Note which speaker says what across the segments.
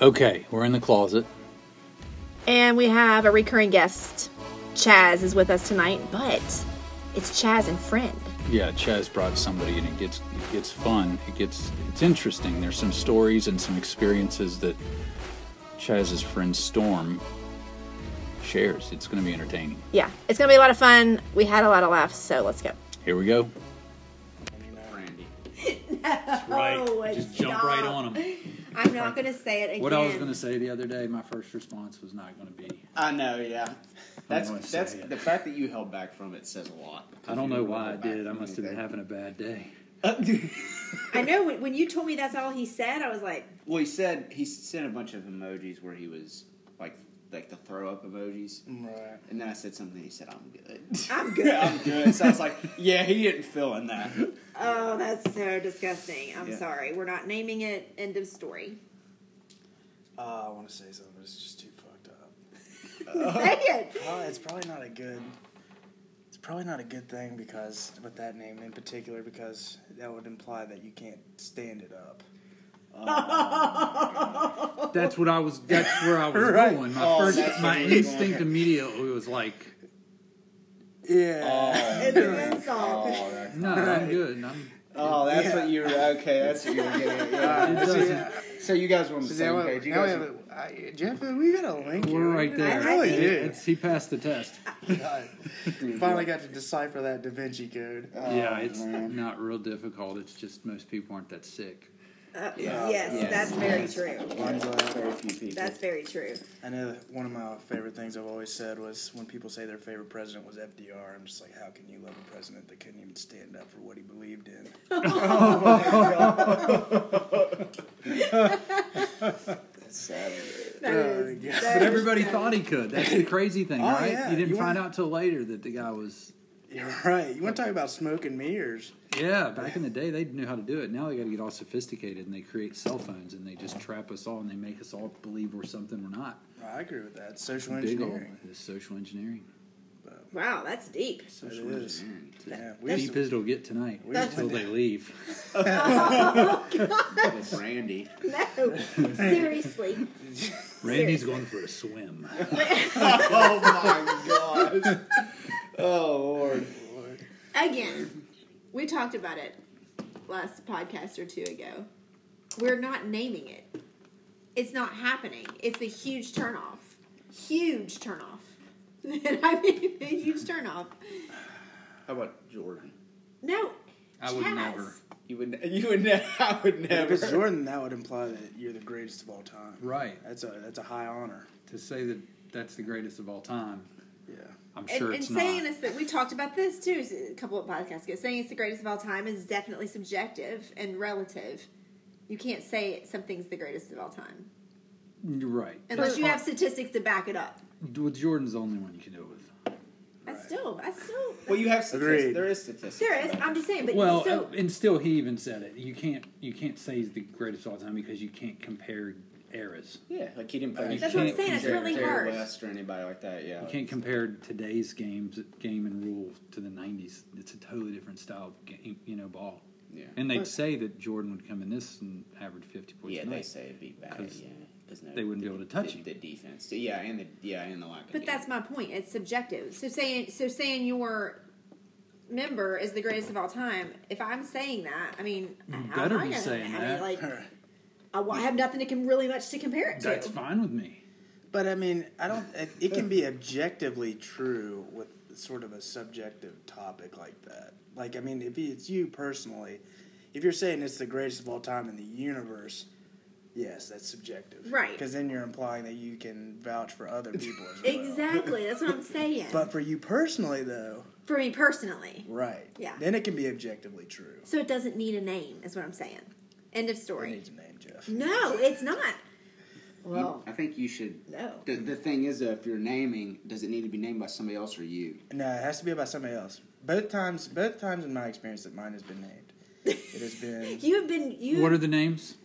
Speaker 1: Okay, we're in the closet.
Speaker 2: And we have a recurring guest. Chaz is with us tonight, but it's Chaz and friend.
Speaker 1: Yeah, Chaz brought somebody, and it gets it gets fun. It gets it's interesting. There's some stories and some experiences that Chaz's friend Storm shares. It's going to be entertaining.
Speaker 2: Yeah, it's gonna be a lot of fun. We had a lot of laughs, so let's go.
Speaker 1: Here we go.
Speaker 3: Brandy.
Speaker 2: Right.
Speaker 1: Just jump right on them.
Speaker 2: I'm not gonna say it again.
Speaker 1: What I was going to say the other day, my first response was not going to be.
Speaker 3: I know, yeah. That's
Speaker 1: wanna say
Speaker 3: that's
Speaker 1: it.
Speaker 3: the fact that you held back from it says a lot.
Speaker 1: I don't know why I
Speaker 3: Because you
Speaker 1: did. I
Speaker 3: held
Speaker 1: must have been
Speaker 3: back
Speaker 1: having a bad day.
Speaker 3: from anything.
Speaker 2: I know when, when you told me that's all he said, I was like,
Speaker 3: well, he said he sent a bunch of emojis where he was like like the throw up emojis,
Speaker 4: Right.
Speaker 3: and then I said something. He said, "I'm good."
Speaker 2: I'm good.
Speaker 3: I'm good. So I was like, "Yeah, he didn't feel in that."
Speaker 2: "Oh, that's so disgusting. I'm
Speaker 3: Yeah.
Speaker 2: sorry. We're not naming it. End of story.
Speaker 4: Uh, I want to say something, but it's just too fucked up.
Speaker 2: say it.
Speaker 4: Uh, it's probably not a good. It's probably not a good thing because with that name in particular, because that would imply that you can't stand it up.
Speaker 1: That's what I was. That's where I was
Speaker 4: Right.
Speaker 1: going. My
Speaker 3: Oh,
Speaker 1: first,
Speaker 3: that's
Speaker 1: my
Speaker 3: where you were
Speaker 1: instinct
Speaker 3: going.
Speaker 1: immediately was like,
Speaker 3: Oh,
Speaker 4: Yeah.
Speaker 2: It's an insult.
Speaker 1: "No, I'm good.
Speaker 4: Uh,
Speaker 1: I'm,
Speaker 3: Oh, that's
Speaker 4: Yeah.
Speaker 3: what you were. Okay, that's what you were getting. At.
Speaker 1: it
Speaker 3: Yeah.
Speaker 1: doesn't-
Speaker 4: uh,
Speaker 3: So you guys were on the
Speaker 4: So
Speaker 3: same
Speaker 4: now,
Speaker 3: page. You
Speaker 4: now we
Speaker 3: guys
Speaker 4: have
Speaker 3: were-
Speaker 4: a, I, Jeff, we got a link.
Speaker 1: We're
Speaker 4: here.
Speaker 1: right there.
Speaker 4: I really
Speaker 2: Yeah.
Speaker 4: do.
Speaker 1: It's, he passed the test.
Speaker 4: Finally got to decipher that Da Vinci code.
Speaker 1: yeah, it's not real difficult. It's just most people aren't that sick.
Speaker 2: Uh,
Speaker 3: Yeah.
Speaker 2: yes,
Speaker 3: Yes.
Speaker 2: that's very true.
Speaker 3: I'm glad very few people.
Speaker 2: That's very true.
Speaker 4: I know that one of my favorite things I've always said was when people say their favorite president was FDR, I'm just like, how can you love a president that couldn't even stand up for what he believed in?
Speaker 3: That's sad.
Speaker 2: That
Speaker 4: Uh,
Speaker 2: is-
Speaker 4: yeah.
Speaker 2: that
Speaker 1: But
Speaker 2: is-
Speaker 1: everybody thought he could. That's the crazy thing,
Speaker 4: Oh,
Speaker 1: right?
Speaker 4: yeah.
Speaker 1: You didn't
Speaker 4: You
Speaker 1: find
Speaker 4: wanna-
Speaker 1: out till later that the guy was.
Speaker 4: You're right. You want to talk about smoking mirrors?
Speaker 1: Yeah, back in the day, they knew how to do it. Now they got to get all sophisticated and they create cell phones and they just trap us all and they make us all believe we're something we're not.
Speaker 4: I agree with that. Social
Speaker 1: Big old
Speaker 4: engineering.
Speaker 1: this social engineering.
Speaker 2: Wow, that's deep.
Speaker 4: It is. Yeah, we used
Speaker 1: Deep
Speaker 4: to,
Speaker 1: as it'll get tonight
Speaker 4: That's-
Speaker 1: until they leave.
Speaker 3: Brandy.
Speaker 2: No, seriously.
Speaker 1: Randy's going for a swim.
Speaker 3: Oh my god. Oh lord.
Speaker 2: Again, we talked about it last podcast or two ago. We're not naming it. It's not happening. It's a huge turnoff. Huge turnoff. And I mean a huge turnoff.
Speaker 3: How about Jordan?
Speaker 2: No.
Speaker 1: I would
Speaker 2: Chaz.
Speaker 1: never.
Speaker 3: You would. You would. Ne- I would
Speaker 4: if it's
Speaker 3: never.
Speaker 4: Jordan, that would imply that you're the greatest of all time.
Speaker 1: Right.
Speaker 4: That's a that's a high honor.
Speaker 1: To say that that's the greatest of all time,
Speaker 4: Yeah.
Speaker 1: I'm
Speaker 2: And,
Speaker 1: sure
Speaker 2: and
Speaker 1: it's
Speaker 2: saying
Speaker 1: not.
Speaker 2: this that we talked about this too a couple of podcasts ago. Saying it's the greatest of all time is definitely subjective and relative. You can't say something's the greatest of all time
Speaker 1: You're right.
Speaker 2: unless
Speaker 1: That's
Speaker 2: you have
Speaker 1: fine.
Speaker 2: statistics to back it up.
Speaker 1: Well, Jordan's the only one you can do it with.
Speaker 2: I still, I still.
Speaker 3: Well, you have
Speaker 4: Agreed.
Speaker 3: statistics. There is statistics.
Speaker 2: There is. I'm just saying, but
Speaker 1: Well, uh,
Speaker 2: so
Speaker 1: and still, he even said it. You can't you can't say he's the greatest of all time because you can't compare eras.
Speaker 3: Yeah, like he didn't play.
Speaker 1: That's what I'm
Speaker 3: you
Speaker 1: saying,
Speaker 3: can't
Speaker 1: it's
Speaker 3: compare
Speaker 2: really
Speaker 3: Jerry
Speaker 2: hard.
Speaker 3: West or anybody like that. Yeah.
Speaker 1: You can't compare today's games game and rule to the '90s. It's a totally different style of game, you know, ball.
Speaker 3: Yeah.
Speaker 1: And they'd say that Jordan would come in this and average 50 points.
Speaker 3: yeah,
Speaker 1: a
Speaker 3: they
Speaker 1: night.
Speaker 3: say it'd be bad.
Speaker 1: 'Cause
Speaker 3: yeah, 'cause no,
Speaker 1: they wouldn't be
Speaker 3: the-
Speaker 1: able to touch
Speaker 3: the,
Speaker 1: him.
Speaker 3: the defense. Yeah, and the yeah and the lack. of
Speaker 2: But that's
Speaker 3: defense.
Speaker 2: my point. It's subjective. So saying so saying your member is the greatest of all time. If I'm saying that, I mean,
Speaker 1: You
Speaker 2: how
Speaker 1: better
Speaker 2: am I
Speaker 1: be
Speaker 2: gonna-
Speaker 1: saying
Speaker 2: I
Speaker 1: that.
Speaker 2: Mean, like, I, well, I have nothing to com- really much to compare it to.
Speaker 1: That's fine with me.
Speaker 4: But I mean, I don't. It, it can be objectively true with sort of a subjective topic like that. Like, I mean, if it's you personally, if you're saying it's the greatest of all time in the universe, yes, that's subjective,
Speaker 2: Right.
Speaker 4: Because then you're implying that you can vouch for other people as well.
Speaker 2: Exactly. That's what I'm saying.
Speaker 4: But for you personally, though,
Speaker 2: For me personally,
Speaker 4: right?
Speaker 2: Yeah.
Speaker 4: Then it can be objectively true.
Speaker 2: so it doesn't need a name. Is what I'm saying. End of
Speaker 4: I
Speaker 2: story.
Speaker 4: need to name Jeff.
Speaker 2: No, it's not.
Speaker 3: You-
Speaker 2: Well,
Speaker 3: I think you should.
Speaker 2: No.
Speaker 3: The, the thing is, though, if you're naming, does it need to be named by somebody else or you?
Speaker 4: No, it has to be about somebody else. Both times, both times in my experience that mine has been named, it has been.
Speaker 2: you have been you.
Speaker 1: What are the names?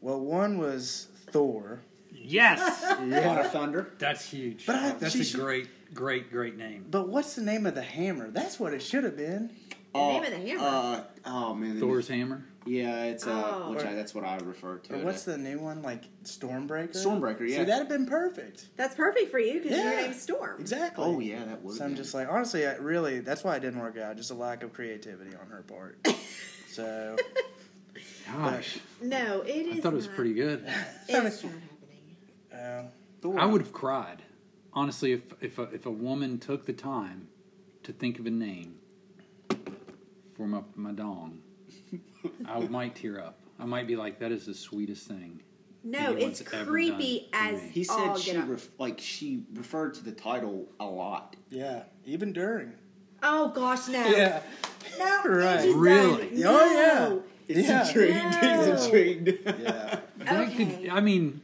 Speaker 4: Well, one was Thor.
Speaker 1: Yes,
Speaker 3: Yeah. of Thunder.
Speaker 1: that's huge.
Speaker 4: But I-
Speaker 1: that's
Speaker 4: she
Speaker 1: a
Speaker 4: should-
Speaker 1: great, great, great name.
Speaker 4: But what's the name of the hammer? That's what it should have been.
Speaker 2: The name of the hammer.
Speaker 3: Uh, oh man,
Speaker 1: Thor's hammer.
Speaker 3: Yeah, it's uh,
Speaker 2: Oh.
Speaker 3: which I, that's what I refer to.
Speaker 4: Or
Speaker 3: it
Speaker 4: what's
Speaker 3: as.
Speaker 4: the new one like? Stormbreaker.
Speaker 3: Stormbreaker, yeah.
Speaker 4: See, that'd have been perfect.
Speaker 2: That's perfect for you because your
Speaker 4: Yeah.
Speaker 2: name's Storm.
Speaker 4: Exactly.
Speaker 3: Oh yeah, that would.
Speaker 4: So I'm
Speaker 3: be.
Speaker 4: just like, honestly, I, really, that's why it didn't work out. Just a lack of creativity on her part. so
Speaker 1: Gosh,
Speaker 2: No, it is.
Speaker 1: I thought it was
Speaker 2: not.
Speaker 1: pretty good.
Speaker 2: It's not happening.
Speaker 4: uh,
Speaker 3: Thor.
Speaker 1: I would have cried, honestly, if if a, if a woman took the time to think of a name for my my dong, I might tear up. I might be like, "That is the sweetest thing."
Speaker 2: No,
Speaker 1: Anyone's
Speaker 2: it's
Speaker 1: ever done
Speaker 2: creepy
Speaker 1: to
Speaker 2: as
Speaker 1: me.
Speaker 3: He said
Speaker 2: all
Speaker 3: she
Speaker 2: get out.
Speaker 3: ref- like she referred to the title a lot.
Speaker 4: yeah, even during.
Speaker 2: Oh gosh, no. No,
Speaker 4: Right.
Speaker 2: Angie's done.
Speaker 1: Really?
Speaker 2: No.
Speaker 4: Oh, yeah.
Speaker 3: He's
Speaker 4: Yeah.
Speaker 3: intrigued.
Speaker 2: No.
Speaker 3: He's intrigued.
Speaker 4: Yeah.
Speaker 1: That
Speaker 2: Okay.
Speaker 1: could, I mean,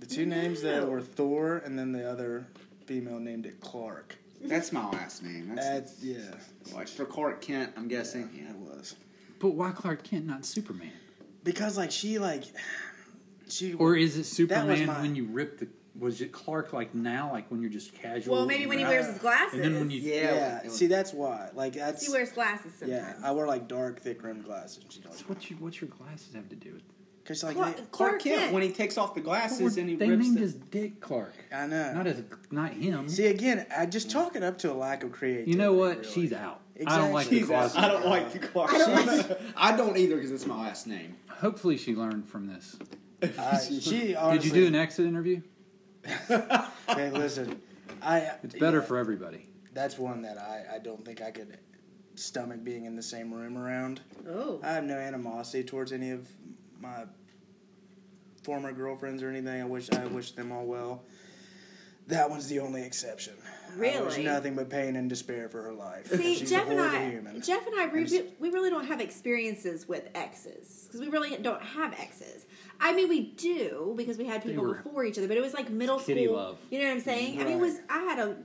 Speaker 4: The two names that were Thor, and then the other female named it Clark.
Speaker 3: That's my last name. That's
Speaker 4: That's yeah.
Speaker 3: like for Clark Kent. I'm guessing. Yeah,
Speaker 4: It was
Speaker 1: but why Clark Kent, not Superman?
Speaker 4: because like she like she
Speaker 1: Or is it
Speaker 4: was
Speaker 1: Superman
Speaker 4: mine.
Speaker 1: when you rip the? Was it Clark like now, like when you're just casual?
Speaker 2: Well, maybe when he
Speaker 1: around?
Speaker 2: wears his glasses.
Speaker 1: And then when you-
Speaker 3: Yeah.
Speaker 4: yeah.
Speaker 3: it was-
Speaker 4: See, that's why. Like that's
Speaker 2: he wears glasses
Speaker 4: yeah.
Speaker 2: sometimes.
Speaker 4: I wear like dark, thick rimmed glasses. and She does
Speaker 1: What's your what's your glasses have to do with? it?
Speaker 4: because like
Speaker 2: Clark-
Speaker 4: they-
Speaker 2: Clark
Speaker 3: Clark Kent,
Speaker 2: Kent.
Speaker 3: when he takes off the glasses and he
Speaker 1: they
Speaker 3: rips
Speaker 1: named
Speaker 3: the,
Speaker 1: his dick Clark,
Speaker 4: I know.
Speaker 1: not as not him.
Speaker 4: See again, I just chalk it up to a lack of creativity.
Speaker 1: You know what?
Speaker 4: really.
Speaker 1: She's out. I don't like the
Speaker 4: Exactly.
Speaker 3: He's
Speaker 1: closet.
Speaker 3: out. I don't like the Clark. I don't, I don't either because it's my last name.
Speaker 1: Hopefully, she learned from this.
Speaker 4: I- she honestly,
Speaker 1: Did you do an exit interview?
Speaker 4: Hey, listen, I.
Speaker 1: It's better
Speaker 4: yeah,
Speaker 1: for everybody.
Speaker 4: That's one that I I don't think I could stomach being in the same room around.
Speaker 2: Oh.
Speaker 4: I have no animosity towards any of my former girlfriends or anything. I wish I wish them all well. That one's the only exception. I wish
Speaker 2: Really?
Speaker 4: nothing but pain and despair for her life.
Speaker 2: See,
Speaker 4: She's
Speaker 2: Jeff
Speaker 4: a
Speaker 2: and,
Speaker 4: horrible
Speaker 2: I,
Speaker 4: human.
Speaker 2: Jeff and I, we, we really don't have experiences with exes because we really don't have exes. I mean, we do because we had people
Speaker 1: were-
Speaker 2: before each other, but it was like middle
Speaker 1: Kitty
Speaker 2: school.
Speaker 1: love.
Speaker 2: You know what I'm saying? I mean, it
Speaker 4: Right.
Speaker 2: was I had a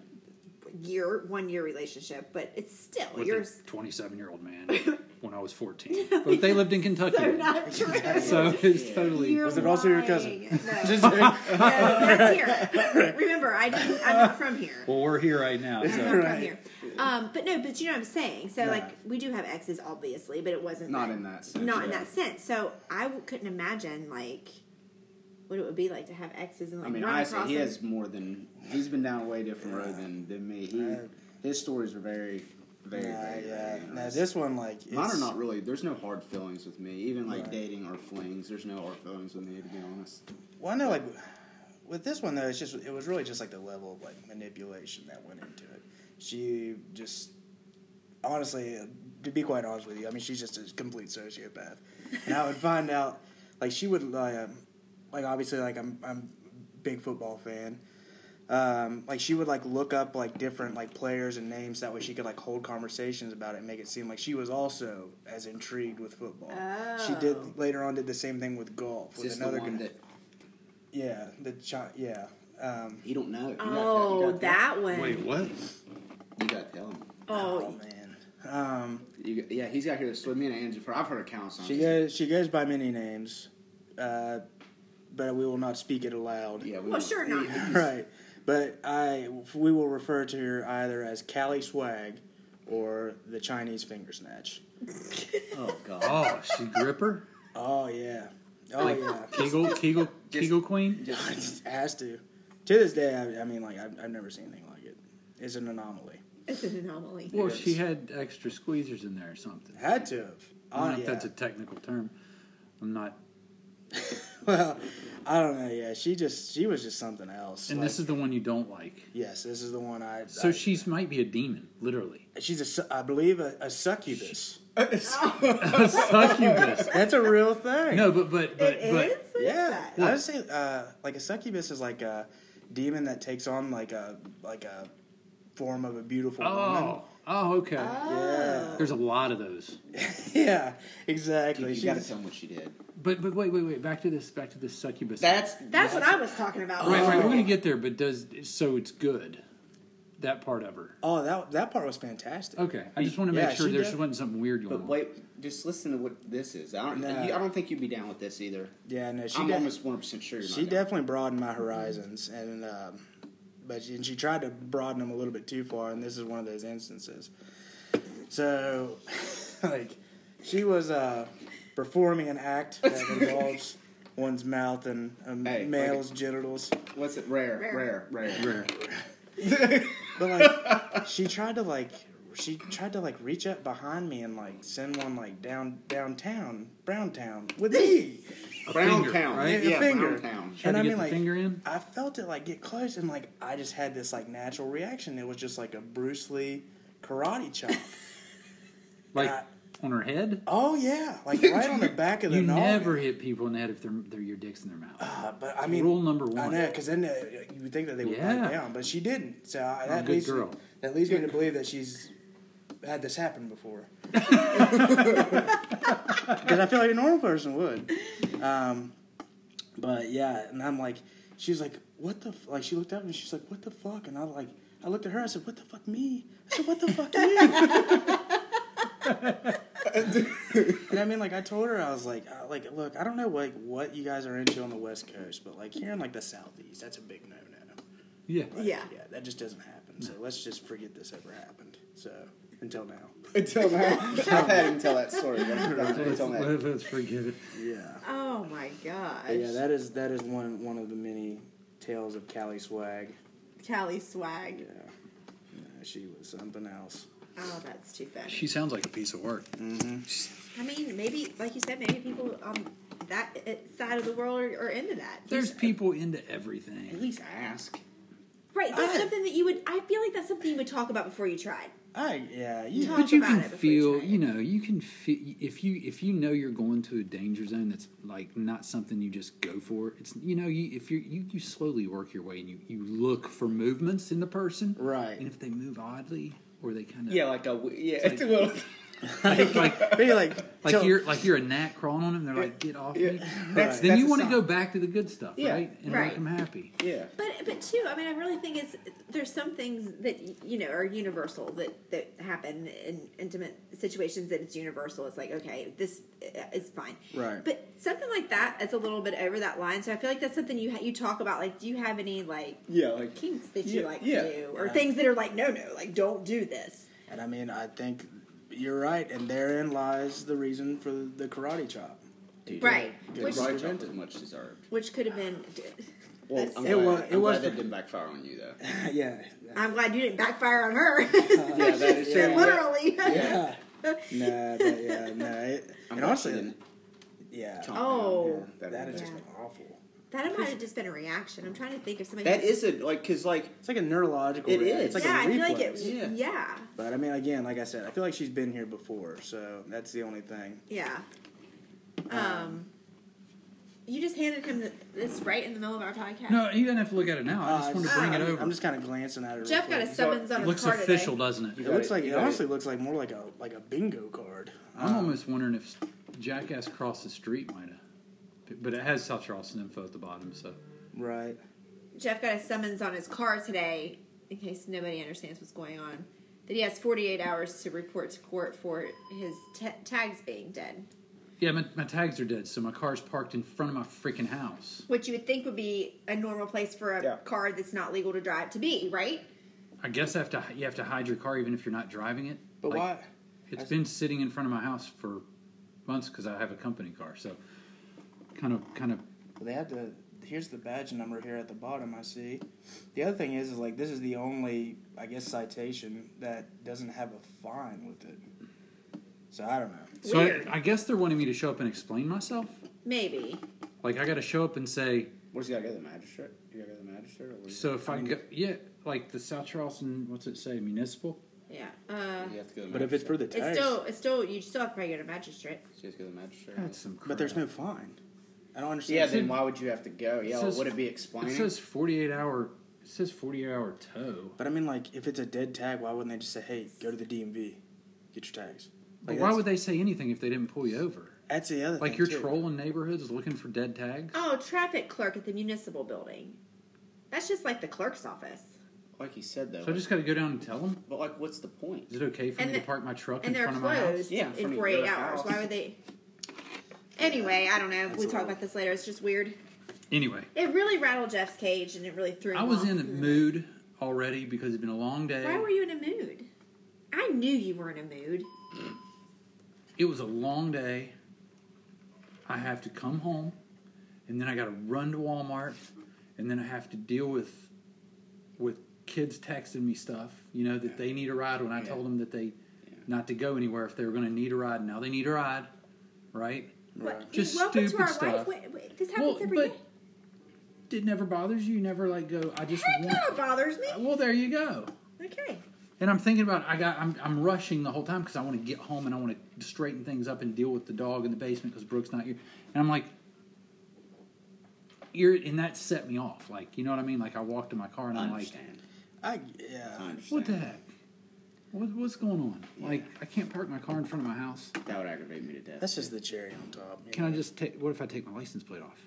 Speaker 2: year, one year relationship, but it's still
Speaker 1: With
Speaker 2: yours.
Speaker 1: a 27 year old man when I was 14. But they lived in Kentucky.
Speaker 2: So not true.
Speaker 1: So it's totally.
Speaker 2: You're
Speaker 4: Was it also your cousin?
Speaker 2: lying. No. No, that's here. Remember, I didn't, I'm not from here.
Speaker 1: Well, we're here right now.
Speaker 2: I'm
Speaker 1: So
Speaker 2: not from
Speaker 4: Right.
Speaker 2: here. Um, but no, but you know what I'm saying. So
Speaker 4: Yeah.
Speaker 2: like we do have exes, obviously, but it wasn't
Speaker 3: Not
Speaker 2: that-
Speaker 3: in that sense,
Speaker 2: Not in
Speaker 3: yeah.
Speaker 2: that sense. So I w- couldn't imagine like what it would be like to have exes and
Speaker 3: I
Speaker 2: like
Speaker 3: mean,
Speaker 2: run
Speaker 3: I
Speaker 2: across
Speaker 3: he
Speaker 2: them.
Speaker 3: has more than he's been down a way different road than, than me. He
Speaker 4: Uh,
Speaker 3: his stories are very, very,
Speaker 4: yeah,
Speaker 3: very, very
Speaker 4: yeah. Now
Speaker 3: interesting.
Speaker 4: this one, like,
Speaker 3: Mine are
Speaker 4: it's-
Speaker 3: not really. There's no hard feelings with me, even like
Speaker 4: Right.
Speaker 3: dating or flings. There's no hard feelings with me, to be honest.
Speaker 4: Well, I know, like, with this one though, it's just it was really just like the level of like manipulation that went into it. She just, honestly, to be quite honest with you, I mean, she's just a complete sociopath, and I would find out, like, she would, uh, like, obviously, like, I'm I'm a big football fan. Um, like she would like look up like different like players and names that way she could like hold conversations about it and make it seem like she was also as intrigued with football. She
Speaker 2: Oh.
Speaker 4: did later on did the same thing with golf
Speaker 3: Is
Speaker 4: with
Speaker 3: this
Speaker 4: another
Speaker 3: the one
Speaker 4: guy.
Speaker 3: that
Speaker 4: Yeah, the chi- yeah. Um,
Speaker 3: you don't know? You gotta tell- you
Speaker 2: Oh,
Speaker 3: gotta tell-
Speaker 2: that one.
Speaker 1: wait, what?
Speaker 3: You gotta tell him.
Speaker 2: Oh,
Speaker 4: man. Um,
Speaker 3: You, yeah, he's out here to swim me and Andrew. For I've heard accounts on.
Speaker 4: she
Speaker 3: this.
Speaker 4: goes. She goes by many names, uh, but we will not speak it aloud.
Speaker 3: Yeah, we
Speaker 2: well,
Speaker 3: don't-
Speaker 2: sure not.
Speaker 4: right. But I, we will refer to her either as Cali Swag or the Chinese finger snatch.
Speaker 3: Oh God.
Speaker 1: Oh, she gripper?
Speaker 4: Oh yeah. Oh yeah.
Speaker 1: Kegel, Kegel, Kegel Queen?
Speaker 4: It just has to. To this day, I, I mean, like I've, I've never seen anything like it. It's an anomaly.
Speaker 2: It's an anomaly.
Speaker 1: Well, she had extra squeezers in there or something.
Speaker 4: Had to have.
Speaker 1: I don't
Speaker 4: Oh,
Speaker 1: know if
Speaker 4: yeah.
Speaker 1: that's a technical term. I'm not.
Speaker 4: well, I don't know. Yeah, she just she was just something else.
Speaker 1: And
Speaker 4: Like,
Speaker 1: this is the one you don't like.
Speaker 4: yes, this is the one I.
Speaker 1: So
Speaker 4: I-
Speaker 1: she's might be a demon, literally.
Speaker 4: she's a su- I believe a, a succubus.
Speaker 1: A succubus.
Speaker 4: That's a real thing.
Speaker 1: No, but but but
Speaker 2: It is.
Speaker 1: but
Speaker 2: What is
Speaker 4: yeah,
Speaker 2: that?
Speaker 4: I would say uh, like a succubus is like a demon that takes on like a like a form of a beautiful woman.
Speaker 1: oh oh okay.
Speaker 4: Yeah,
Speaker 1: There's a lot of those.
Speaker 4: yeah, exactly.
Speaker 3: You gotta
Speaker 4: She's-
Speaker 3: tell him what she did.
Speaker 1: But but wait wait wait. Back to this. Back to this succubus.
Speaker 3: That's
Speaker 2: That's what I was talking about.
Speaker 1: right right. We're gonna get there. But does so it's good. That part of her.
Speaker 4: oh, that that part was fantastic.
Speaker 1: Okay. I just want to
Speaker 4: Yeah,
Speaker 1: make sure
Speaker 4: she
Speaker 1: there
Speaker 4: did.
Speaker 1: wasn't something weird going
Speaker 3: But wait, just listen to what this is. I don't.
Speaker 4: No.
Speaker 3: you- I don't think you'd be down with this either.
Speaker 4: Yeah, no, she
Speaker 3: I'm
Speaker 4: did.
Speaker 3: almost 100 percent sure. You're
Speaker 4: She
Speaker 3: not down.
Speaker 4: definitely broadened my horizons, and um, but she, and she tried to broaden them a little bit too far, and this is one of those instances. So, like, she was uh, performing an act that involves one's mouth and a
Speaker 3: Hey,
Speaker 4: male's genitals.
Speaker 3: What's it? Rare,
Speaker 2: Rare.
Speaker 3: rare, rare,
Speaker 4: But like, she tried to like, she tried to like reach up behind me and like send one like down downtown, Browntown with me.
Speaker 1: A
Speaker 3: Brown
Speaker 1: finger,
Speaker 3: town,
Speaker 4: right?
Speaker 3: Yeah,
Speaker 4: A finger.
Speaker 3: Brown town.
Speaker 1: Trying to
Speaker 4: I
Speaker 1: get
Speaker 4: mean,
Speaker 1: the
Speaker 4: like-
Speaker 1: finger in.
Speaker 4: I felt it like get close and like I just had this like natural reaction. It was just like a Bruce Lee karate chop.
Speaker 1: Like
Speaker 4: I-
Speaker 1: on her head.
Speaker 4: oh yeah, like right on the back of the
Speaker 1: You
Speaker 4: noggin.
Speaker 1: never hit people in the head if they're, they're your dicks in their mouth.
Speaker 4: Uh, but I mean,
Speaker 1: Rule number
Speaker 4: I
Speaker 1: one.
Speaker 4: know because then uh, you would think that they would
Speaker 1: Yeah.
Speaker 4: back down, but she didn't. So I,
Speaker 1: a
Speaker 4: that
Speaker 1: good
Speaker 4: leads
Speaker 1: girl.
Speaker 4: that leads me to believe that she's had this happen before. Because I feel like a normal person would. Um, but yeah, and I'm like, she's like, what the f-? like? She looked up and she's like, what the fuck? And I like, I looked at her. I said, what the fuck me? I said, what the fuck you? and I mean, like, I told her I was like, I, like, look, I don't know, like, what you guys are into on the West Coast, but like here in like the Southeast, that's a big no no.
Speaker 1: yeah.
Speaker 2: Yeah.
Speaker 4: Yeah, that just doesn't happen. So let's just forget this ever happened. So until now.
Speaker 3: Until now, I've had him tell that story. but I'm done
Speaker 1: Let's,
Speaker 3: until now.
Speaker 1: let's forgive it.
Speaker 4: Yeah.
Speaker 2: Oh my gosh.
Speaker 4: yeah, that is that is one one of the many tales of Cali swag.
Speaker 2: Cali swag.
Speaker 4: Yeah. No, she was something else.
Speaker 2: Oh, that's too funny.
Speaker 5: She sounds like a piece of work.
Speaker 2: I mean, maybe, like you said, maybe people on that uh, side of the world are, are into that.
Speaker 1: There's
Speaker 2: Just-
Speaker 1: people into
Speaker 3: At
Speaker 1: everything.
Speaker 3: least ask.
Speaker 2: right. That's
Speaker 4: I-
Speaker 2: something that you would. I feel like that's something you would talk about before you tried.
Speaker 4: I yeah, you
Speaker 2: Talk
Speaker 1: But you
Speaker 2: about
Speaker 1: can
Speaker 2: it before you
Speaker 1: feel,
Speaker 2: try
Speaker 1: you
Speaker 2: it.
Speaker 1: know, you can feel if you if you know you're going to a danger zone that's like not something you just go for. It's you know, you if you you you slowly work your way and you you look for movements in the person,
Speaker 4: Right.
Speaker 1: And if they move oddly or they kind of
Speaker 3: Yeah, like a w- yeah. well,
Speaker 1: like like,
Speaker 4: Maybe like
Speaker 1: like
Speaker 4: tell-
Speaker 1: you're like you're a gnat crawling on them. They're like, get off
Speaker 3: yeah.
Speaker 1: me.
Speaker 3: That's-
Speaker 1: Then
Speaker 3: that's
Speaker 1: you
Speaker 3: a
Speaker 1: want to
Speaker 3: sign.
Speaker 1: go back to the good stuff,
Speaker 3: Yeah.
Speaker 1: right? And
Speaker 2: Right.
Speaker 1: make them happy.
Speaker 3: Yeah.
Speaker 2: But but too, I mean, I really think it's there's some things that y- you know are universal that that happen in intimate situations that it's universal. It's like okay, this uh, is fine,
Speaker 4: Right.
Speaker 2: But something like that, it's a little bit over that line. So I feel like that's something you ha- you talk about. Like, do you have any like
Speaker 3: Yeah, like
Speaker 2: kinks that you
Speaker 3: Yeah,
Speaker 2: like
Speaker 3: yeah.
Speaker 2: to do, or things that are like no no, like don't do this.
Speaker 4: And I mean, I think you're right, and therein lies the reason for the karate chop.
Speaker 3: dude,
Speaker 2: Right.
Speaker 3: Good
Speaker 2: Which-
Speaker 3: right job is much deserved.
Speaker 2: Which could have been.
Speaker 3: Well,
Speaker 2: That's-
Speaker 3: I'm
Speaker 4: It
Speaker 3: glad,
Speaker 4: was-
Speaker 3: I'm
Speaker 4: it was
Speaker 3: glad
Speaker 4: the-
Speaker 3: that didn't backfire on you though.
Speaker 4: yeah.
Speaker 2: I'm glad you didn't backfire on her.
Speaker 3: Yeah, that is
Speaker 4: Yeah.
Speaker 3: true.
Speaker 2: Literally.
Speaker 4: Yeah. no, but yeah, no. It,
Speaker 3: I'm
Speaker 4: and
Speaker 3: glad
Speaker 4: also,
Speaker 3: she didn't.
Speaker 4: yeah,
Speaker 3: Chomp
Speaker 2: Oh.
Speaker 3: down.
Speaker 4: that
Speaker 3: Yeah,
Speaker 4: had
Speaker 3: that,
Speaker 4: just
Speaker 2: Yeah.
Speaker 4: been awful.
Speaker 2: That might have just been a reaction. I'm trying to think if somebody.
Speaker 3: that isn't like because like
Speaker 4: It's like a neurological.
Speaker 3: It
Speaker 4: reaction.
Speaker 3: is.
Speaker 4: It's like
Speaker 2: yeah, I
Speaker 4: a
Speaker 2: feel like it.
Speaker 4: reflex.
Speaker 2: Yeah.
Speaker 3: Yeah.
Speaker 2: yeah,
Speaker 4: But I mean, again, like I said, I feel like she's been here before, so that's the only thing.
Speaker 2: Um, you just handed him th this right in the middle of our podcast.
Speaker 1: No, he doesn't have to look at it now. I just
Speaker 4: Uh,
Speaker 1: want to bring it
Speaker 4: I'm-
Speaker 1: over.
Speaker 4: I'm just kind of glancing at her.
Speaker 2: Jeff
Speaker 4: real
Speaker 2: got a
Speaker 4: quick.
Speaker 2: summons on his
Speaker 1: Looks
Speaker 2: car today.
Speaker 1: official, doesn't it?
Speaker 4: It looks like
Speaker 3: You
Speaker 4: it
Speaker 3: got
Speaker 4: honestly
Speaker 3: it.
Speaker 4: looks like more like a like a bingo card.
Speaker 1: I'm almost wondering if Jackass Cross the Street might have, but it has South Charleston info at the bottom. So
Speaker 4: Right.
Speaker 2: Jeff got a summons on his car today, in case nobody understands what's going on. That he has 48 hours to report to court for his t- tags being dead,
Speaker 1: yeah, my, my tags are dead, so my car's parked in front of my freaking house.
Speaker 2: which you would think would be a normal place for a
Speaker 3: Yeah.
Speaker 2: car that's not legal to drive to be, right?
Speaker 1: I guess I have to you have to hide your car even if you're not driving it.
Speaker 4: But
Speaker 1: Like,
Speaker 4: why?
Speaker 1: It's been sitting in front of my house for months because I have a company car. So kind of kind of
Speaker 4: Well, they have to. Here's the badge number here at the bottom. I see. The other thing is, is like this is the only, I guess, citation that doesn't have a fine with it. So I don't know.
Speaker 1: so I,
Speaker 2: Weird.
Speaker 1: I guess they're wanting me to show up and explain myself.
Speaker 2: Maybe.
Speaker 1: Like I got to show up and say
Speaker 3: where's he gotta go to the magistrate? You gotta go to the magistrate. Or where-
Speaker 1: so if I go yeah like the South Charleston what's it say municipal
Speaker 2: Yeah. Uh,
Speaker 3: you have to go. To the
Speaker 4: But if it's for the
Speaker 2: it's
Speaker 4: tags,
Speaker 2: still, it's still, you still have to probably go to magistrate.
Speaker 3: you have to go to the magistrate.
Speaker 1: that's some crap.
Speaker 4: but there's no fine. I don't understand.
Speaker 3: yeah, then why would you have to go?
Speaker 1: It
Speaker 3: Yeah,
Speaker 1: says-
Speaker 3: would it be explaining?
Speaker 1: It says 48 hour. It says 48 hour tow.
Speaker 4: But I mean, like, if it's a dead tag, why wouldn't they just say, "Hey, go to the DMV, get your tags"?
Speaker 1: But
Speaker 4: Like,
Speaker 1: why
Speaker 4: that's-
Speaker 1: would they say anything if they didn't pull you over?
Speaker 4: That's the other
Speaker 1: Like
Speaker 4: thing,
Speaker 1: you're
Speaker 4: too.
Speaker 1: trolling neighborhoods looking for dead tags.
Speaker 2: Oh, traffic clerk at the municipal building. That's just like the clerk's office.
Speaker 3: like he said though.
Speaker 1: So I just got to go down and tell them.
Speaker 3: but like, what's the point?
Speaker 1: Is it okay for
Speaker 2: And
Speaker 1: me
Speaker 2: the-
Speaker 1: to park my truck in
Speaker 2: And they're
Speaker 1: front of my house?
Speaker 2: closed
Speaker 3: Yeah, in front
Speaker 2: in
Speaker 3: of
Speaker 2: 48
Speaker 3: your
Speaker 2: hours.
Speaker 3: house.
Speaker 2: Why would they? Anyway, I don't know.
Speaker 4: That's
Speaker 2: We'll
Speaker 4: a
Speaker 2: talk
Speaker 4: lot.
Speaker 2: about this later. It's just weird.
Speaker 1: Anyway,
Speaker 2: It really rattled Jeff's cage and it really threw him
Speaker 1: I was
Speaker 2: off.
Speaker 1: in a mood already because it's been a long day.
Speaker 2: Why were you in a mood? I knew you were in a mood.
Speaker 1: It was a long day. I have to come home, and then I got to run to Walmart, and then I have to deal with with kids texting me stuff. You know that they need a ride when I told them that they not to go anywhere if they were going to need a ride. Now they need a ride, right?
Speaker 2: What,
Speaker 1: Just
Speaker 2: welcome to
Speaker 1: stupid
Speaker 2: our life.
Speaker 1: stuff.
Speaker 2: Wait, wait, this happens every day.
Speaker 1: but it never bothers you. You never like go. I just
Speaker 2: Heck
Speaker 1: want.
Speaker 2: no, it bothers me.
Speaker 1: Well, there you go.
Speaker 2: Okay.
Speaker 1: And I'm thinking about I got I'm I'm rushing the whole time because I want to get home and I want to straighten things up and deal with the dog in the basement because Brooke's not here. And I'm like, you're and that set me off. Like you know what I mean? Like I walked to my car and
Speaker 3: I
Speaker 1: I'm like,
Speaker 3: understand.
Speaker 4: I
Speaker 3: I
Speaker 4: yeah.
Speaker 3: understand.
Speaker 1: what the heck? What, what's going on? Like I can't park my car in front of my house.
Speaker 3: That would aggravate me to death.
Speaker 4: That's just the cherry on top. you
Speaker 1: Can I
Speaker 4: know?
Speaker 1: just take? What if I take my license plate off?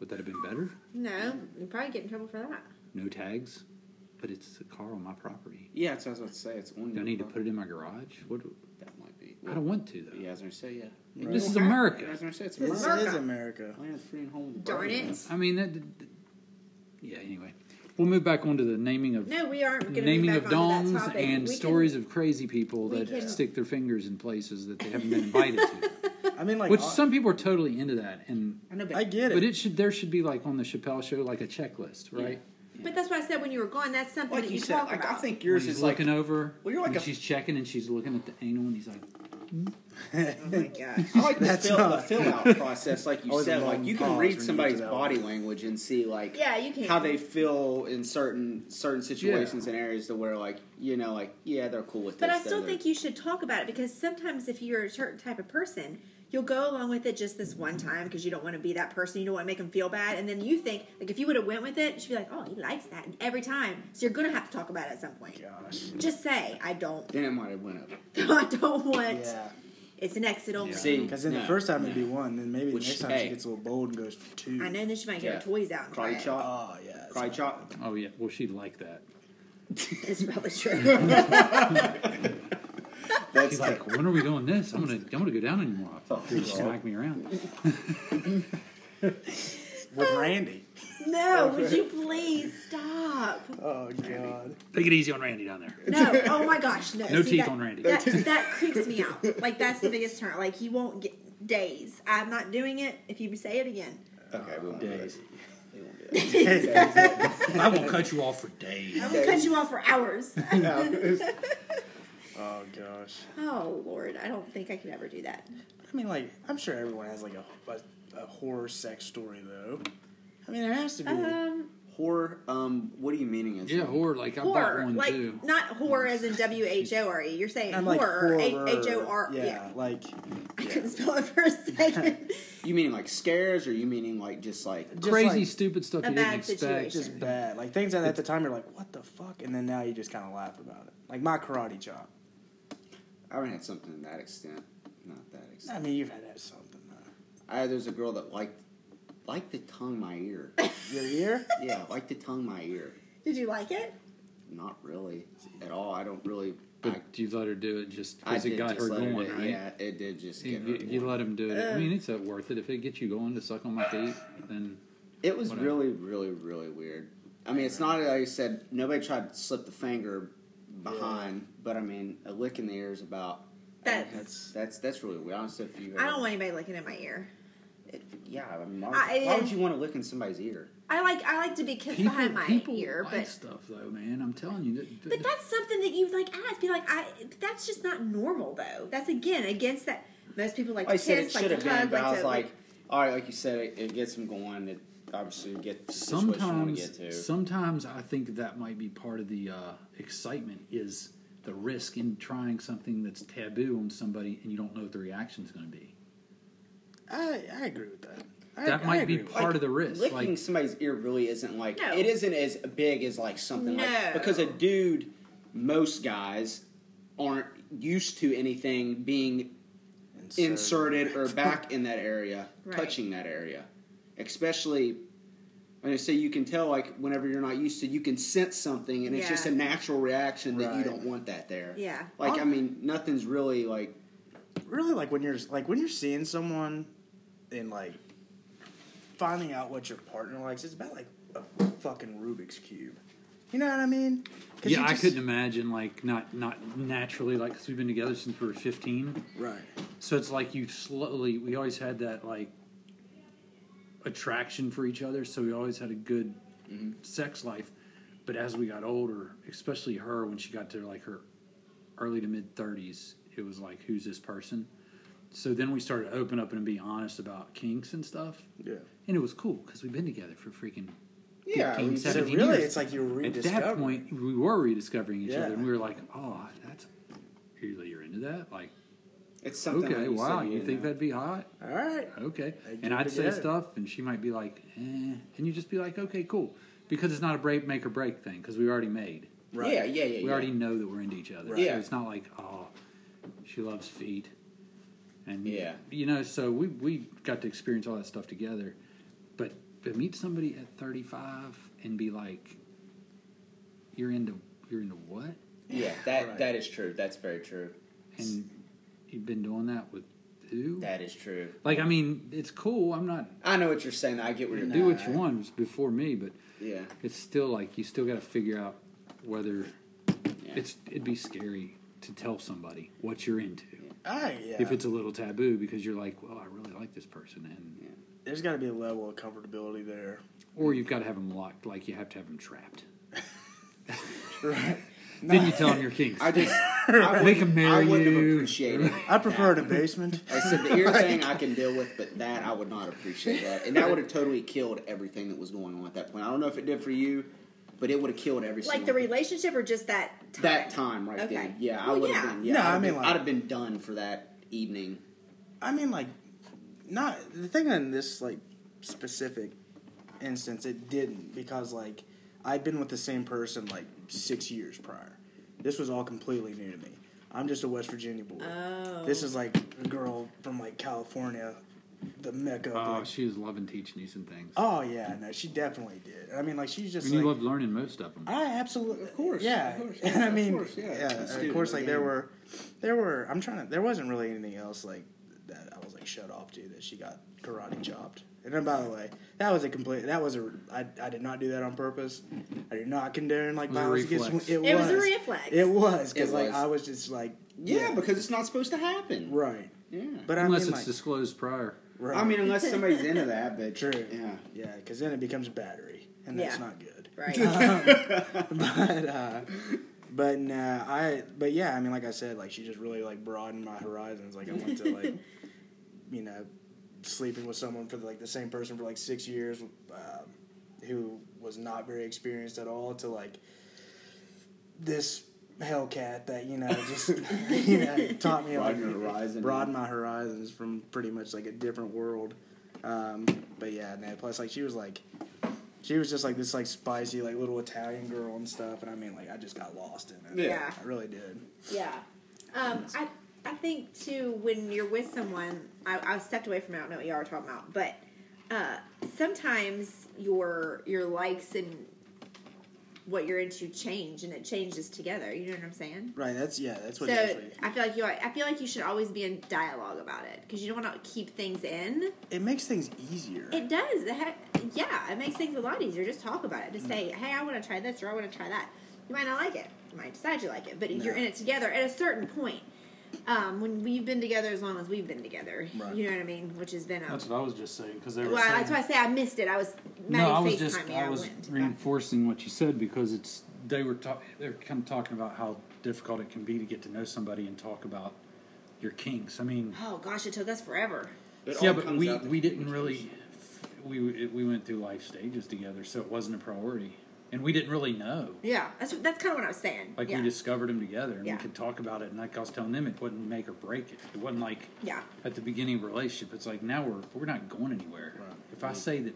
Speaker 1: Would that have been better?
Speaker 2: No, you probably get in trouble for that.
Speaker 1: No tags, but it's a car on my property.
Speaker 3: yeah, that's what I was about to say. It's one.
Speaker 1: Do I need to put it in my garage? What? do-
Speaker 3: That might be.
Speaker 1: I don't want to though.
Speaker 3: Yeah, I was gonna say yeah.
Speaker 1: This is America.
Speaker 3: I was gonna say it's
Speaker 4: This
Speaker 3: America.
Speaker 4: is America.
Speaker 3: Land of the free and home. of the
Speaker 2: Darn
Speaker 3: brave.
Speaker 2: it.
Speaker 1: I mean, that, that- that- yeah. Anyway, we'll move back on to the naming of
Speaker 2: No, we aren't going to be
Speaker 1: naming
Speaker 2: back
Speaker 1: of
Speaker 2: onto
Speaker 1: dongs
Speaker 2: that topic.
Speaker 1: and
Speaker 2: We can-
Speaker 1: stories of crazy people
Speaker 2: we
Speaker 1: that
Speaker 2: can-
Speaker 1: stick their fingers in places that they haven't been invited to.
Speaker 4: I mean, like
Speaker 1: Which
Speaker 4: I-
Speaker 1: some people are totally into that, and
Speaker 3: I know, but
Speaker 4: I get it.
Speaker 1: but it should there should be like on the Chappelle show like a checklist, right?
Speaker 2: But that's what I said when you were gone. That's something
Speaker 3: like
Speaker 2: that you,
Speaker 3: you, said,
Speaker 2: talk
Speaker 3: like, I
Speaker 2: about.
Speaker 3: think
Speaker 1: When
Speaker 3: yours
Speaker 1: he's
Speaker 3: is like.
Speaker 1: looking over.
Speaker 3: Well, you're like
Speaker 1: and
Speaker 3: a-
Speaker 1: she's checking and she's looking at the anal, and he's like,
Speaker 2: oh my gosh.
Speaker 3: I like the
Speaker 4: That's
Speaker 3: fill,
Speaker 4: not-
Speaker 3: the fill out process, like you
Speaker 4: Always a
Speaker 3: said.
Speaker 4: long
Speaker 3: Like you
Speaker 4: pause
Speaker 3: can
Speaker 4: when you
Speaker 3: read
Speaker 4: get
Speaker 3: somebody's
Speaker 4: to that
Speaker 3: body language and see like
Speaker 2: Yeah, you can.
Speaker 3: how they feel in certain certain situations and areas to where like you know like yeah they're cool with
Speaker 2: But
Speaker 3: this.
Speaker 2: I still
Speaker 3: they're-
Speaker 2: think you should talk about it because sometimes if you're a certain type of person, you'll go along with it just this one time because you don't want to be that person. You don't want to make them feel bad, and then you think like if you would have went with it, she'd be like, "Oh, he likes that," and every time. So you're gonna have to talk about it at some point.
Speaker 4: Gosh.
Speaker 2: Just say, "I don't,
Speaker 3: then it might have went up.
Speaker 2: I don't want."
Speaker 4: Yeah.
Speaker 2: It's an exit only.
Speaker 3: See,
Speaker 4: Because then
Speaker 3: no,
Speaker 4: the first time
Speaker 3: no.
Speaker 4: it'd be one, then maybe
Speaker 3: Which-
Speaker 4: the next time
Speaker 3: hey.
Speaker 4: she gets a little bold and goes for two.
Speaker 2: I know. Then she might get
Speaker 3: Yeah.
Speaker 2: her toys out. and try
Speaker 3: karate
Speaker 2: it.
Speaker 3: chop,
Speaker 4: Oh yeah. it's
Speaker 3: karate chop.
Speaker 1: "Oh yeah, well she'd like that."
Speaker 2: It's probably true.
Speaker 1: She's like, "When are we doing this? I'm gonna I'm gonna go down anymore." You're gonna smack me around.
Speaker 4: not- With Randy.
Speaker 2: no, would you please stop?
Speaker 4: Oh god.
Speaker 1: Take it easy on Randy down there.
Speaker 2: No. Oh my gosh. No.
Speaker 1: No
Speaker 2: See,
Speaker 1: teeth
Speaker 2: that-
Speaker 1: on Randy.
Speaker 2: That, that creeps me out. Like that's the biggest turn. Like you won't get days. I'm not doing it. If you say it again,
Speaker 3: Okay, we won't do that.
Speaker 1: Days.
Speaker 3: We won't do that.
Speaker 1: I will cut you off for days.
Speaker 2: I will cut you off for hours.
Speaker 4: Oh gosh.
Speaker 2: oh Lord, I don't think I could ever do that.
Speaker 4: I mean, like I'm sure everyone has like a a, a horror sex story though. I mean, it has to be.
Speaker 3: Uh,
Speaker 2: Um,
Speaker 3: Horror. Um, what are you meaning?
Speaker 1: Yeah, or like I bought
Speaker 2: horror,
Speaker 1: one
Speaker 2: like
Speaker 1: too.
Speaker 2: not horror as in W H O R E. You're saying
Speaker 4: I'm like
Speaker 2: horror,
Speaker 4: horror.
Speaker 2: H O R. E.
Speaker 4: Yeah, like
Speaker 2: I couldn't spell it for a second.
Speaker 3: You meaning like scares, or you meaning like just like
Speaker 4: just
Speaker 1: Crazy,
Speaker 4: like,
Speaker 1: stupid stuff
Speaker 2: A
Speaker 1: you didn't
Speaker 2: bad
Speaker 1: expect.
Speaker 2: situation.
Speaker 4: just bad. Like things that at the time you're like, what the fuck, and then now you just kind of laugh about it. Like my karate chop.
Speaker 3: I haven't had something to that extent. Not that extent.
Speaker 4: I mean, you've had that something though.
Speaker 3: I, there's a girl that liked liked to tongue my ear.
Speaker 4: Your ear?
Speaker 3: yeah, liked to tongue my ear.
Speaker 2: Did you like it?
Speaker 3: Not really at all. I don't really. I,
Speaker 1: But you let her do it just
Speaker 3: I
Speaker 1: because it
Speaker 3: did
Speaker 1: got
Speaker 3: just
Speaker 1: her
Speaker 3: let
Speaker 1: going,
Speaker 3: do-
Speaker 1: right?
Speaker 3: Yeah, it did just
Speaker 1: You,
Speaker 3: get her.
Speaker 1: you- you
Speaker 3: going.
Speaker 1: let him do it. I mean, it's uh, worth it if it gets you going to suck on my feet. Then
Speaker 3: it was
Speaker 1: whatever.
Speaker 3: really, really, really weird. I mean, it's not. Like I said nobody tried to slip the finger behind, but I mean, a lick in the ear is about. I mean,
Speaker 2: That's-
Speaker 3: that's that's that's really weird. Honestly, if you.
Speaker 2: I don't want anybody looking in my ear.
Speaker 3: It, yeah, I mean, why,
Speaker 2: I-
Speaker 3: why would you want to lick in somebody's ear?
Speaker 2: I like I like to be kissed
Speaker 1: people,
Speaker 2: behind my
Speaker 1: people
Speaker 2: ear,
Speaker 1: like
Speaker 2: but
Speaker 1: stuff though, man. I'm telling you. th- th-
Speaker 2: But that's something that you like ask. Be like, I. That's just not normal, though. That's again against that. Most people like to
Speaker 3: I said it
Speaker 2: kiss, like
Speaker 3: should
Speaker 2: to hug,
Speaker 3: have been, but
Speaker 2: like
Speaker 3: I was
Speaker 2: to
Speaker 3: like, all right, like you said, it, it gets them going. It obviously get the situation you want to get to.
Speaker 1: sometimes, sometimes I think that might be part of the uh, excitement is the risk in trying something that's taboo on somebody and you don't know what the reaction's going to be.
Speaker 4: I I agree with that. I,
Speaker 1: That
Speaker 4: I
Speaker 1: might
Speaker 4: agree
Speaker 1: be
Speaker 4: with
Speaker 1: part of the risk.
Speaker 3: Licking
Speaker 1: Like,
Speaker 3: somebody's ear really isn't like
Speaker 2: No.
Speaker 3: it isn't as big as like something
Speaker 2: No.
Speaker 3: like because a dude, most guys aren't used to anything being
Speaker 4: that.
Speaker 3: inserted or back in that area,
Speaker 2: Right.
Speaker 3: touching that area, especially. And I say you can tell like whenever you're not used to, you can sense something, and it's
Speaker 2: Yeah.
Speaker 3: just a natural reaction that you
Speaker 4: Right.
Speaker 3: don't want that there.
Speaker 2: Yeah.
Speaker 3: like I mean, nothing's really like
Speaker 4: really like when you're like when you're seeing someone and like finding out what your partner likes it's about like a fucking rubik's cube You know what I mean? 'Cause
Speaker 1: Yeah,
Speaker 4: you
Speaker 1: I
Speaker 4: just-
Speaker 1: couldn't imagine like not not naturally like because we've been together since we were fifteen.
Speaker 4: Right.
Speaker 1: So it's like you slowly. We always had that like attraction for each other. So we always had a good
Speaker 3: Mm-hmm.
Speaker 1: sex life. But as we got older, especially her when she got to like her early to mid thirties, it was like, who's this person? So then we started to open up and be honest about kinks and stuff.
Speaker 4: Yeah.
Speaker 1: And it was cool because we've been together for freaking
Speaker 3: Yeah,
Speaker 1: 15,
Speaker 3: we-
Speaker 4: So
Speaker 1: 17
Speaker 4: really,
Speaker 1: years.
Speaker 4: it's like you
Speaker 1: At
Speaker 4: rediscover.
Speaker 1: that point, we were rediscovering each
Speaker 4: Yeah.
Speaker 1: other, and we were like, "Oh, that's really you're into that." Like,
Speaker 3: It's something.
Speaker 1: okay,
Speaker 3: like you
Speaker 1: wow,
Speaker 3: said,
Speaker 1: you think
Speaker 3: know.
Speaker 1: that'd be hot?
Speaker 4: All right.
Speaker 1: Okay,
Speaker 4: I
Speaker 1: and
Speaker 4: get
Speaker 1: I'd
Speaker 4: it,
Speaker 1: say
Speaker 4: yeah.
Speaker 1: stuff, and she might be like, eh. and you just be like, "Okay, cool," because it's not a break make or break thing because we already made,
Speaker 4: Right.
Speaker 3: Yeah, yeah, yeah.
Speaker 1: we
Speaker 3: yeah.
Speaker 1: already know that we're into each other.
Speaker 4: Right.
Speaker 1: So
Speaker 3: Yeah.
Speaker 1: it's not like, oh, she loves feet, and
Speaker 3: Yeah.
Speaker 1: you know. So we we got to experience all that stuff together, but to meet somebody at thirty five and be like, you're into you're into what?
Speaker 3: Yeah, that
Speaker 1: Right.
Speaker 3: that is true. That's very true.
Speaker 1: and you've been doing that with who?
Speaker 3: That is true.
Speaker 1: Like, I mean, it's cool. I'm not
Speaker 3: I know what you're saying. I get what you're.
Speaker 1: do what
Speaker 3: Nah,
Speaker 1: you want. It was before me, but
Speaker 3: Yeah.
Speaker 1: it's still like you still got to figure out whether
Speaker 3: yeah.
Speaker 1: it's. It'd be scary to tell somebody what you're into
Speaker 4: I, ah, yeah.
Speaker 1: if it's a little taboo because you're like, well, I really like this person, and
Speaker 4: There's got to be a level of comfortability there.
Speaker 1: or you've got to have them locked. Like you have to have them trapped.
Speaker 4: Right.
Speaker 1: Then you tell them your kinks.
Speaker 3: I just I
Speaker 1: They can
Speaker 3: wouldn't-
Speaker 1: marry
Speaker 3: I wouldn't have
Speaker 1: you.
Speaker 3: appreciated. it.
Speaker 4: I prefer it a basement.
Speaker 3: I said the ear thing I can deal with, but that I would not appreciate that, and that would have totally killed everything that was going on at that point. I don't know if it did for you, but it would have killed every
Speaker 2: Like
Speaker 3: single
Speaker 2: the relationship or just that time?
Speaker 3: that time right
Speaker 2: Okay.
Speaker 3: then. Yeah, I
Speaker 2: Well,
Speaker 3: would have
Speaker 2: yeah.
Speaker 3: been. Yeah,
Speaker 4: No,
Speaker 3: I'd
Speaker 4: I
Speaker 3: have
Speaker 4: mean,
Speaker 3: been-
Speaker 4: like-
Speaker 3: I'd have been done for that evening.
Speaker 4: I mean, like, not the thing in this like specific instance, it didn't because like I'd been with the same person like six years prior. This was all completely new to me. I'm just a West Virginia boy.
Speaker 2: Oh.
Speaker 4: This is like a girl from like California, the mecca. Of,
Speaker 1: oh,
Speaker 4: like-
Speaker 1: she was loving teaching you some things.
Speaker 4: oh yeah, no, she definitely did. I mean, like she's just
Speaker 1: and you
Speaker 4: like,
Speaker 1: loved learning most of them.
Speaker 4: I absolutely,
Speaker 3: Of course,
Speaker 4: yeah.
Speaker 3: of course,
Speaker 4: and I
Speaker 3: of
Speaker 4: mean,
Speaker 3: course, yeah.
Speaker 4: yeah,
Speaker 3: It's a
Speaker 4: and
Speaker 3: student
Speaker 4: of course.
Speaker 3: of the
Speaker 4: Like there
Speaker 3: game.
Speaker 4: were, there were. I'm trying to. There wasn't really anything else like that. I was like shut off to that. She got karate chopped. And then, by the way, that was a complete. That was a. I, I did not do that on purpose. I did not condone like
Speaker 1: It was a
Speaker 4: violence against.
Speaker 1: reflex.
Speaker 4: It,
Speaker 2: It was a reflex.
Speaker 4: It was
Speaker 3: It
Speaker 4: because like
Speaker 3: was.
Speaker 4: I was just like
Speaker 3: Yeah, because it's not supposed to happen.
Speaker 4: right.
Speaker 3: Yeah,
Speaker 4: But I
Speaker 1: Unless
Speaker 4: mean,
Speaker 1: it's
Speaker 4: like,
Speaker 1: disclosed prior.
Speaker 4: right.
Speaker 3: I mean, unless somebody's into that, but
Speaker 4: True.
Speaker 3: Yeah,
Speaker 4: yeah, because then it becomes battery, and that's
Speaker 2: Yeah.
Speaker 4: not good.
Speaker 2: Right.
Speaker 4: but uh, but nah, I but yeah, I mean, like I said, like she just really like broadened my horizons. Like I went to like you know sleeping with someone for like the same person for like six years, um, who was not very experienced at all, to like this Hellcat that you know just you know taught me like
Speaker 3: Broaden your horizon.
Speaker 4: broaden my horizons from pretty much like a different world. Um, but yeah, no, plus like she was like she was just like this like spicy like little Italian girl and stuff, and I mean like I just got lost in it.
Speaker 2: Yeah.
Speaker 4: I really did.
Speaker 2: Yeah. Um, I I think too when you're with someone, I, I stepped away from it. I don't know what y'all were talking about, but uh, sometimes your your likes and what you're into change, and it changes together. You know what I'm saying?
Speaker 4: Right. That's yeah. That's what.
Speaker 2: so
Speaker 4: actually,
Speaker 2: I feel like you. I feel like you should always be in dialogue about it because you don't want to keep things in.
Speaker 4: it makes things easier.
Speaker 2: It does. The heck- yeah, it makes things a lot easier. Just talk about it. Just say, hey, I want to try this or I want to try that. You might not like it. You might decide you like it, but you're in it together at a certain point. Um, when we've been together as long as we've been together,
Speaker 4: Right.
Speaker 2: you know what I mean. Which has been a
Speaker 1: That's what I was just saying because they were.
Speaker 2: well,
Speaker 1: saying,
Speaker 2: that's why I say I missed it. I was
Speaker 1: No,
Speaker 2: Maddie
Speaker 1: I was
Speaker 2: FaceTiming
Speaker 1: just
Speaker 2: me.
Speaker 1: I was
Speaker 2: went.
Speaker 1: reinforcing what you said because it's they were talk, they're kind of talking about how difficult it can be to get to know somebody and talk about your kinks. I mean,
Speaker 2: Oh gosh, it took us forever.
Speaker 3: It
Speaker 1: yeah,
Speaker 3: all
Speaker 1: but
Speaker 3: comes
Speaker 1: we
Speaker 3: out to
Speaker 1: we didn't really
Speaker 3: communication.
Speaker 1: we we went through life stages together, so it wasn't a priority, and we didn't really know.
Speaker 2: Yeah, that's that's kind of what I was saying.
Speaker 1: Like
Speaker 2: yeah.
Speaker 1: we discovered them together, and
Speaker 2: Yeah.
Speaker 1: we could talk about it. And like I was telling them, it wouldn't make or break it. It wasn't like
Speaker 2: Yeah.
Speaker 1: at the beginning of a relationship. It's like now we're we're not going anywhere.
Speaker 4: Right.
Speaker 1: If I say that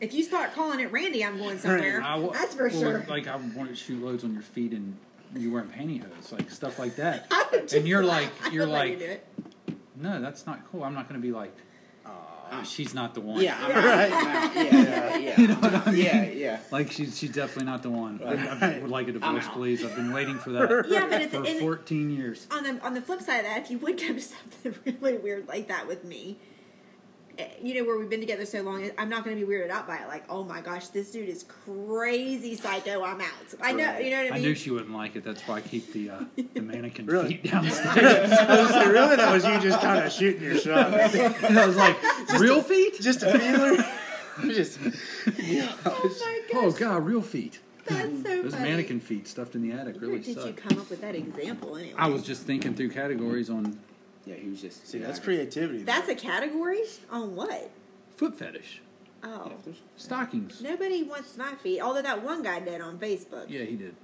Speaker 2: If you start calling it Randy, I'm going somewhere.
Speaker 1: I wa-
Speaker 2: that's for
Speaker 1: well,
Speaker 2: sure.
Speaker 1: Like I want to shoot loads on your feet and you wearing pantyhose, like stuff like that.
Speaker 2: I would just
Speaker 1: and you're
Speaker 2: laugh.
Speaker 1: like,
Speaker 2: I would
Speaker 1: you're
Speaker 2: let
Speaker 1: like,
Speaker 2: do it.
Speaker 1: no, that's not cool. I'm not going to be like, "Ah, she's not the one.
Speaker 3: Yeah, I'm right. yeah, yeah, yeah. Yeah, yeah.
Speaker 1: Like she's she's definitely not the one. I, I would like a divorce,
Speaker 3: out.
Speaker 1: please. I've been waiting for that
Speaker 2: Yeah, but it's,
Speaker 1: for
Speaker 2: and-
Speaker 1: 14 years.
Speaker 2: on the on the flip side of that, if you would come to something really weird like that with me, eh, you know, where we've been together so long, I'm not going to be weirded out by it. Like, oh my gosh, this dude is crazy psycho. I'm out. I know, you know what I mean?
Speaker 1: I knew she wouldn't like it. That's why I keep the uh, the mannequin
Speaker 4: Really?
Speaker 1: feet downstairs.
Speaker 4: Honestly, really, that was you just kind of shooting your shot.
Speaker 1: and I was like, real feet?
Speaker 4: Just a feeler. just
Speaker 2: oh my gosh,
Speaker 1: Oh god, real feet.
Speaker 2: that's so
Speaker 1: Those
Speaker 2: funny.
Speaker 1: mannequin feet stuffed in the attic
Speaker 2: Where
Speaker 1: really
Speaker 2: did you
Speaker 1: suck.
Speaker 2: come up with that example anyway?
Speaker 1: I was just thinking through categories on
Speaker 3: Yeah, he was just.
Speaker 4: see,
Speaker 3: yeah,
Speaker 4: that's
Speaker 3: I-
Speaker 4: creativity.
Speaker 2: That's a category on what?
Speaker 1: foot fetish,
Speaker 2: Oh,
Speaker 1: stockings.
Speaker 2: nobody wants my feet. Although that one guy did on Facebook.
Speaker 1: Yeah, he did.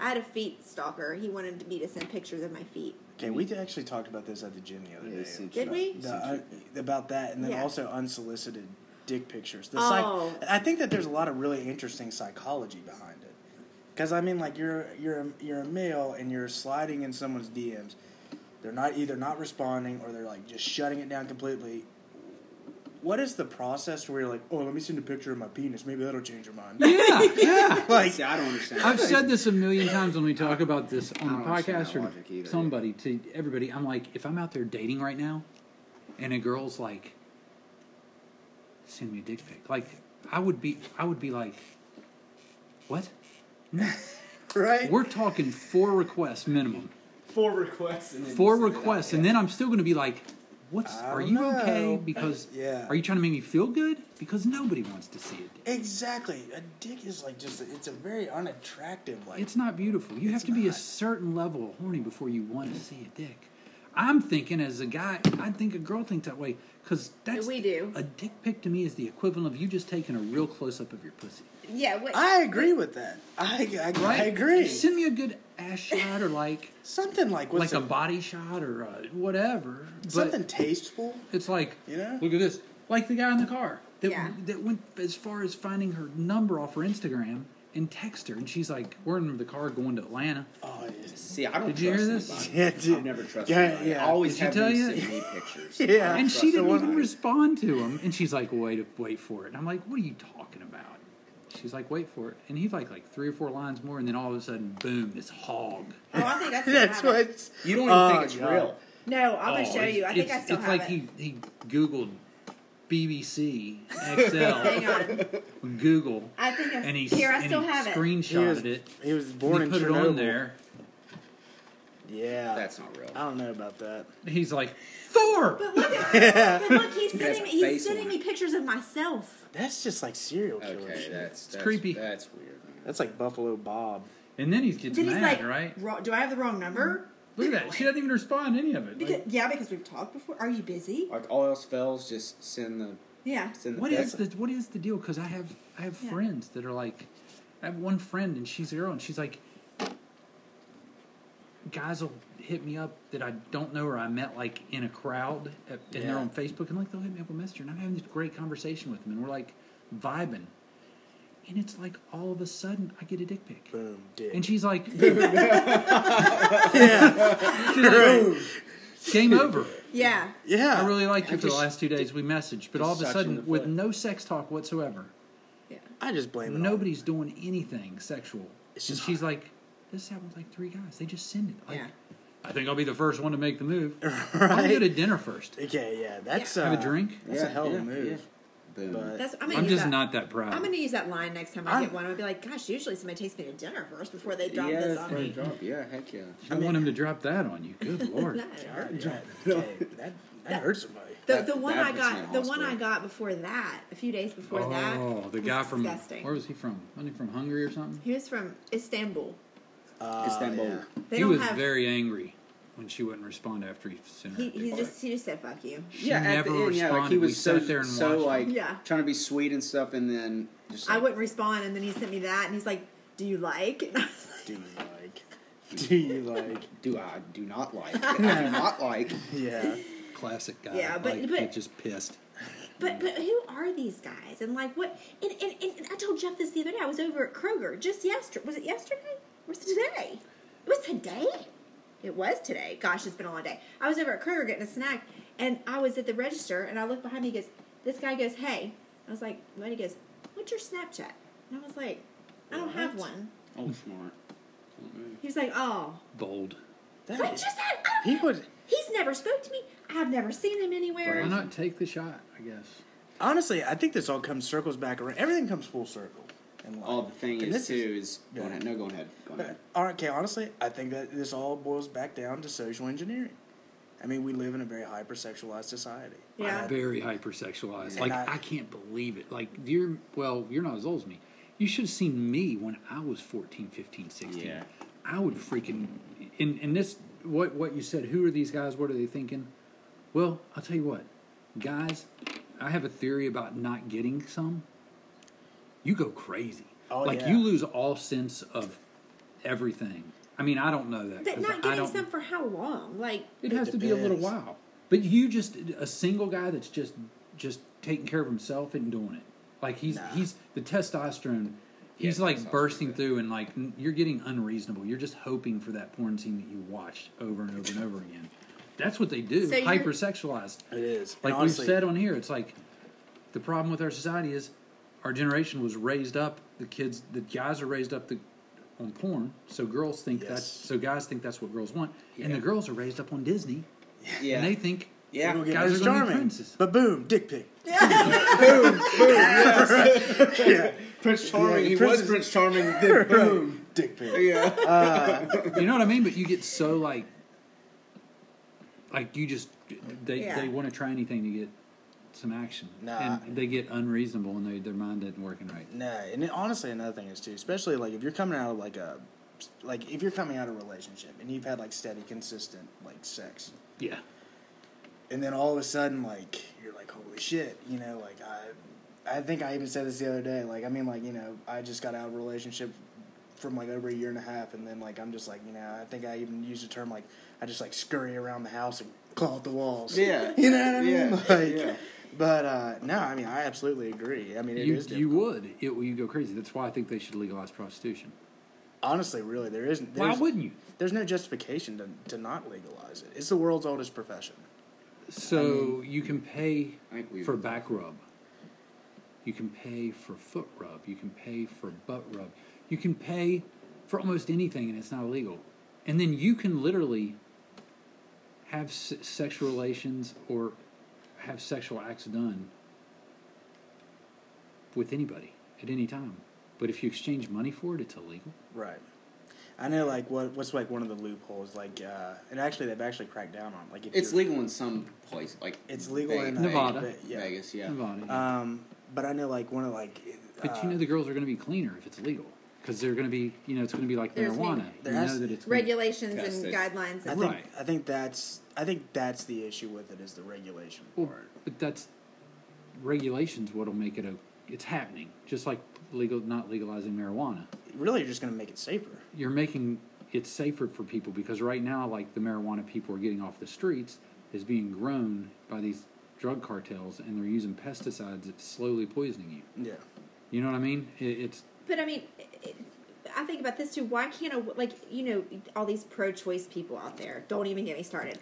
Speaker 2: I had a feet stalker. He wanted me to send pictures of my feet.
Speaker 4: okay, we actually talked about this at the gym the other
Speaker 3: Yeah,
Speaker 4: day.
Speaker 3: it's
Speaker 2: Did we?
Speaker 3: intro-
Speaker 4: The, uh, about that, and then
Speaker 2: Yeah.
Speaker 4: also unsolicited dick pictures. The psych-
Speaker 2: Oh.
Speaker 4: I think that there's a lot of really interesting psychology behind it. Because I mean, like you're you're a- you're a male and you're sliding in someone's DMs. They're not either not responding or they're like just shutting it down completely. What is the process where you're like, oh, let me send a picture of my penis. Maybe that'll change your mind.
Speaker 1: Yeah, yeah.
Speaker 4: like,
Speaker 3: See, I don't understand.
Speaker 1: I've said this a million times when we talk about this on the
Speaker 3: don't understand
Speaker 1: podcast
Speaker 3: that
Speaker 1: or
Speaker 3: logic either.
Speaker 1: somebody to everybody. I'm like, if I'm out there dating right now, and a girl's like, "Send me a dick pic," like I would be, I would be like, "What?"
Speaker 4: right?
Speaker 1: We're talking four requests minimum,
Speaker 3: four requests. And then
Speaker 1: four
Speaker 3: you send it out.
Speaker 1: requests, and then I'm still going to be like, "What's?
Speaker 4: I
Speaker 1: Are
Speaker 4: don't
Speaker 1: you
Speaker 4: know.
Speaker 1: okay?" Because
Speaker 4: Yeah.
Speaker 1: are you trying to make me feel good? Because nobody wants to see a dick.
Speaker 4: Exactly. A dick is like just it's a very unattractive like
Speaker 1: It's not beautiful. You have to be a certain level of horny before you want to see a dick. I'm thinking as a guy, I think a girl thinks that way because that's
Speaker 2: We do.
Speaker 1: a dick pic to me is the equivalent of you just taking a real close up of your pussy.
Speaker 2: Yeah. What?
Speaker 4: I agree with that. I, I,
Speaker 1: Right?
Speaker 4: I agree.
Speaker 1: Send me a good ass shot or like
Speaker 4: Something like what's
Speaker 1: like a
Speaker 4: it-
Speaker 1: body shot or uh whatever. But
Speaker 4: something tasteful.
Speaker 1: It's like
Speaker 4: You know?
Speaker 1: look at this. Like the guy in the car that
Speaker 2: Yeah.
Speaker 1: that went as far as finding her number off her Instagram and text her, and she's like, "We're in the car going to Atlanta."
Speaker 4: Oh, yes.
Speaker 3: See, I
Speaker 1: Did
Speaker 3: don't trust
Speaker 1: you hear this?
Speaker 3: anybody.
Speaker 4: Yeah, dude.
Speaker 3: I've never trusted
Speaker 4: Yeah,
Speaker 3: anybody.
Speaker 4: yeah.
Speaker 3: I always
Speaker 1: Did she
Speaker 3: have
Speaker 1: tell
Speaker 3: them
Speaker 1: you?
Speaker 3: send me pictures.
Speaker 4: Yeah.
Speaker 1: and she
Speaker 3: trust
Speaker 1: didn't
Speaker 4: the
Speaker 1: even
Speaker 4: one-
Speaker 1: respond to him. And she's like, "Wait, wait for it." And I'm like, "What are you talking about?" She's like, "Wait for it." And he's like, like three or four lines more, and then all of a sudden, boom, this hog.
Speaker 2: oh, I think I still
Speaker 4: That's
Speaker 2: have it.
Speaker 4: what.
Speaker 3: You don't even
Speaker 4: Oh,
Speaker 3: think it's
Speaker 4: God.
Speaker 3: real.
Speaker 2: No, I'm gonna show
Speaker 1: Oh, it's-
Speaker 2: you. I think I
Speaker 1: it's-
Speaker 2: still
Speaker 1: It's
Speaker 2: have
Speaker 1: like
Speaker 2: it.
Speaker 1: he he googled BBC XL
Speaker 2: Hang on.
Speaker 1: Google,
Speaker 2: I think I,
Speaker 1: and he
Speaker 2: here I
Speaker 1: and
Speaker 2: still
Speaker 1: he
Speaker 2: have it.
Speaker 4: He was,
Speaker 1: Screenshotted it.
Speaker 4: he was
Speaker 1: and
Speaker 4: born
Speaker 1: he
Speaker 4: in
Speaker 1: put
Speaker 4: Chernobyl.
Speaker 1: it on there.
Speaker 4: Yeah.
Speaker 3: That's not real.
Speaker 4: I don't know about that.
Speaker 1: He's like, Thor.
Speaker 2: But look, at, but look, he's
Speaker 3: has
Speaker 2: sending me.
Speaker 3: my
Speaker 2: He's
Speaker 3: face
Speaker 2: sending
Speaker 3: on
Speaker 2: me pictures of myself.
Speaker 4: That's just like serial killer
Speaker 3: Okay,
Speaker 4: shit.
Speaker 3: that's, that's
Speaker 1: creepy.
Speaker 3: That's weird. man.
Speaker 4: That's like Buffalo Bob.
Speaker 1: And then he gets
Speaker 2: Then
Speaker 1: mad,
Speaker 2: he's like,
Speaker 1: right?
Speaker 2: "Wrong- "Do I have the wrong number?"
Speaker 1: Look at that. She doesn't even respond to any of it.
Speaker 2: Because,
Speaker 1: Like,
Speaker 2: yeah, because we've talked before. Are you busy?
Speaker 3: Like all else fails, just send the
Speaker 2: Yeah.
Speaker 3: send the.
Speaker 1: What is
Speaker 3: text.
Speaker 1: the what is the deal? Because I have I have
Speaker 2: Yeah.
Speaker 1: friends that are like, I have one friend and she's a girl and she's like, guys will hit me up that I don't know or I met like in a crowd at, and they're
Speaker 4: Yeah.
Speaker 1: on Facebook and like they'll hit me up on Messenger and I'm having this great conversation with them and we're like vibing, and it's like all of a sudden I get a dick pic.
Speaker 4: Boom. Dick.
Speaker 1: And she's like, She's like, "Oh, game over.
Speaker 2: Yeah.
Speaker 4: yeah.
Speaker 1: I really liked you
Speaker 3: I
Speaker 1: for the
Speaker 3: just-
Speaker 1: last two days. We messaged, but all of a
Speaker 3: sucks in
Speaker 1: sudden,
Speaker 3: the
Speaker 1: with
Speaker 3: foot.
Speaker 1: no sex talk whatsoever,
Speaker 2: Yeah.
Speaker 4: I just blame it on-
Speaker 1: nobody's doing anything sexual.
Speaker 4: It's
Speaker 1: and
Speaker 4: just
Speaker 1: she's like, "This happened with like three guys. They just send it." Like,
Speaker 2: Yeah.
Speaker 1: I think I'll be the first one to make the move. I'm gonna
Speaker 4: Right?
Speaker 1: go to dinner first.
Speaker 4: Okay. Yeah. That's
Speaker 1: Have
Speaker 4: uh,
Speaker 1: a drink.
Speaker 4: That's a hell of a move.
Speaker 3: yeah. Boom.
Speaker 4: But
Speaker 2: That's. I'm, gonna
Speaker 1: I'm
Speaker 2: use
Speaker 1: just
Speaker 2: that.
Speaker 1: not that proud.
Speaker 2: I'm gonna use that line next time I
Speaker 4: I'm-
Speaker 2: get one. I'll be like, "Gosh, usually somebody takes me to dinner first before they drop
Speaker 3: yeah,
Speaker 2: this
Speaker 3: that's
Speaker 2: on
Speaker 3: right,
Speaker 2: me."
Speaker 3: drop. Yeah, heck yeah.
Speaker 1: I want him to drop that on you. Good lord.
Speaker 2: No.
Speaker 4: yeah, okay, that that hurts somebody.
Speaker 2: The,
Speaker 3: That-
Speaker 2: the one
Speaker 3: that
Speaker 2: I
Speaker 3: puts me
Speaker 2: got,
Speaker 3: in
Speaker 2: the one I
Speaker 3: hospital.
Speaker 2: got before that, a few days before that.
Speaker 1: Oh, the
Speaker 2: was
Speaker 1: guy from
Speaker 2: disgusting.
Speaker 1: where was he from? Wasn't he from Hungary or something?
Speaker 2: He was from Istanbul.
Speaker 4: Uh,
Speaker 3: Istanbul.
Speaker 4: yeah.
Speaker 2: They
Speaker 1: he
Speaker 2: don't
Speaker 1: was
Speaker 2: have.
Speaker 1: very angry when she wouldn't respond after he sent her.
Speaker 2: he,
Speaker 1: a dick
Speaker 2: he
Speaker 1: pic.
Speaker 2: just he just said fuck you.
Speaker 1: she
Speaker 3: yeah, at
Speaker 1: never
Speaker 3: the end,
Speaker 1: responded.
Speaker 3: yeah, like he
Speaker 1: we
Speaker 3: was so
Speaker 1: sat there and
Speaker 3: so
Speaker 1: watched.
Speaker 3: like
Speaker 2: Yeah.
Speaker 3: trying to be sweet and stuff, and then just
Speaker 2: I
Speaker 3: like,
Speaker 2: wouldn't respond, and then he sent me that, and he's like, "Do you like?" And I was like,
Speaker 4: Do you like? Do you like?
Speaker 3: do I do not like, I do not like.
Speaker 4: Yeah.
Speaker 1: classic guy.
Speaker 2: Yeah, but-
Speaker 1: like,
Speaker 2: but-
Speaker 1: that just pissed.
Speaker 2: But but who are these guys? And like what? And, and, and, and I told Jeff this the other day. I was over at Kroger just yesterday. Was it yesterday? Or was it today? It was today. It was today. Gosh, it's been a long day. I was over at Kroger getting a snack, and I was at the register, and I looked behind me. He goes, "This guy goes, hey." I was like, "What?" He goes, "What's your Snapchat?" And I was like, "I don't have
Speaker 3: What?
Speaker 2: one."
Speaker 3: Oh, smart.
Speaker 2: He was like, "Oh."
Speaker 1: Bold.
Speaker 4: That
Speaker 2: But
Speaker 4: is-
Speaker 2: just that, I don't
Speaker 4: He
Speaker 2: have-
Speaker 4: would-
Speaker 2: He's never spoke to me. I've never seen him anywhere.
Speaker 1: Why not take the shot? I guess.
Speaker 4: Honestly, I think this all comes circles back around. Everything comes full circle. in life.
Speaker 3: All the thing
Speaker 4: And
Speaker 3: is
Speaker 4: this
Speaker 3: too is,
Speaker 4: Go
Speaker 3: go
Speaker 4: ahead.
Speaker 3: ahead. No, go ahead. Go ahead.
Speaker 4: But, all right, okay, honestly, I think that this all boils back down to social engineering. I mean, we live in a very hypersexualized society.
Speaker 2: Yeah.
Speaker 1: Very hypersexualized.
Speaker 4: And
Speaker 1: Like
Speaker 4: I-
Speaker 1: I, can't believe it. Like you're well, you're not as old as me. You should have seen me when I was 14, 15, 16.
Speaker 3: Yeah.
Speaker 1: I would freaking in in this what what you said, who are these guys? What are they thinking? Well, I'll tell you what. Guys, I have a theory about not getting some. You go crazy.
Speaker 4: Oh,
Speaker 1: like
Speaker 4: yeah.
Speaker 1: you lose all sense of everything. I mean, I don't know that.
Speaker 2: But
Speaker 1: 'cause
Speaker 2: not
Speaker 1: I
Speaker 2: getting
Speaker 1: don't,
Speaker 2: some for how long? Like,
Speaker 1: it
Speaker 4: It
Speaker 1: has to be a little
Speaker 4: depends.
Speaker 1: while. But you just a single guy that's just just taking care of himself and doing it. Like he's
Speaker 4: Nah.
Speaker 1: he's the testosterone. He's
Speaker 3: Yeah,
Speaker 1: like
Speaker 3: testosterone.
Speaker 1: bursting through and like n- you're getting unreasonable. You're just hoping for that porn scene that you watched over and over and over again. That's what they do.
Speaker 2: So you're-
Speaker 1: Hypersexualized.
Speaker 4: It is. And
Speaker 1: Like
Speaker 4: honestly,
Speaker 1: we've said on here, it's like the problem with our society is our generation was raised up. The kids, the guys are raised up the, on porn, so girls think that's
Speaker 4: Yes.
Speaker 1: so guys think that's what girls want, and
Speaker 4: Yeah.
Speaker 1: the girls are raised up on Disney,
Speaker 3: Yeah.
Speaker 1: and they think
Speaker 3: yeah.
Speaker 4: it'll get
Speaker 1: guys
Speaker 4: Prince
Speaker 1: are gonna be
Speaker 4: charming.
Speaker 1: princes.
Speaker 4: But boom, dick pic.
Speaker 3: Prince Charming.
Speaker 4: Yeah,
Speaker 3: he
Speaker 4: Prince
Speaker 3: was
Speaker 4: is-
Speaker 3: Prince Charming. Then boom.
Speaker 4: Dick pic.
Speaker 3: Yeah.
Speaker 1: you know what I mean. But you get so like, like you just they
Speaker 2: Yeah.
Speaker 1: they want to try anything to get some action,
Speaker 4: Nah.
Speaker 1: and they get unreasonable, and they, their mind isn't working right.
Speaker 4: Nah, and it- honestly, another thing is too, especially like if you're coming out of like a, like if you're coming out of a relationship and you've had like steady, consistent like sex,
Speaker 1: Yeah,
Speaker 4: and then all of a sudden like you're like holy shit, you know, like I, I think I even said this the other day. Like I mean, like you know, I just got out of a relationship from like over a year and a half, and then like I'm just like you know, I think I even used the term like I just like scurry around the house and claw at the walls.
Speaker 3: Yeah.
Speaker 4: you know what I mean?
Speaker 3: Yeah,
Speaker 4: Like,
Speaker 3: yeah.
Speaker 4: but uh, no, I mean I absolutely agree. I mean it is
Speaker 1: you you
Speaker 4: difficult.
Speaker 1: would it you go crazy. That's why I think they should legalize prostitution.
Speaker 4: honestly really there isn't.
Speaker 1: Why
Speaker 4: there's-
Speaker 1: wouldn't you?
Speaker 4: There's no justification to, to not legalize it. It's the world's oldest profession.
Speaker 1: So you can pay
Speaker 3: I think we-
Speaker 1: for back rub. You can pay for foot rub. You can pay for butt rub. You can pay for almost anything, and it's not illegal. And then you can literally have s- sexual relations or have sexual acts done with anybody at any time. But if you exchange money for it, it's illegal.
Speaker 4: Right. I know, like what what's like one of the loopholes, like, uh, and actually they've actually cracked down on, it. like, if
Speaker 3: It's
Speaker 4: you're-
Speaker 3: legal in some place, like
Speaker 4: It's legal
Speaker 3: Ve-
Speaker 4: in uh,
Speaker 3: Ve-
Speaker 1: Nevada.
Speaker 3: Vegas,
Speaker 4: Yeah.
Speaker 3: Vegas, yeah.
Speaker 1: Nevada.
Speaker 2: Uh,
Speaker 4: Um, but I know, like, one of like,
Speaker 1: But you
Speaker 4: uh,
Speaker 1: know the girls are going to be cleaner if it's legal because they're going to be, you know, it's going to be like
Speaker 2: There's
Speaker 1: marijuana.
Speaker 2: me-
Speaker 1: You
Speaker 4: there has-
Speaker 1: know that it's gonna-
Speaker 2: regulations
Speaker 3: Tested.
Speaker 2: and guidelines.
Speaker 4: I
Speaker 2: And
Speaker 4: think
Speaker 1: Right.
Speaker 4: I think that's I think that's the issue with it is the regulation
Speaker 1: Well,
Speaker 4: part.
Speaker 1: but that's regulations. What'll make it a? It's happening. Just like legal, not legalizing marijuana.
Speaker 4: Really, you're just gonna make it safer.
Speaker 1: You're making it safer for people because right now, like the marijuana people are getting off the streets is being grown by these drug cartels, and they're using pesticides that's slowly poisoning you.
Speaker 4: Yeah.
Speaker 1: You know what I mean? It, it's
Speaker 2: But I mean, it, I think about this too. Why can't a like you know all these pro-choice people out there? Don't even get me started.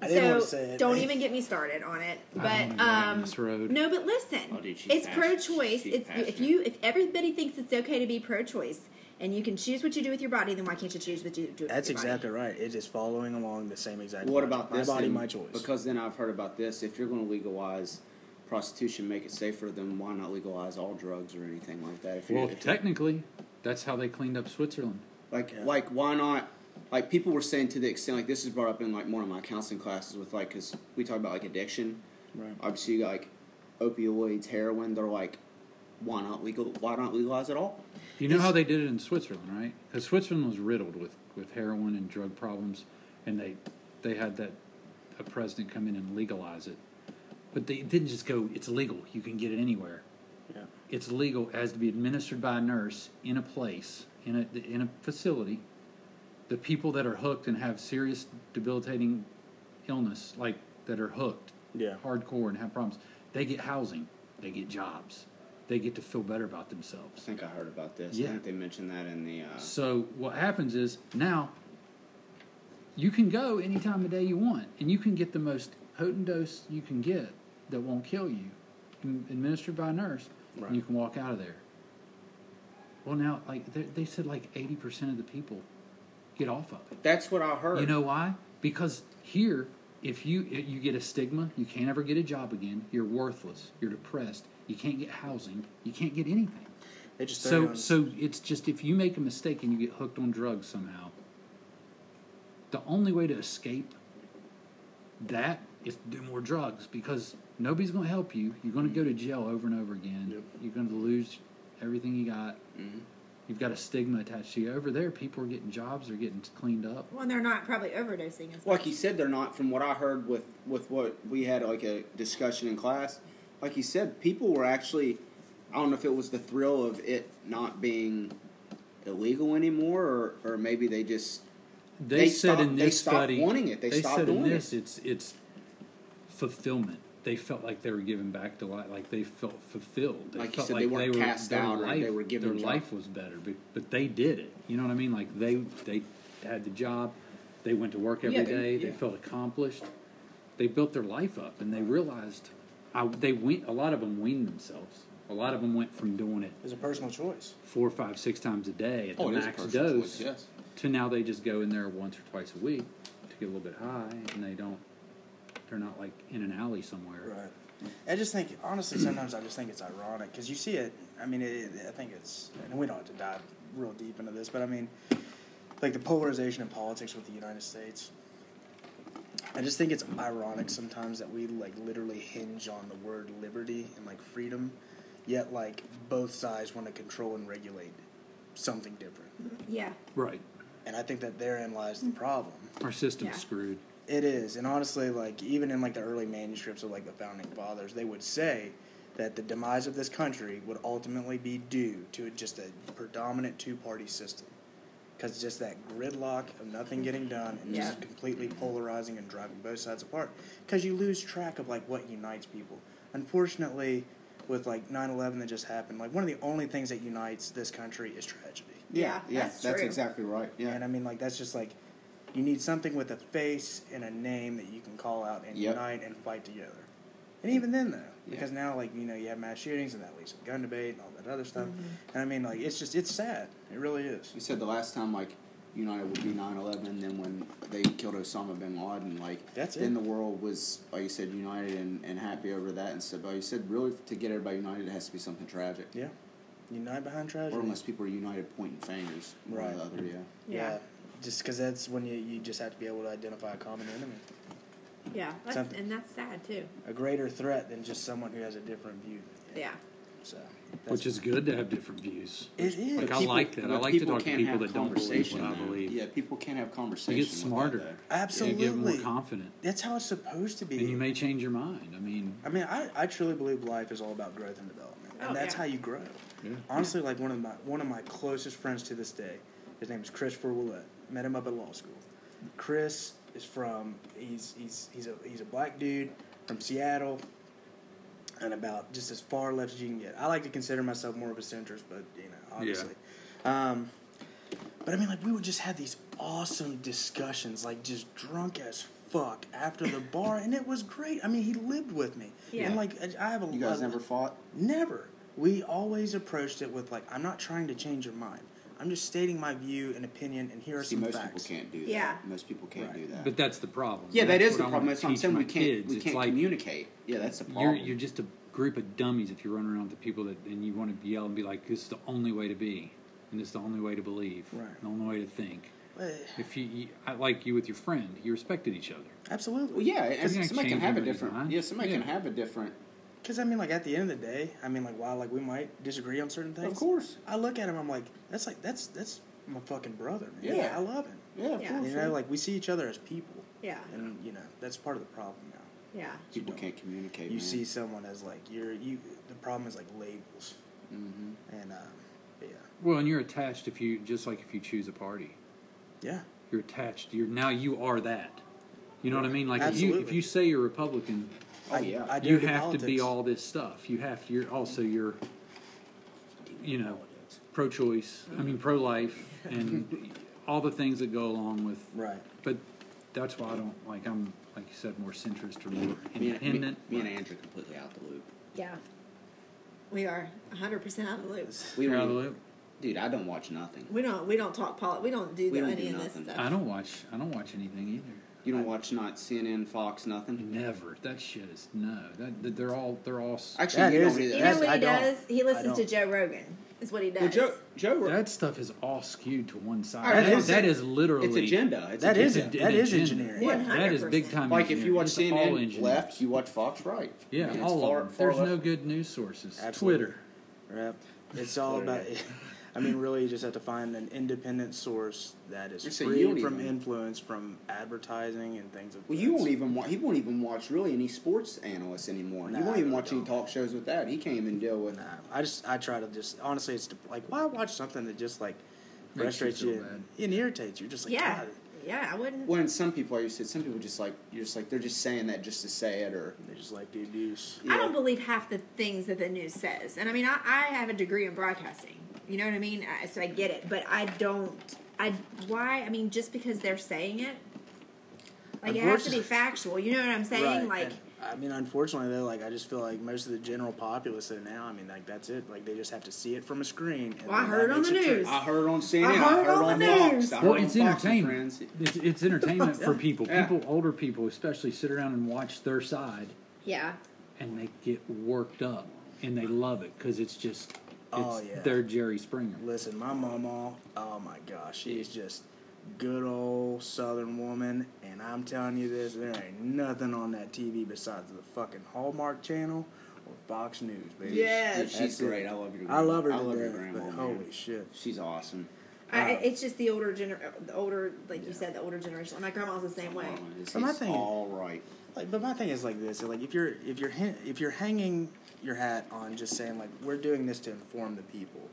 Speaker 4: I didn't
Speaker 2: so
Speaker 4: wanna say it.
Speaker 2: don't even get me started on it.
Speaker 1: I
Speaker 2: But
Speaker 1: don't wanna go down
Speaker 2: um,
Speaker 1: this road.
Speaker 2: no, but listen,
Speaker 3: Oh, dude, she's
Speaker 2: it's
Speaker 3: passionate.
Speaker 2: pro-choice.
Speaker 3: She's
Speaker 2: It's if you if everybody thinks it's okay to be pro-choice and you can choose what you do with your body, then why can't you choose what you do? With
Speaker 4: That's
Speaker 2: your body?
Speaker 4: exactly right. It is following along the same exact.
Speaker 3: What
Speaker 4: logic.
Speaker 3: about
Speaker 4: my
Speaker 3: this?
Speaker 4: body,
Speaker 3: then?
Speaker 4: my choice?
Speaker 3: Because then I've heard about this. If you're going to legalize prostitution, make it safer. Then why not legalize all drugs or anything like that? If you're,
Speaker 1: well,
Speaker 3: if you're-
Speaker 1: technically, that's how they cleaned up Switzerland.
Speaker 3: Like,
Speaker 4: Yeah.
Speaker 3: like, why not? Like, people were saying to the extent, like, this is brought up in like more of my counseling classes with like, because we talk about like addiction.
Speaker 4: Right.
Speaker 3: Obviously, you got like opioids, heroin. They're like, why not legal? Why not legalize it all?
Speaker 1: You know how they did it in Switzerland, right? Because Switzerland was riddled with, with heroin and drug problems, and they they had that a president come in and legalize it. But they didn't just go, it's legal. You can get it anywhere.
Speaker 4: Yeah.
Speaker 1: It's legal it has to be administered by a nurse in a place in a in a facility. The people that are hooked and have serious debilitating illness, like that are hooked,
Speaker 4: Yeah.
Speaker 1: hardcore and have problems, they get housing, they get jobs, they get to feel better about themselves.
Speaker 3: I think I heard about this.
Speaker 1: Yeah.
Speaker 3: I think they mentioned that in the. Uh,
Speaker 1: So what happens is now you can go any time of day you want, and you can get the most potent dose you can get that won't kill you, m- administered by a nurse,
Speaker 4: Right.
Speaker 1: and you can walk out of there. Well, now like they, they said, like eighty percent of the people get off of it.
Speaker 3: that's what I heard.
Speaker 1: You know why? Because here if you if you get a stigma, you can't ever get a job again. You're worthless. You're depressed. You can't get housing. You can't get anything.
Speaker 4: They just throw you
Speaker 1: So
Speaker 4: on-
Speaker 1: so it's just if you make a mistake and you get hooked on drugs somehow, the only way to escape that is to do more drugs because nobody's going to help you. You're going to go to jail over and over again.
Speaker 4: Yep. Mm-hmm.
Speaker 1: You're going to lose everything you got.
Speaker 3: Mhm.
Speaker 1: You've got a stigma attached to you. Over there, people are getting jobs. They're getting cleaned up.
Speaker 2: Well, and they're not probably overdosing as well.
Speaker 3: like you said, they're not. From what I heard with with what we had like a discussion in class, like you said, people were actually. I don't know if it was the thrill of it not being illegal anymore, or, or maybe they just
Speaker 1: They,
Speaker 3: They
Speaker 1: said in
Speaker 3: stopped- they
Speaker 1: this
Speaker 3: stopped
Speaker 1: study,
Speaker 3: wanting it. They stopped
Speaker 1: said in
Speaker 3: doing
Speaker 1: this,
Speaker 3: it.
Speaker 1: it's it's fulfillment. They felt like they were giving back to life, like they felt fulfilled. They
Speaker 3: Like you
Speaker 1: felt
Speaker 3: said, they weren't cast out or they were given
Speaker 1: Their
Speaker 3: job.
Speaker 1: life was better, but, but they did it. You know what I mean? Like they they had the job, they went to work every
Speaker 3: Yeah,
Speaker 1: day.
Speaker 3: they-
Speaker 1: They
Speaker 3: yeah.
Speaker 1: felt accomplished. They built their life up, and they realized I, they went. A lot of them weaned themselves. A lot of them went from doing it
Speaker 4: It's a personal choice.
Speaker 1: four, five, six times a day
Speaker 3: Oh,
Speaker 1: at the max dose to now they just go in there once or twice a week to get a little bit high, and they don't. They're not like in an alley somewhere.
Speaker 4: Right. I just think, honestly, sometimes I just think it's ironic because you see it. I mean, it, I think it's, and we don't have to dive real deep into this, but I mean, like the polarization in politics with the United States. I just think it's ironic sometimes that we like literally hinge on the word liberty and like freedom, yet like both sides want to control and regulate something different.
Speaker 2: Yeah.
Speaker 1: Right.
Speaker 4: And I think that therein lies the problem.
Speaker 1: Our system's
Speaker 2: Yeah.
Speaker 1: screwed.
Speaker 4: It is, and honestly, like even in like the early manuscripts of like the founding fathers, they would say that the demise of this country would ultimately be due to just a predominant two-party system, because just that gridlock of nothing getting done and just
Speaker 2: Yeah.
Speaker 4: completely polarizing and driving both sides apart, because you lose track of like what unites people. Unfortunately, with like 9-11 that just happened, like one of the only things that unites this country is tragedy.
Speaker 3: Yeah,
Speaker 2: Yeah,
Speaker 3: yeah,
Speaker 2: that's
Speaker 3: that's,
Speaker 2: true.
Speaker 3: exactly right. Yeah,
Speaker 4: And I mean, like, that's just like, you need something with a face and a name that you can call out and
Speaker 3: Yep.
Speaker 4: unite and fight together. And even then, though, because now, like, you know, you have mass shootings and that leads to the gun debate and all that other stuff.
Speaker 2: Mm-hmm.
Speaker 4: And I mean, like, it's just, it's sad. It really is.
Speaker 3: you said the last time like United would be 9-11, Then when they killed Osama bin Laden, like
Speaker 4: That's
Speaker 3: then
Speaker 4: it.
Speaker 3: the world was like you said united and, and happy over that and stuff. But you said really to get everybody united, it has to be something tragic.
Speaker 4: Yeah. Unite behind tragedy.
Speaker 3: Or unless people are united pointing fingers, one or
Speaker 4: Right.
Speaker 3: the other, yeah.
Speaker 2: Yeah.
Speaker 4: Just because that's when you, you just have to be able to identify a common enemy.
Speaker 2: Yeah. That's,
Speaker 4: Something.
Speaker 2: and that's sad too.
Speaker 4: A greater threat than just someone who has a different view.
Speaker 2: Yeah.
Speaker 4: So.
Speaker 1: Which is good to have different views.
Speaker 4: It is.
Speaker 1: Like, I
Speaker 3: People-
Speaker 1: like that. I
Speaker 3: but
Speaker 1: like to
Speaker 3: people
Speaker 1: talk to
Speaker 3: can't
Speaker 1: people
Speaker 3: have
Speaker 1: that don't believe
Speaker 3: conversation,
Speaker 1: what I
Speaker 3: though.
Speaker 1: believe.
Speaker 3: Yeah, people can't have
Speaker 1: You
Speaker 3: conversation.
Speaker 1: get
Speaker 3: with
Speaker 1: smarter.
Speaker 3: that,
Speaker 1: You
Speaker 4: Absolutely.
Speaker 1: get more confident,
Speaker 4: that's how it's supposed to be.
Speaker 1: and you may change your mind. I mean,
Speaker 4: I mean, I, I truly believe life is all about growth and development, and
Speaker 2: Oh,
Speaker 4: that's
Speaker 2: yeah.
Speaker 4: how you grow.
Speaker 1: Yeah.
Speaker 4: Honestly, like one of my one of my closest friends to this day, his name is Christopher Willett. Met him up at law school. Chris is from he's he's he's a he's a black dude from Seattle, and about just as far left as you can get. I like to consider myself more of a centrist, but you know, obviously. Um, but I mean, like, we would just have these awesome discussions, like, just drunk as fuck after the bar, and it was great. I mean, he lived with me.
Speaker 2: Yeah.
Speaker 4: And, like, I- I have a
Speaker 3: You guys
Speaker 4: I-
Speaker 3: never fought?
Speaker 4: Never. We always approached it with, like, I'm not trying to change your mind. I'm just stating my view and opinion, and here are
Speaker 3: See,
Speaker 4: some
Speaker 3: most
Speaker 4: facts.
Speaker 3: people can't do that.
Speaker 2: Yeah.
Speaker 3: Most people can't do
Speaker 4: Right.
Speaker 3: that.
Speaker 1: but that's the problem.
Speaker 3: yeah, that
Speaker 1: That's
Speaker 3: is
Speaker 1: what
Speaker 3: the
Speaker 1: I
Speaker 3: problem.
Speaker 1: wanna
Speaker 3: That's what I'm
Speaker 1: teach
Speaker 3: saying.
Speaker 1: my
Speaker 3: We can't
Speaker 1: kids.
Speaker 3: we
Speaker 1: It's
Speaker 3: can't
Speaker 1: like
Speaker 3: communicate. Yeah, that's the problem.
Speaker 1: You're you're just a group of dummies if you run around with the people that and you want to yell and be like, "This is the only way to be, and this is the only way to believe,
Speaker 4: Right.
Speaker 1: the only way to think."
Speaker 4: Uh,
Speaker 1: If you, you I like you with your friend, you respected each other.
Speaker 4: absolutely.
Speaker 3: Well, yeah, and
Speaker 1: you can't
Speaker 3: somebody can
Speaker 1: change
Speaker 3: have a
Speaker 1: anybody's
Speaker 3: different.
Speaker 1: mind.
Speaker 3: Yeah, somebody can
Speaker 1: Yeah.
Speaker 3: have a different.
Speaker 4: Because, I mean, like, at the end of the day, I mean, like, while, like, we might disagree on certain things.
Speaker 3: Of course.
Speaker 4: I look at him, I'm like, that's, like, that's, that's my fucking brother, man.
Speaker 3: Yeah.
Speaker 4: I love him.
Speaker 3: Yeah, of
Speaker 2: Yeah.
Speaker 3: course.
Speaker 4: You
Speaker 3: yeah.
Speaker 4: know, like, we see each other as people.
Speaker 2: Yeah.
Speaker 4: and you know that's part of the problem now.
Speaker 2: Yeah.
Speaker 3: people can't communicate.
Speaker 4: You
Speaker 3: man.
Speaker 4: see someone as like you're you. The problem is like labels,
Speaker 3: Mhm.
Speaker 4: and um, but yeah,
Speaker 1: Well, and you're attached if you just like if you choose a party,
Speaker 4: yeah,
Speaker 1: you're attached. You're now you are that. You know what I mean? Like if you if
Speaker 4: Absolutely.
Speaker 1: you say you're Republican,
Speaker 3: Oh yeah.
Speaker 4: I
Speaker 1: you
Speaker 4: do
Speaker 1: have to be
Speaker 4: politics.
Speaker 1: all this stuff. You have to. You're also you're, you know, pro-choice. I mean, pro-life, and all the things that go along with.
Speaker 4: right.
Speaker 1: But that's why I don't like. I'm like you said, more centrist or more
Speaker 3: me, and, me,
Speaker 1: independent.
Speaker 3: me and Andrew completely out the loop.
Speaker 2: Yeah. We are 100% out of the loop.
Speaker 3: We
Speaker 1: You're
Speaker 3: don't
Speaker 1: out of the
Speaker 3: even-
Speaker 1: loop.
Speaker 3: dude. I don't watch nothing.
Speaker 2: We don't we don't talk poli- we don't do the,
Speaker 3: We don't
Speaker 2: any
Speaker 3: do
Speaker 2: of this
Speaker 3: nothing.
Speaker 2: stuff.
Speaker 1: I don't watch. I don't watch anything either.
Speaker 3: You don't watch not CNN, Fox, nothing.
Speaker 1: Never. That shit is no. That, that- they're all they're all. s-
Speaker 3: Actually,
Speaker 4: That
Speaker 3: you
Speaker 4: is-
Speaker 3: don't
Speaker 2: You
Speaker 3: either.
Speaker 2: know
Speaker 4: That's-
Speaker 2: what
Speaker 4: I
Speaker 2: he
Speaker 4: don't.
Speaker 2: does? He listens to Joe
Speaker 4: don't.
Speaker 2: Rogan. Is what he does.
Speaker 3: Well, Joe, Joe, Ro-
Speaker 1: that stuff is all skewed to one side.
Speaker 3: Alright,
Speaker 1: That
Speaker 3: that's
Speaker 1: is,
Speaker 3: what I'm
Speaker 1: that is literally
Speaker 3: it's agenda. It's
Speaker 4: That is
Speaker 3: agenda.
Speaker 1: an-
Speaker 4: that
Speaker 1: an
Speaker 4: is
Speaker 1: agenda.
Speaker 4: engineering.
Speaker 1: Yeah, that is
Speaker 2: 100%.
Speaker 1: big time.
Speaker 3: Like if
Speaker 1: engineering.
Speaker 3: you watch
Speaker 1: It's all
Speaker 3: CNN
Speaker 1: engineering.
Speaker 3: left, you watch Fox right.
Speaker 1: Yeah,
Speaker 3: it's
Speaker 1: all
Speaker 3: far-
Speaker 1: of them.
Speaker 3: far
Speaker 1: There's
Speaker 3: left.
Speaker 1: no good news sources.
Speaker 4: Absolutely.
Speaker 1: Twitter.
Speaker 4: Yep. It's all
Speaker 3: There
Speaker 4: about.
Speaker 3: it
Speaker 4: I mean, really, you just have to find an independent source that is
Speaker 3: You say you
Speaker 4: free
Speaker 3: don't
Speaker 4: from
Speaker 3: even-
Speaker 4: influence from advertising and things of.
Speaker 3: Well, you won't even watch. He won't even watch really any sports analysts anymore.
Speaker 4: Nah,
Speaker 3: you won't
Speaker 4: I
Speaker 3: even
Speaker 4: really
Speaker 3: watch any
Speaker 4: don't.
Speaker 3: talk shows with that. He can't even deal with.
Speaker 4: Nah, I just I try to just honestly, it's dep- like why watch something that just like
Speaker 1: Makes you
Speaker 4: frustrates you,
Speaker 1: feel
Speaker 4: and, and irritates you. Just like
Speaker 2: yeah,
Speaker 4: God.
Speaker 2: yeah. I wouldn't.
Speaker 3: When some people, like you said, some people just like you're just like they're just saying that just to say it or.
Speaker 4: They're just like dude, use.
Speaker 2: I don't
Speaker 3: Yeah.
Speaker 2: believe half the things that the news says. And I mean, I, I have a degree in broadcasting. You know what I mean? I, so I get it, but I don't. I why? I mean, just because they're saying it, like it has to be
Speaker 4: Unfortunately-
Speaker 2: factual. You know what I'm saying? Like,
Speaker 4: and, I mean, unfortunately, though, like I just feel like most of the general populace though now, I mean, like that's it. Like they just have to see it from a screen. and
Speaker 2: Well, I
Speaker 4: then
Speaker 2: heard
Speaker 4: that
Speaker 2: on
Speaker 4: makes
Speaker 2: the
Speaker 4: it true.
Speaker 2: news.
Speaker 3: I heard on CNN. I
Speaker 2: heard
Speaker 3: heard,
Speaker 2: on
Speaker 3: on,
Speaker 2: the
Speaker 3: Fox.
Speaker 2: news.
Speaker 3: I heard
Speaker 1: Well,
Speaker 3: on
Speaker 1: it's
Speaker 3: Fox and
Speaker 1: entertainment.
Speaker 3: Friends.
Speaker 1: It's, it's entertainment for people.
Speaker 3: Yeah.
Speaker 1: People, older people especially, sit around and watch their side,
Speaker 2: yeah.
Speaker 1: and they get worked up, and they love it because it's just, it's
Speaker 4: Oh, yeah.
Speaker 1: their Jerry Springer.
Speaker 4: Listen, my mama, oh my gosh, she's just good old Southern woman, and I'm telling you this, there ain't nothing on that TV besides the fucking Hallmark Channel or Fox News, baby.
Speaker 2: Yes.
Speaker 3: Dude, she's
Speaker 4: That's it.
Speaker 3: great. I love your.
Speaker 4: I love her.
Speaker 3: I
Speaker 4: to
Speaker 3: love your
Speaker 4: death,
Speaker 3: grandma.
Speaker 4: but
Speaker 3: man.
Speaker 4: Holy shit.
Speaker 3: She's awesome.
Speaker 2: I,
Speaker 1: Um,
Speaker 2: it's just the older gener, the older, like you said, the older generation. My grandma's the same way.
Speaker 3: Mama is-
Speaker 4: But my
Speaker 3: is
Speaker 4: thing-
Speaker 3: Oh, all right.
Speaker 4: Like, but my thing is like this: like if you're if you're ha- if you're hanging your hat on just saying like we're doing this to inform the people,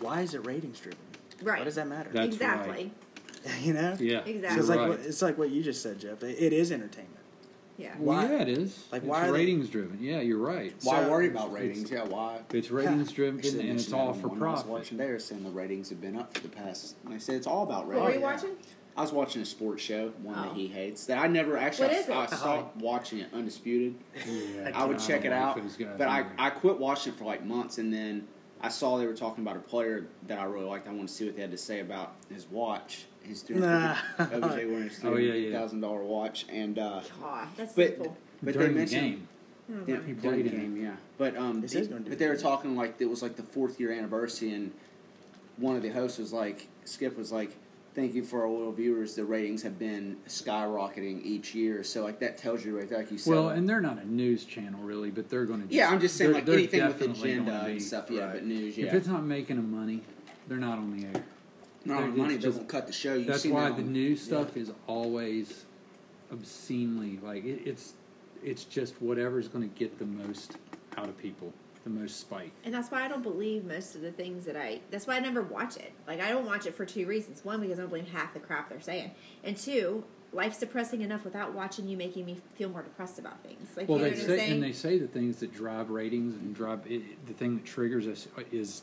Speaker 4: why is it ratings driven?
Speaker 2: Right.
Speaker 4: What does that matter?
Speaker 1: That's
Speaker 2: exactly.
Speaker 4: you know.
Speaker 1: Yeah,
Speaker 2: Exactly.
Speaker 4: So it's
Speaker 1: you're
Speaker 4: like
Speaker 1: right.
Speaker 4: what, it's like what you just said, Jeff. It, it is entertainment.
Speaker 2: Yeah.
Speaker 1: Well,
Speaker 4: Why-
Speaker 1: yeah, it is.
Speaker 4: like,
Speaker 1: it's
Speaker 4: why are they-
Speaker 1: ratings driven. Yeah, you're right.
Speaker 3: Why
Speaker 4: So-
Speaker 3: worry about ratings? Yeah, why?
Speaker 1: It's ratings driven,
Speaker 3: Actually,
Speaker 1: and it's
Speaker 3: mentioned that
Speaker 1: all
Speaker 3: on
Speaker 1: for
Speaker 3: one I was
Speaker 1: profit.
Speaker 3: watching there saying the ratings have been up for the past. And they said it's all about
Speaker 2: What were you
Speaker 3: ratings.
Speaker 4: yeah.
Speaker 2: watching?
Speaker 3: I was watching a sports show, one
Speaker 2: Oh.
Speaker 3: that he hates. That I never actually.
Speaker 2: What
Speaker 3: I,
Speaker 2: is it?
Speaker 3: I stopped watching it. Undisputed. I would
Speaker 1: don't
Speaker 3: check it
Speaker 1: like
Speaker 3: out,
Speaker 1: those guys
Speaker 3: but I,
Speaker 1: either.
Speaker 3: I quit watching it for like months, and then I saw they were talking about a player that I really liked. I wanted to see what they had to say about his watch, his three
Speaker 4: Nah.
Speaker 3: hundred OBJ wearing his
Speaker 1: Oh,
Speaker 3: three
Speaker 1: yeah, yeah.
Speaker 3: hundred thousand dollar watch, and uh,
Speaker 2: God, that's
Speaker 3: but
Speaker 2: simple.
Speaker 3: but
Speaker 1: During
Speaker 3: they
Speaker 1: the
Speaker 3: mentioned
Speaker 1: game.
Speaker 3: yeah,
Speaker 1: He
Speaker 3: during
Speaker 1: played
Speaker 3: the
Speaker 1: in
Speaker 3: game, yeah. But um,
Speaker 4: This
Speaker 3: they-
Speaker 4: is gonna do
Speaker 3: but they were
Speaker 4: it.
Speaker 3: talking like it was like the fourth year anniversary, and one of the hosts was like, Skip was like, "Thank you for our loyal viewers. The ratings have been skyrocketing each year, so like that tells you right there, like you said.
Speaker 1: Well,
Speaker 3: like-
Speaker 1: and they're not a news channel really, but they're going to.
Speaker 3: yeah, I'm just saying
Speaker 1: they're-
Speaker 3: like
Speaker 1: they're
Speaker 3: anything with
Speaker 1: definitely
Speaker 3: agenda
Speaker 1: gonna
Speaker 3: and
Speaker 1: be-
Speaker 3: stuff. Yeah,
Speaker 4: right.
Speaker 3: but news. Yeah,
Speaker 1: If it's not making them money, they're not on the air.
Speaker 3: not
Speaker 1: they're-
Speaker 3: on money,
Speaker 1: it's
Speaker 3: doesn't
Speaker 1: just-
Speaker 3: cut the show. You've
Speaker 1: That's
Speaker 3: seen
Speaker 1: why
Speaker 3: that
Speaker 1: the
Speaker 3: on-
Speaker 1: news stuff is always obscenely like it, it's it's just whatever's going to get the most out of people, the most spike.
Speaker 2: And that's why I don't believe most of the things that I. That's why I never watch it. Like I don't watch it for two reasons. One, because I don't believe half the crap they're saying, and two, life's depressing enough without watching you making me feel more depressed about things. Like
Speaker 1: Well,
Speaker 2: you know
Speaker 1: they
Speaker 2: what I'm
Speaker 1: say
Speaker 2: saying?
Speaker 1: and they say the things that drive ratings and drive it, it- the thing that triggers us is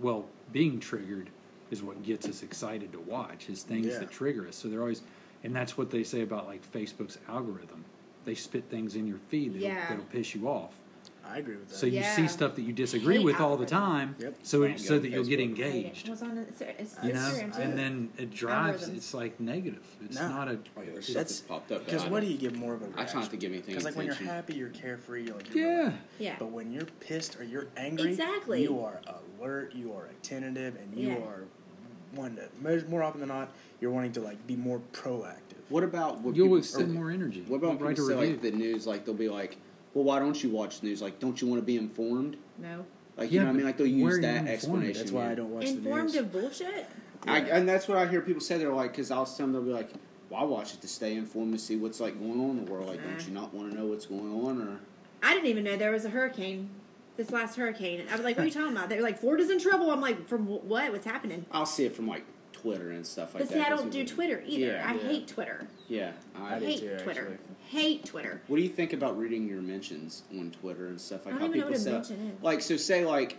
Speaker 1: well being triggered is what gets us excited to watch is things
Speaker 4: Yeah.
Speaker 1: that trigger us. So they're always and that's what they say about like Facebook's algorithm. They spit things in your feed that'll,
Speaker 2: Yeah.
Speaker 1: that'll piss you off.
Speaker 4: I agree with that.
Speaker 1: So you
Speaker 2: Yeah.
Speaker 1: see stuff that you disagree
Speaker 2: Hate
Speaker 1: with all the
Speaker 2: algorithm.
Speaker 1: time,
Speaker 4: Yep.
Speaker 1: so
Speaker 3: Don't
Speaker 1: it, so
Speaker 3: go
Speaker 1: that you'll get
Speaker 3: Facebook.
Speaker 1: engaged.
Speaker 2: It was on it's, it's
Speaker 1: You know,
Speaker 2: Instagram too.
Speaker 1: and then it drives.
Speaker 2: Algorithms.
Speaker 1: It's like negative. It's
Speaker 4: No.
Speaker 1: not a.
Speaker 3: Oh, yeah, there's stuff
Speaker 4: That's-
Speaker 3: that's popped up.
Speaker 4: Because what do you give more of a reaction?
Speaker 3: I try not to give anything.
Speaker 4: Because like when you're
Speaker 3: attention.
Speaker 4: happy, you're carefree, you're like you're
Speaker 1: Yeah,
Speaker 4: relaxed.
Speaker 2: Yeah.
Speaker 4: But when you're pissed or you're angry,
Speaker 2: Exactly.
Speaker 4: you are alert, you are attentive, and you
Speaker 2: Yeah.
Speaker 4: are one to mo- more often than not, you're wanting to like be more proactive.
Speaker 3: What about what
Speaker 1: you'll
Speaker 3: people-
Speaker 1: extend
Speaker 3: or-
Speaker 1: more energy.
Speaker 3: What about when
Speaker 1: write a
Speaker 3: people say
Speaker 1: review?
Speaker 3: like the news? Like they'll be like, "Well, why don't you watch the news? Like, don't you want to be informed?
Speaker 2: no,
Speaker 3: Like,
Speaker 1: Yeah,
Speaker 3: you know what I mean?
Speaker 1: but
Speaker 3: Like they'll
Speaker 1: where are
Speaker 3: use
Speaker 1: you
Speaker 3: that
Speaker 1: informed?
Speaker 3: explanation.
Speaker 4: That's why
Speaker 3: yeah.
Speaker 4: I don't watch
Speaker 2: informed
Speaker 4: the news.
Speaker 2: of bullshit.
Speaker 3: I, and that's what I hear people say. They're like, because I'll some they'll be like, "Well, I watch it to stay informed to see what's like going on in the world. Like,
Speaker 2: Nah.
Speaker 3: don't
Speaker 4: Mm-hmm.
Speaker 3: you not want to know what's going on?" Or
Speaker 2: I didn't even know there was a hurricane. This last hurricane, I was like, "What are you talking about?" They're like, "Florida's in trouble." I'm like, "From wh- what? What's happening?"
Speaker 3: I'll see it from like Twitter and stuff like
Speaker 2: But see,
Speaker 3: that.
Speaker 2: I
Speaker 3: That's
Speaker 2: don't do
Speaker 3: what-
Speaker 2: Twitter either.
Speaker 3: Yeah,
Speaker 2: I
Speaker 3: yeah.
Speaker 2: hate Twitter.
Speaker 3: Yeah,
Speaker 2: I,
Speaker 3: I,
Speaker 4: do
Speaker 2: hate
Speaker 4: too,
Speaker 2: Twitter.
Speaker 4: actually.
Speaker 2: Hate Twitter.
Speaker 3: What do you think about reading your mentions on Twitter and stuff like
Speaker 2: I don't
Speaker 3: how
Speaker 2: even know
Speaker 3: people
Speaker 2: what a
Speaker 3: say,
Speaker 2: mention is.
Speaker 3: like so say like,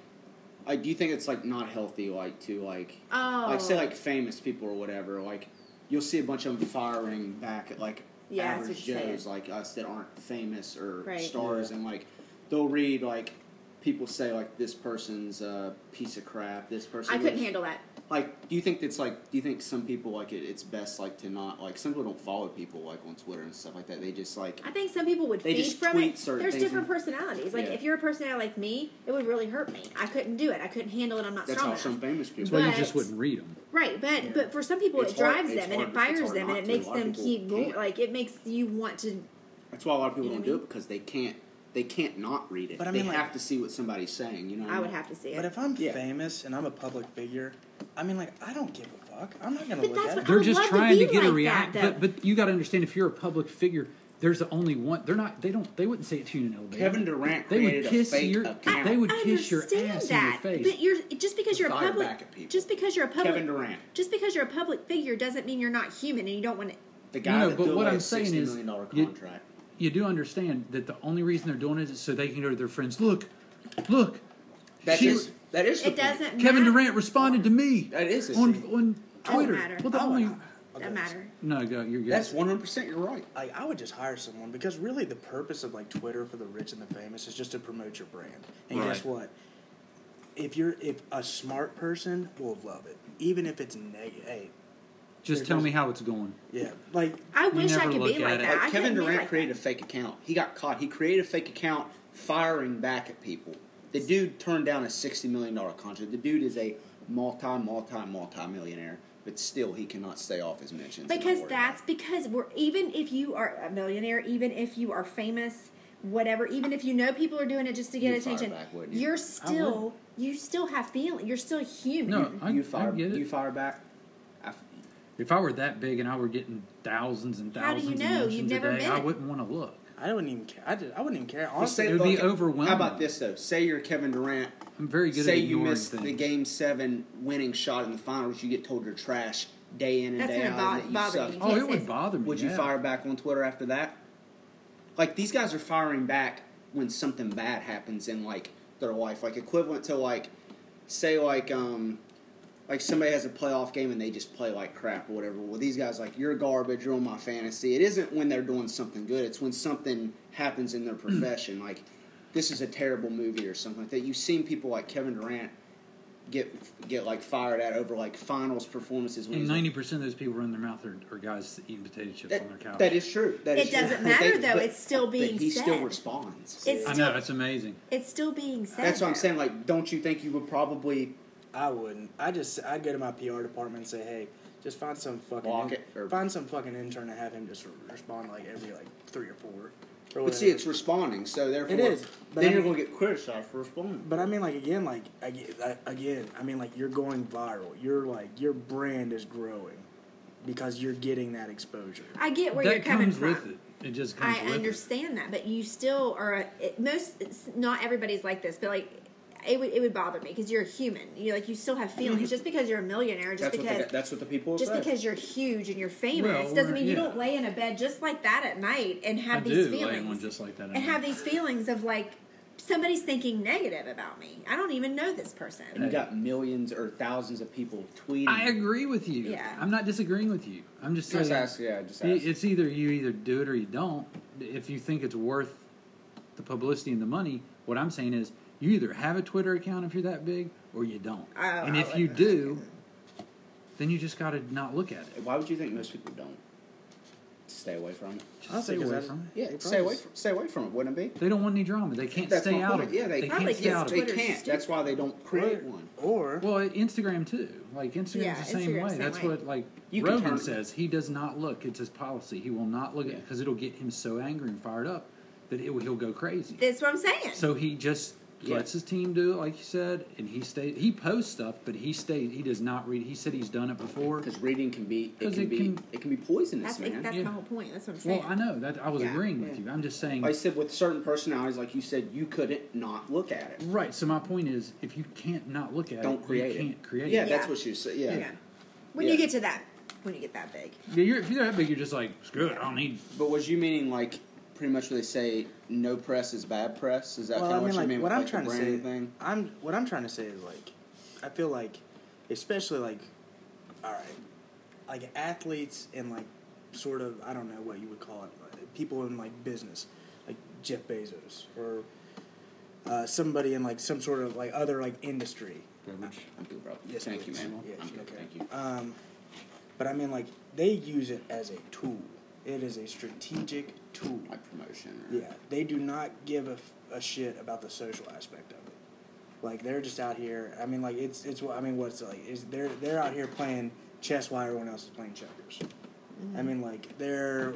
Speaker 3: like do you think it's like not healthy like to like
Speaker 2: Oh.
Speaker 3: like say like famous people or whatever like you'll see a bunch of them firing back at like
Speaker 2: Yeah, that's
Speaker 3: average
Speaker 2: what you're saying.
Speaker 3: Joes like us that aren't famous or
Speaker 2: Right.
Speaker 3: stars
Speaker 4: Yeah.
Speaker 3: and like they'll read like people say like this person's a piece of crap this person
Speaker 2: I couldn't handle that.
Speaker 3: Like, do you think it's like? Do you think some people like it, it's best like to not like? Some people don't follow people like on Twitter and stuff like that. They just like
Speaker 2: I think some people would
Speaker 3: They
Speaker 2: feed
Speaker 3: just
Speaker 2: from
Speaker 3: tweet
Speaker 2: it.
Speaker 3: certain
Speaker 2: There's
Speaker 3: things
Speaker 2: different
Speaker 3: and-
Speaker 2: personalities. Like
Speaker 3: Yeah.
Speaker 2: if you're a personality like me, it would really hurt me. I couldn't do it. I couldn't handle it. I'm not
Speaker 3: that's
Speaker 2: strong
Speaker 3: how
Speaker 2: enough.
Speaker 3: some famous
Speaker 1: That's
Speaker 3: people.
Speaker 1: why you
Speaker 2: But-
Speaker 1: just wouldn't read them.
Speaker 2: Right, but but for some people,
Speaker 3: It's
Speaker 2: it
Speaker 3: hard-
Speaker 2: drives
Speaker 3: it's
Speaker 2: them and
Speaker 3: hard-
Speaker 2: it
Speaker 3: it's
Speaker 2: fires
Speaker 3: hard
Speaker 2: them and
Speaker 3: not
Speaker 2: it
Speaker 3: to.
Speaker 2: makes
Speaker 3: A lot of
Speaker 2: them
Speaker 3: people
Speaker 2: keep going.
Speaker 3: can't.
Speaker 2: Like it makes you want to.
Speaker 3: That's why a lot of people
Speaker 2: You know what I
Speaker 3: don't do
Speaker 2: mean?
Speaker 3: it because they can't. They can't not read it.
Speaker 4: But I mean,
Speaker 3: they
Speaker 4: like-
Speaker 3: have to see what somebody's saying. You know, what
Speaker 2: I
Speaker 3: mean?
Speaker 2: would have to see it.
Speaker 4: But if I'm
Speaker 3: Yeah.
Speaker 4: famous and I'm a public figure, I mean, like, I don't give a fuck. I'm not gonna
Speaker 2: But
Speaker 4: look
Speaker 2: that's
Speaker 4: at
Speaker 2: what
Speaker 4: it.
Speaker 2: I
Speaker 1: They're
Speaker 2: would
Speaker 1: just
Speaker 2: love to
Speaker 1: trying to,
Speaker 2: be
Speaker 1: get a
Speaker 2: like
Speaker 1: react.
Speaker 2: that,
Speaker 1: But, but you got to understand, if you're a public figure, there's the only one. They're not. They don't. They wouldn't say it to you in an elevator.
Speaker 3: Kevin Durant
Speaker 1: They would
Speaker 3: created
Speaker 1: kiss
Speaker 3: a fake
Speaker 1: your.
Speaker 3: account.
Speaker 1: They would
Speaker 2: I
Speaker 1: kiss your
Speaker 2: understand
Speaker 1: ass
Speaker 2: that,
Speaker 1: in your face.
Speaker 2: but you're just because you're a
Speaker 3: Fire
Speaker 2: public.
Speaker 3: back at people.
Speaker 2: Just because you're a public.
Speaker 3: Kevin Durant.
Speaker 2: Just because you're a public figure doesn't mean you're not human and you don't want to.
Speaker 3: the
Speaker 1: You
Speaker 3: guy
Speaker 1: know,
Speaker 3: that
Speaker 1: but
Speaker 3: threw
Speaker 1: what
Speaker 3: away
Speaker 1: I'm
Speaker 3: a
Speaker 1: saying
Speaker 3: sixty
Speaker 1: is
Speaker 3: million dollar
Speaker 1: you-
Speaker 3: contract.
Speaker 1: you do understand that the only reason they're doing it is so they can go to their friends. Look, look,
Speaker 3: That's
Speaker 1: She-
Speaker 3: just- that is. the
Speaker 2: It
Speaker 3: point.
Speaker 2: doesn't.
Speaker 1: Kevin
Speaker 2: matter.
Speaker 1: Durant responded to me.
Speaker 3: That is Oh,
Speaker 1: on
Speaker 3: insane.
Speaker 1: on
Speaker 2: Doesn't
Speaker 1: Twitter.
Speaker 2: matter.
Speaker 1: Well, the
Speaker 4: I would-
Speaker 1: only
Speaker 4: Oh, okay,
Speaker 2: That matter.
Speaker 1: no, go. You're good.
Speaker 3: That's one hundred percent. You're right.
Speaker 4: like I would just hire someone because really the purpose of like Twitter for the rich and the famous is just to promote your brand. And guess
Speaker 1: Right.
Speaker 4: what? If you're if a smart person will love it, even if it's negative. Hey,
Speaker 1: Just tell me how it's going.
Speaker 4: yeah, like
Speaker 2: I wish I
Speaker 1: never
Speaker 2: could
Speaker 1: look
Speaker 2: be like
Speaker 1: at it.
Speaker 2: that.
Speaker 3: Like
Speaker 2: I
Speaker 3: Kevin
Speaker 2: couldn't be
Speaker 3: Durant
Speaker 2: like
Speaker 3: created
Speaker 2: that.
Speaker 3: a fake account. He got caught. He created a fake account firing back at people. The dude turned down a sixty million dollar contract. The dude is a multi, multi, multi millionaire, but still he cannot stay off his mentions. and not
Speaker 2: because
Speaker 3: worry
Speaker 2: that's
Speaker 3: about
Speaker 2: because we're even if you are a millionaire, even if you are famous, whatever, even if you know people are doing it just to get
Speaker 3: You'd fire
Speaker 2: attention,
Speaker 3: back, wouldn't you?
Speaker 2: you're still you still have feeling. You're still human.
Speaker 1: No,
Speaker 3: it.
Speaker 1: I,
Speaker 3: you
Speaker 1: I
Speaker 3: fire.
Speaker 1: get it.
Speaker 3: You fire back. I f-
Speaker 1: if I were that big and I were getting thousands and
Speaker 2: How do you
Speaker 1: thousands
Speaker 2: know?
Speaker 1: of
Speaker 2: You've
Speaker 1: mentions
Speaker 2: never
Speaker 1: a day,
Speaker 2: been
Speaker 1: I
Speaker 2: it.
Speaker 1: wouldn't want to look.
Speaker 4: I wouldn't even care. I, did, I wouldn't even care.
Speaker 3: Well,
Speaker 4: Honestly,
Speaker 1: it would be
Speaker 3: okay,
Speaker 1: overwhelming.
Speaker 3: How about this though? Say you're Kevin Durant.
Speaker 1: I'm very good
Speaker 3: Say
Speaker 1: at
Speaker 3: you
Speaker 1: ignoring
Speaker 3: miss the
Speaker 1: things.
Speaker 3: game seven winning shot in the finals. You get told you're trash day in and
Speaker 2: That's
Speaker 3: day
Speaker 2: gonna
Speaker 3: out.
Speaker 2: bo-
Speaker 3: and that you
Speaker 2: bother
Speaker 3: suck.
Speaker 2: you.
Speaker 1: Oh,
Speaker 2: Yes,
Speaker 1: it would
Speaker 2: it's-
Speaker 1: bother me.
Speaker 3: Would you
Speaker 1: yeah.
Speaker 3: fire back on Twitter after that? Like these guys are firing back when something bad happens in like their life, like equivalent to like say like um like somebody has a playoff game and they just play like crap or whatever. Well, these guys like you're garbage, you're on my fantasy. It isn't when they're doing something good; it's when something happens in their profession. like this is a terrible movie or something like that. You've seen people like Kevin Durant get get like fired at over like finals performances when
Speaker 1: And
Speaker 3: he's on-
Speaker 1: ninety percent of those people run their mouth are, are guys eating potato chips on their couch.
Speaker 3: that is true. That
Speaker 2: It
Speaker 3: is true.
Speaker 2: doesn't
Speaker 3: But
Speaker 2: matter,
Speaker 3: they-
Speaker 2: though.
Speaker 3: but-
Speaker 2: It's still
Speaker 3: but
Speaker 2: being
Speaker 3: he still
Speaker 2: said.
Speaker 3: responds.
Speaker 2: It's
Speaker 1: I
Speaker 2: still
Speaker 1: know that's amazing.
Speaker 2: it's still being said.
Speaker 3: That's what I'm
Speaker 2: though.
Speaker 3: saying. Like, don't you think you would probably
Speaker 4: I wouldn't. I just I'd go to my PR department and say, hey, just find some fucking
Speaker 3: Block
Speaker 4: in-
Speaker 3: it or-
Speaker 4: find some fucking intern and have him just re- respond like every like three or four. Or
Speaker 3: But see, it's responding, so therefore,
Speaker 4: It is, but
Speaker 3: then
Speaker 4: I
Speaker 3: you're
Speaker 4: mean-
Speaker 3: gonna get criticized for responding.
Speaker 4: But I mean, like again, like I get- I- again, I mean, like you're going viral. You're like your brand is growing because you're getting that exposure.
Speaker 2: I get where
Speaker 1: that
Speaker 2: you're coming
Speaker 1: comes
Speaker 2: from.
Speaker 1: with it. It just comes
Speaker 2: I
Speaker 1: with
Speaker 2: understand that, but you still are. A, it, most, it's- not everybody's like this, but like. It would, it would bother me because you're a human. You like you still have
Speaker 1: Mm-hmm.
Speaker 2: feelings. just because you're a millionaire, just
Speaker 3: That's what,
Speaker 2: because
Speaker 3: the, that's what the people
Speaker 2: just
Speaker 3: say.
Speaker 2: because you're huge and you're famous
Speaker 1: Well,
Speaker 2: doesn't mean you
Speaker 1: yeah.
Speaker 2: don't lay in a bed just like that at night and
Speaker 1: it.
Speaker 2: have
Speaker 1: I
Speaker 2: these
Speaker 1: do lay in one
Speaker 2: feelings
Speaker 1: just like that.
Speaker 2: and have these feelings of like somebody's thinking negative about me. I don't even know this person.
Speaker 3: and you got millions or thousands of people tweeting.
Speaker 1: I agree with you.
Speaker 2: Yeah.
Speaker 1: I'm not disagreeing with you. I'm just saying.
Speaker 3: Just ask, yeah, just
Speaker 1: Y-
Speaker 3: ask.
Speaker 1: It's either you either do it or you don't. If you think it's worth the publicity and the money, what I'm saying is you either have a Twitter account if you're that big or you don't.
Speaker 2: I-
Speaker 1: and
Speaker 2: I
Speaker 1: if
Speaker 2: like
Speaker 1: you
Speaker 2: that.
Speaker 1: do, then you just got to not look at it.
Speaker 3: Why would you think most people don't stay away from it?
Speaker 1: Just
Speaker 4: Honestly,
Speaker 1: stay
Speaker 4: 'cause
Speaker 1: away
Speaker 4: I-
Speaker 1: from it.
Speaker 3: Yeah,
Speaker 4: They
Speaker 3: stay away
Speaker 4: probably-
Speaker 3: from stay away from it. Wouldn't it be?
Speaker 1: They don't want any drama. They can't
Speaker 3: That's
Speaker 1: stay
Speaker 3: my
Speaker 1: out
Speaker 3: point.
Speaker 1: of it.
Speaker 3: Yeah, they-
Speaker 1: can't
Speaker 2: Probably
Speaker 1: stay
Speaker 2: gets
Speaker 1: out of
Speaker 3: They
Speaker 1: it.
Speaker 2: Twitter's
Speaker 3: can't. That's why they don't create one.
Speaker 4: Or
Speaker 1: Well, Instagram too. Like Instagram's
Speaker 2: Yeah,
Speaker 1: the same
Speaker 2: Instagram's
Speaker 1: way.
Speaker 2: the
Speaker 1: That's
Speaker 2: same way.
Speaker 1: what like
Speaker 3: You can
Speaker 1: Rogan
Speaker 3: turn-
Speaker 1: says. He does not look. It's his policy. He will not look at it
Speaker 3: Yeah.
Speaker 1: because it'll get him so angry and fired up that it, will- he'll go crazy.
Speaker 2: That's what I'm saying.
Speaker 1: So he just
Speaker 3: Yeah.
Speaker 1: lets his team do it, like you said, and he stay. He posts stuff, but he stays. He does not read. He said he's done it before.
Speaker 3: Because reading can be it
Speaker 1: 'Cause
Speaker 3: can
Speaker 1: it
Speaker 3: be
Speaker 1: can-
Speaker 3: it can be poisonous,
Speaker 2: that's
Speaker 3: man.
Speaker 2: that's
Speaker 1: Yeah.
Speaker 2: my whole point. That's what I'm saying.
Speaker 1: Well, I know that I was
Speaker 2: Yeah.
Speaker 1: agreeing with
Speaker 3: Yeah.
Speaker 1: you. I'm just saying.
Speaker 3: like I said, with certain personalities, like you said, you couldn't not look at it.
Speaker 1: right. So my point is, if you can't not look at
Speaker 3: Don't
Speaker 1: it,
Speaker 3: create
Speaker 1: you
Speaker 3: it.
Speaker 1: can't create
Speaker 3: yeah,
Speaker 1: it.
Speaker 3: that's
Speaker 2: Yeah.
Speaker 3: what you said.
Speaker 2: yeah.
Speaker 3: Yeah.
Speaker 2: When
Speaker 3: Yeah.
Speaker 2: you get to that, when you get that big,
Speaker 1: Yeah, you're, if you're that big, you're just like screw it. I don't need.
Speaker 3: But was you meaning like pretty much what they say? No press is bad press. Is that
Speaker 4: well,
Speaker 3: kind
Speaker 4: I
Speaker 3: of
Speaker 4: mean,
Speaker 3: what you
Speaker 4: like
Speaker 3: mean?
Speaker 4: what
Speaker 3: with,
Speaker 4: I'm
Speaker 3: like, the
Speaker 4: trying to say,
Speaker 3: brand thing?
Speaker 4: I'm what I'm trying to say is like, I feel like, especially like, all right, like athletes and like sort of I don't know what you would call it, like, people in like business, like Jeff Bezos or uh, somebody in like some sort of like other like industry.
Speaker 1: Beverage.
Speaker 3: I'm good, bro.
Speaker 4: Yes,
Speaker 3: Thank
Speaker 4: please.
Speaker 3: you, man.
Speaker 4: Yes,
Speaker 3: I'm good.
Speaker 4: okay.
Speaker 3: Thank you.
Speaker 4: Um, but I mean, like they use it as a tool. It is a strategic tool.
Speaker 3: Like promotion. Or,
Speaker 4: Yeah, they do not give a, f- a shit about the social aspect of it. Like they're just out here. I mean, like it's it's what I mean. What's it like is they're they're out here playing chess while everyone else is playing checkers.
Speaker 2: Mm-hmm.
Speaker 4: I mean, like they're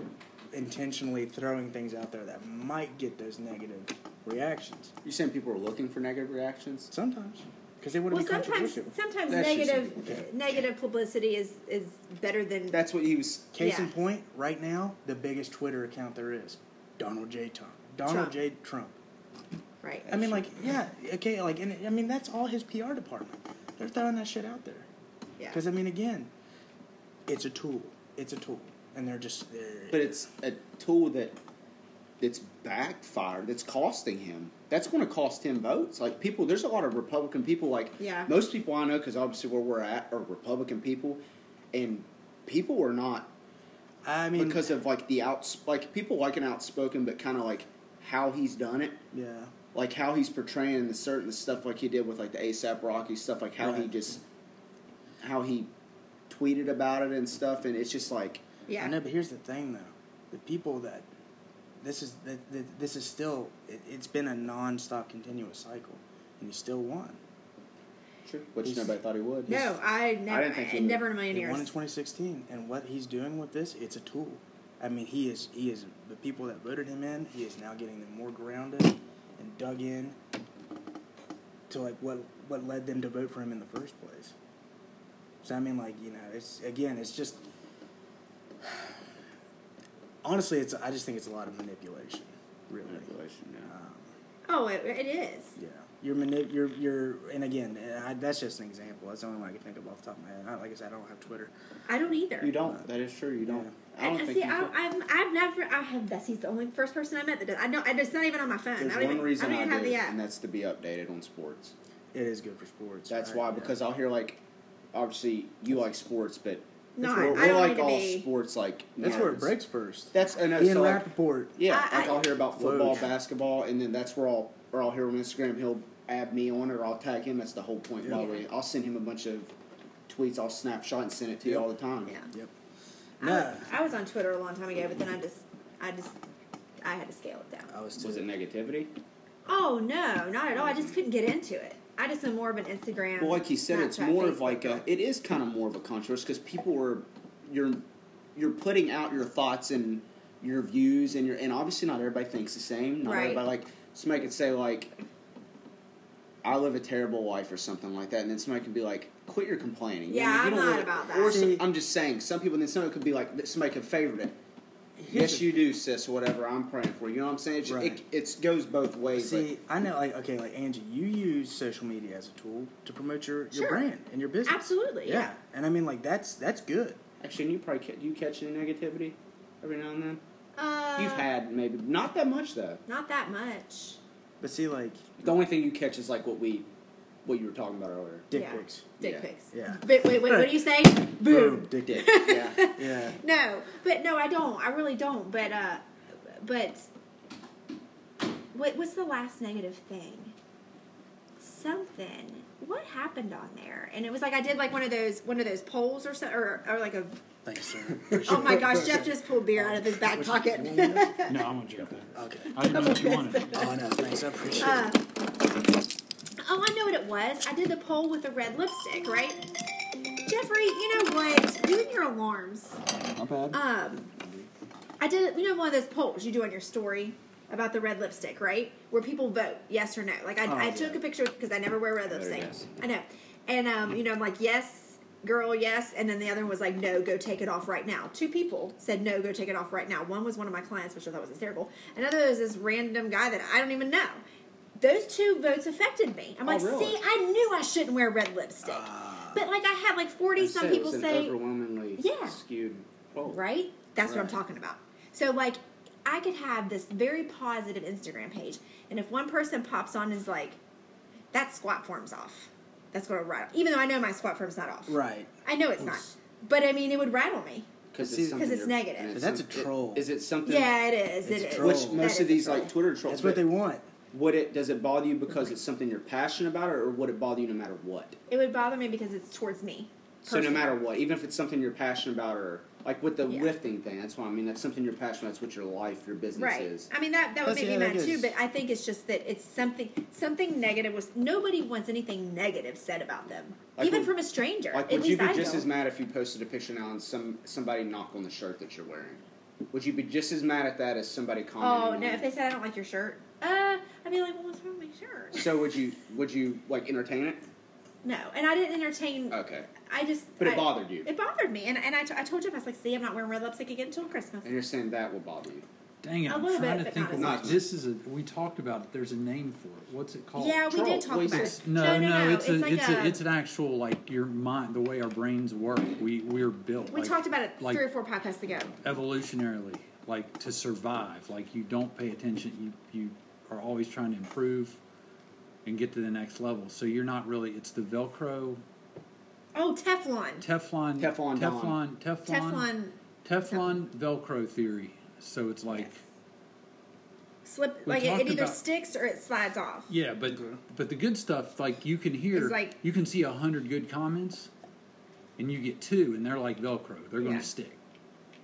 Speaker 4: intentionally throwing things out there that might get those negative reactions
Speaker 3: You saying people are looking for negative reactions?
Speaker 4: sometimes because they want to
Speaker 2: Well,
Speaker 4: be
Speaker 2: sometimes
Speaker 4: controversial.
Speaker 2: sometimes
Speaker 3: That's just-
Speaker 2: negative negative publicity is is better than
Speaker 3: That's what he was.
Speaker 4: Case in
Speaker 2: Yeah.
Speaker 4: point, right now, the biggest Twitter account there is, Donald J. Trump.
Speaker 2: Trump.
Speaker 4: Donald J. Trump.
Speaker 2: right.
Speaker 4: I mean, like, yeah, okay, like, and I mean, that's all his PR department. They're throwing that shit out there.
Speaker 2: Yeah.
Speaker 4: Because I mean, again, it's a tool. It's a tool, and they're just they're.
Speaker 3: But it's a tool that that's backfired. That's costing him. That's going to cost him votes. Like people, there's a lot of Republican people. Like
Speaker 2: Yeah.
Speaker 3: most people I know, because obviously where we're at are Republican people, and people are not
Speaker 4: I mean,
Speaker 3: because of like the outs. Like people like an outspoken, but kind of like how he's done it.
Speaker 4: yeah,
Speaker 3: like how he's portraying the certain stuff like he did with like the ASAP Rocky stuff, like how he
Speaker 4: Right.
Speaker 3: just how he tweeted about it and stuff, and it's just like
Speaker 4: I
Speaker 2: yeah.
Speaker 4: know. But here's the thing, though: the people that this is that that- this is still it, it's been a non-stop continuous cycle, and he still won.
Speaker 3: which
Speaker 4: He's-
Speaker 3: nobody thought he would.
Speaker 2: No, I never,
Speaker 3: didn't think
Speaker 2: I-
Speaker 3: he would.
Speaker 2: never in a million
Speaker 4: He won in
Speaker 2: years.
Speaker 4: 2016, and what he's doing with this, it's a tool. I mean, he is he is the people that voted him in. He is now getting them more grounded and dug in to like what what led them to vote for him in the first place. So I mean, like you know, it's again, it's just honestly, it's I just think it's a lot of manipulation, really.
Speaker 3: Manipulation, yeah.
Speaker 4: Um,
Speaker 2: Oh, it, it is.
Speaker 4: yeah, you're manip- you're you're, and again, I, that's just an example. That's the only one I can think of off the top of my head. I, like I said, I don't have Twitter.
Speaker 2: I don't either.
Speaker 3: You don't. That is true. You don't. I
Speaker 2: And and
Speaker 3: don't think
Speaker 2: see,
Speaker 3: you
Speaker 2: I,
Speaker 3: could.
Speaker 2: I'm, I've never. I have. That's he's the only first person I met that does. I don't. I, it's not even on my phone.
Speaker 3: there's
Speaker 2: I don't
Speaker 3: one
Speaker 2: even,
Speaker 3: reason
Speaker 2: I don't
Speaker 3: I,
Speaker 2: even have
Speaker 3: do,
Speaker 2: the app.
Speaker 3: and that's to be updated on sports.
Speaker 4: It is good for sports.
Speaker 3: That's
Speaker 4: right?
Speaker 3: why,
Speaker 4: Yeah.
Speaker 3: because I'll hear like, obviously you like sports, but
Speaker 2: No,
Speaker 3: we're,
Speaker 2: I-
Speaker 3: we're
Speaker 2: I don't
Speaker 3: like
Speaker 2: need to
Speaker 3: all
Speaker 2: be-
Speaker 3: sports like
Speaker 4: that's where it
Speaker 3: nerds.
Speaker 4: breaks first.
Speaker 3: That's and
Speaker 4: Ian
Speaker 3: so like,
Speaker 4: Rappaport.
Speaker 3: Yeah,
Speaker 2: I-
Speaker 3: like I'll hear about football,
Speaker 4: Whoa.
Speaker 3: basketball, and then that's where I'll or I'll hear on Instagram he'll add me on or I'll tag him. That's the whole point. By the way, I'll send him a bunch of tweets. I'll snapshot and send it to you all the time.
Speaker 2: yeah.
Speaker 4: Yep.
Speaker 2: I
Speaker 4: Nah.
Speaker 2: was- I, was on Twitter a long time ago, but then I just, I just, I had to scale it down.
Speaker 4: I was too.
Speaker 3: Was it negativity?
Speaker 2: Oh no, not at all. I just couldn't get into it. I just am more of an Instagram.
Speaker 3: Well, like you said, it's
Speaker 2: Snapchat,
Speaker 3: more
Speaker 2: Facebook
Speaker 3: of like a.
Speaker 2: girl.
Speaker 3: It is kind of more of a controversy because people are, you're, you're putting out your thoughts and your views and your and obviously not everybody thinks the same. Not
Speaker 2: Right.
Speaker 3: everybody like somebody could say like, I live a terrible life or something like that, and then somebody could be like, quit your complaining. You
Speaker 2: Yeah,
Speaker 3: know, you
Speaker 2: I'm
Speaker 3: don't
Speaker 2: not
Speaker 3: really-
Speaker 2: about that.
Speaker 3: Or some,
Speaker 4: See-
Speaker 3: I'm just saying some people. Then somebody could be like somebody could favorite it. Yes, you do, sis. Whatever. I'm praying for you. You know what I'm saying? It's,
Speaker 4: Right.
Speaker 3: it, it's goes both ways. but-
Speaker 4: See, I know, like, okay, like Angie, you use social media as a tool to promote your, your
Speaker 2: Sure.
Speaker 4: brand and your business.
Speaker 2: Absolutely,
Speaker 4: Yeah.
Speaker 2: yeah.
Speaker 4: and I mean, like, that's that's good.
Speaker 3: Actually, and you probably ca- do you catch any negativity every now and then.
Speaker 2: Uh,
Speaker 3: You've had maybe not that much though.
Speaker 2: not that much.
Speaker 4: But see, like,
Speaker 3: The only thing you catch is like what we, what you were talking about earlier.
Speaker 4: dick
Speaker 2: yeah.
Speaker 4: pics.
Speaker 2: Dick
Speaker 3: Yeah.
Speaker 2: pics.
Speaker 4: Yeah.
Speaker 2: But wait, wait, what do you say? Boom.
Speaker 4: dick
Speaker 3: Dick.
Speaker 4: pics.
Speaker 3: yeah.
Speaker 4: Yeah.
Speaker 2: No, but no, I don't. I really don't. But uh, but what what's the last negative thing? Something. What happened on there? And it was like I did like one of those one of those polls or so, or, or like a.
Speaker 4: Thanks, sir.
Speaker 2: Oh my gosh, Jeff just pulled beer out of his
Speaker 4: Oh,
Speaker 2: back pocket. uh,
Speaker 1: No, I'm gonna drink that.
Speaker 4: okay.
Speaker 1: I didn't know what you wanted.
Speaker 4: Oh no, thanks. I appreciate
Speaker 2: Uh,
Speaker 4: it.
Speaker 2: oh, I know what it was. I did the poll with the red lipstick, right? Jeffrey, you know what? Doing your alarms.
Speaker 1: My bad.
Speaker 2: Um, I did you know one of those polls you do on your story about the red lipstick, right? Where people vote yes or no. Like I,
Speaker 4: Oh,
Speaker 2: I
Speaker 4: yeah.
Speaker 2: took a picture because I never wear red
Speaker 3: Very
Speaker 2: lipstick.
Speaker 3: nice.
Speaker 2: I know, and um, you know I'm like yes, girl, yes, and then the other one was like no, go take it off right now. Two people said no, go take it off right now. One was one of my clients, which I thought was hysterical. Another was this random guy that I don't even know. Those two votes affected me. I'm
Speaker 3: Oh,
Speaker 2: like,
Speaker 3: really?
Speaker 2: see, I knew I shouldn't wear red lipstick.
Speaker 4: Ah.
Speaker 2: but like, I had like 40 some people
Speaker 3: it was
Speaker 2: say
Speaker 3: an overwhelmingly
Speaker 2: Yeah.
Speaker 3: skewed. poll.
Speaker 2: right? That's what I'm
Speaker 4: Right.
Speaker 2: talking about. So like I could have this very positive Instagram page and if one person pops on and is like that squat form's off. That's going to rattle. Even though I know my squat form's not off.
Speaker 4: Right.
Speaker 2: I know it's not. But I mean it would rattle me.
Speaker 3: Because
Speaker 4: See,
Speaker 3: it's, something
Speaker 2: 'cause it's
Speaker 3: you're-
Speaker 2: negative.
Speaker 3: and
Speaker 4: But that's
Speaker 3: some-
Speaker 4: a troll.
Speaker 3: Is it something?
Speaker 2: Yeah, it is.
Speaker 4: It's
Speaker 2: it is.
Speaker 4: a troll.
Speaker 3: Which
Speaker 4: That
Speaker 3: most
Speaker 2: is a
Speaker 3: of these
Speaker 2: troll.
Speaker 3: like Twitter trolls.
Speaker 4: That's what they want.
Speaker 3: would it does it bother you because it's something you're passionate about, or, or would it bother you no matter what?
Speaker 2: It would bother me because it's towards me.
Speaker 3: So no
Speaker 2: personally.
Speaker 3: matter what, even if it's something you're passionate about, or like with the
Speaker 2: Yeah.
Speaker 3: lifting thing, that's why I mean that's something you're passionate. That's what your life, your business
Speaker 2: Right.
Speaker 3: is.
Speaker 2: I mean that that would
Speaker 4: That's
Speaker 2: make
Speaker 4: the
Speaker 2: me
Speaker 4: other
Speaker 2: mad
Speaker 4: thing
Speaker 2: too,
Speaker 4: is-
Speaker 2: but I think it's just that it's something something negative was nobody wants anything negative said about them.
Speaker 3: Like,
Speaker 2: Even
Speaker 3: would-
Speaker 2: from a stranger.
Speaker 3: Like,
Speaker 2: At
Speaker 3: would you
Speaker 2: least
Speaker 3: be
Speaker 2: I
Speaker 3: just
Speaker 2: don't.
Speaker 3: as mad if you posted a picture now and some somebody knocked on the shirt that you're wearing? Would you be just as mad at that as somebody
Speaker 2: Oh
Speaker 3: commenting?
Speaker 2: no,
Speaker 3: on
Speaker 2: if
Speaker 3: it?
Speaker 2: they said I don't like your shirt, uh I'd be like, Well what's wrong with my shirt?
Speaker 3: So would you would you like entertain it?
Speaker 2: No. And I didn't entertain
Speaker 3: Okay,
Speaker 2: I just
Speaker 3: but it
Speaker 2: I-
Speaker 3: bothered you,
Speaker 2: It bothered me, and, and I, t- I told you I was like, see, I'm not wearing red lipstick again until Christmas.
Speaker 3: and you're saying that will bother you.
Speaker 1: Dang it!
Speaker 2: A
Speaker 1: I'm
Speaker 2: little
Speaker 1: trying
Speaker 2: bit,
Speaker 1: to
Speaker 2: but
Speaker 1: think
Speaker 2: not
Speaker 1: of
Speaker 2: as
Speaker 1: what
Speaker 3: much.
Speaker 1: this is. A, we talked about it. There's a name for it. What's it called?
Speaker 2: Yeah, we
Speaker 3: troll.
Speaker 2: did talk
Speaker 3: Well,
Speaker 2: about
Speaker 3: it's-
Speaker 2: it.
Speaker 1: No, no, it's, a,
Speaker 2: like uh,
Speaker 1: it's,
Speaker 2: a,
Speaker 1: a, it's an actual like your mind, the way our brains work. We we're built.
Speaker 2: we
Speaker 1: like-
Speaker 2: talked about it
Speaker 1: like
Speaker 2: three or four podcasts ago.
Speaker 1: evolutionarily, like to survive. Like you don't pay attention. You you are always trying to improve and get to the next level. So you're not really. It's the Velcro,
Speaker 2: Oh, Teflon.
Speaker 1: Teflon,
Speaker 3: Teflon
Speaker 1: Teflon,
Speaker 3: Don.
Speaker 1: Teflon,
Speaker 2: Teflon
Speaker 1: Teflon Velcro theory. So it's like.
Speaker 2: Yes. slip
Speaker 1: We
Speaker 2: like it, it
Speaker 1: talked
Speaker 2: either
Speaker 1: about-
Speaker 2: sticks or it slides off.
Speaker 1: Yeah, but but the good stuff, like you can hear,
Speaker 2: It's like-
Speaker 1: you can see a hundred good comments, and you get two, and they're like Velcro. They're going to
Speaker 2: Yeah.
Speaker 1: stick,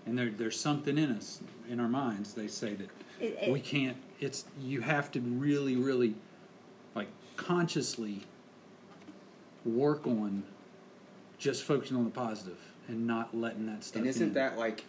Speaker 1: and there, there's something in us, in our minds. They say that
Speaker 2: It- it-
Speaker 1: we can't. It's you have to really, really, like consciously work on just focusing on the positive and not letting that stuff.
Speaker 3: And
Speaker 1: in.
Speaker 3: isn't that like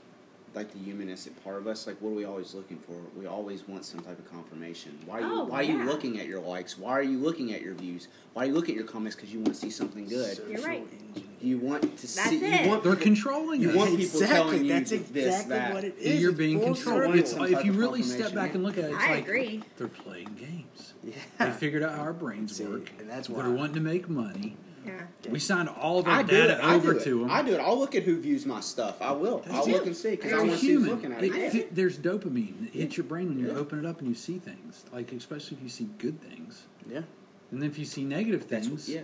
Speaker 3: like the humanistic part of us? Like, what are we always looking for? We always want some type of confirmation. Why? Are you,
Speaker 2: Oh,
Speaker 3: why are
Speaker 2: yeah.
Speaker 3: you looking at your likes? Why are you looking at your views? Why are you looking at your comments? Because you want to see something good.
Speaker 4: Social
Speaker 2: You're right.
Speaker 4: engineering.
Speaker 3: you want to see.
Speaker 2: it.
Speaker 3: You want
Speaker 1: They're controlling
Speaker 3: You
Speaker 1: us.
Speaker 3: want people
Speaker 4: exactly.
Speaker 3: telling you
Speaker 4: that's
Speaker 3: this,
Speaker 4: exactly
Speaker 3: that.
Speaker 4: what it
Speaker 1: And
Speaker 4: is.
Speaker 1: you're
Speaker 4: It's
Speaker 1: being
Speaker 4: full
Speaker 1: controlled.
Speaker 4: circle.
Speaker 1: It's,
Speaker 3: Some
Speaker 1: if
Speaker 3: type
Speaker 1: you
Speaker 3: of
Speaker 1: really step
Speaker 3: confirmation,
Speaker 1: back
Speaker 3: yeah.
Speaker 1: and look at it, it's
Speaker 2: I
Speaker 1: like
Speaker 2: agree.
Speaker 1: they're playing games.
Speaker 4: Yeah.
Speaker 1: They figured out how our brains
Speaker 4: See,
Speaker 1: work,
Speaker 4: and that's
Speaker 1: they're
Speaker 4: why.
Speaker 1: wanting to make money.
Speaker 2: Yeah.
Speaker 1: We signed all of our
Speaker 3: I do
Speaker 1: data
Speaker 3: it. I
Speaker 1: over
Speaker 3: do it.
Speaker 1: to them.
Speaker 3: I do it. I'll look at who views my stuff. I will. I'll
Speaker 2: you.
Speaker 3: look and see because I
Speaker 2: You're
Speaker 3: want
Speaker 1: It's
Speaker 3: to
Speaker 1: a
Speaker 3: see who's
Speaker 1: human.
Speaker 3: looking at
Speaker 1: It-
Speaker 3: it.
Speaker 2: it.
Speaker 1: th- there's dopamine. It hits your brain when you
Speaker 3: Yeah.
Speaker 1: open it up and you see things. Like especially if you see good things,
Speaker 3: Yeah,
Speaker 1: and then if you see negative
Speaker 3: that's
Speaker 1: things,
Speaker 3: yeah.